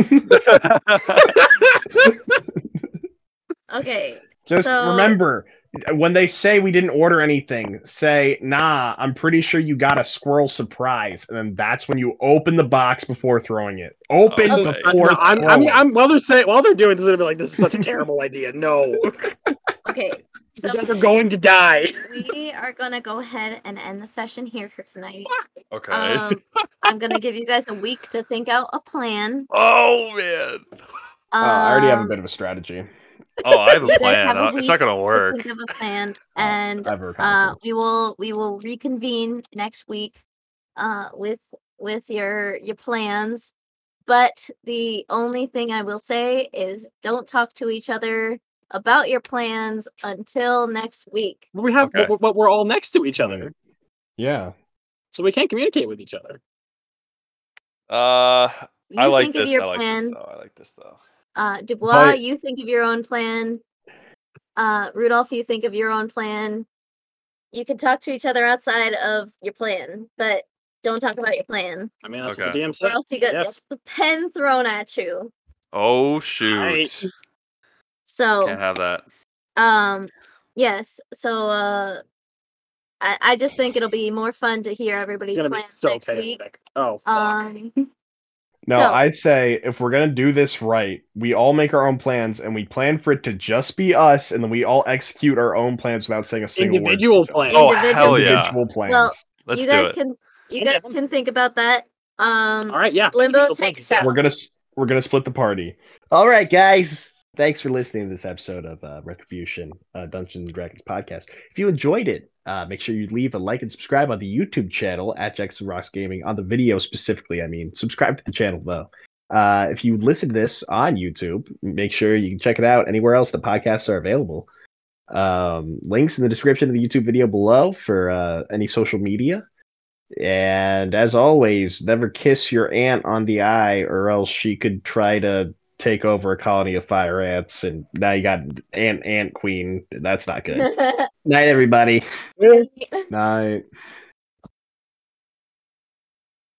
Speaker 4: Okay.
Speaker 1: Just
Speaker 4: So-
Speaker 1: remember,
Speaker 6: When they say we didn't order anything, say, nah, I'm pretty sure you got a squirrel surprise. And then that's when you open the box before throwing it. Open
Speaker 3: Oh, Okay.
Speaker 2: No,
Speaker 6: before
Speaker 2: I'm, I
Speaker 6: throwing.
Speaker 2: mean, I'm while they're saying while they're doing this, they're gonna be like, "This is such a terrible idea. No,
Speaker 4: Okay.
Speaker 2: you
Speaker 4: So
Speaker 2: guys are going to die."
Speaker 4: we are gonna go ahead and end the session here for tonight.
Speaker 3: Okay.
Speaker 4: Um, I'm gonna give you guys a week to think out a plan.
Speaker 3: oh man.
Speaker 4: Um,
Speaker 6: Uh, I already have a bit of a strategy.
Speaker 3: Oh, I have
Speaker 4: You
Speaker 3: a
Speaker 4: guys
Speaker 3: plan.
Speaker 4: have a
Speaker 3: Uh, it's not
Speaker 4: week
Speaker 3: gonna
Speaker 4: to
Speaker 3: work.
Speaker 4: Think of a plan,
Speaker 6: Oh,
Speaker 4: and
Speaker 6: I have a
Speaker 4: uh,
Speaker 6: concept.
Speaker 4: we will we will reconvene next week uh, with with your your plans. But the only thing I will say is don't talk to each other about your plans until next week.
Speaker 2: We have,
Speaker 3: Okay.
Speaker 2: but, but we're all next to each other,
Speaker 6: yeah.
Speaker 2: so we can't communicate with each other.
Speaker 3: Uh,
Speaker 4: You
Speaker 3: I like
Speaker 4: think of
Speaker 3: this.
Speaker 4: your
Speaker 3: I like
Speaker 4: plan.
Speaker 3: this though. I like this though.
Speaker 4: Uh, Dubois,
Speaker 6: But-
Speaker 4: you think of your own plan. Uh, Rudolph, you think of your own plan. You can talk to each other outside of your plan, but don't talk about your plan.
Speaker 2: I mean, that's what
Speaker 3: Okay.
Speaker 2: the DM
Speaker 4: Or
Speaker 2: said.
Speaker 4: else you get
Speaker 2: yes.
Speaker 4: the pen thrown at you.
Speaker 3: Oh shoot!
Speaker 4: So,
Speaker 3: Can't have that.
Speaker 4: um, yes. So, uh, I, I just think it'll be more fun to hear everybody's
Speaker 2: It's gonna be
Speaker 4: plans
Speaker 2: so
Speaker 4: next week.
Speaker 2: chaotic. Oh, fuck.
Speaker 4: Um,
Speaker 6: No,
Speaker 4: So-
Speaker 6: I say if we're gonna do this right, we all make our own plans and we plan for it to just be us, and then we all execute our own plans without saying a single
Speaker 2: individual
Speaker 6: word. to each other.
Speaker 2: plan.
Speaker 3: Oh
Speaker 4: Individual-
Speaker 3: hell yeah!
Speaker 6: Individual plans.
Speaker 4: Well,
Speaker 3: Let's
Speaker 4: you
Speaker 3: do
Speaker 4: guys
Speaker 3: it.
Speaker 4: can you
Speaker 2: Yeah.
Speaker 4: guys can think about that. Um,
Speaker 2: all right, yeah.
Speaker 4: Limbo
Speaker 2: Individual plans,
Speaker 4: takes
Speaker 2: yeah.
Speaker 4: out.
Speaker 6: we're gonna s- we're gonna split the party. All right, guys. Thanks for listening to this episode of uh, Retribution uh, Dungeons and Dragons podcast. If you enjoyed it, uh, make sure you leave a like and subscribe on the YouTube channel at Jackson Rocks Gaming on the video specifically. I mean, subscribe to the channel though. Uh, if you listen to this on YouTube, make sure you can check it out anywhere else the podcasts are available. Um, links in the description of the YouTube video below for uh, any social media. And as always, never kiss your aunt on the eye, or else she could try to take over a colony of fire ants. And now you got ant ant queen. That's not good. Night, everybody. Night.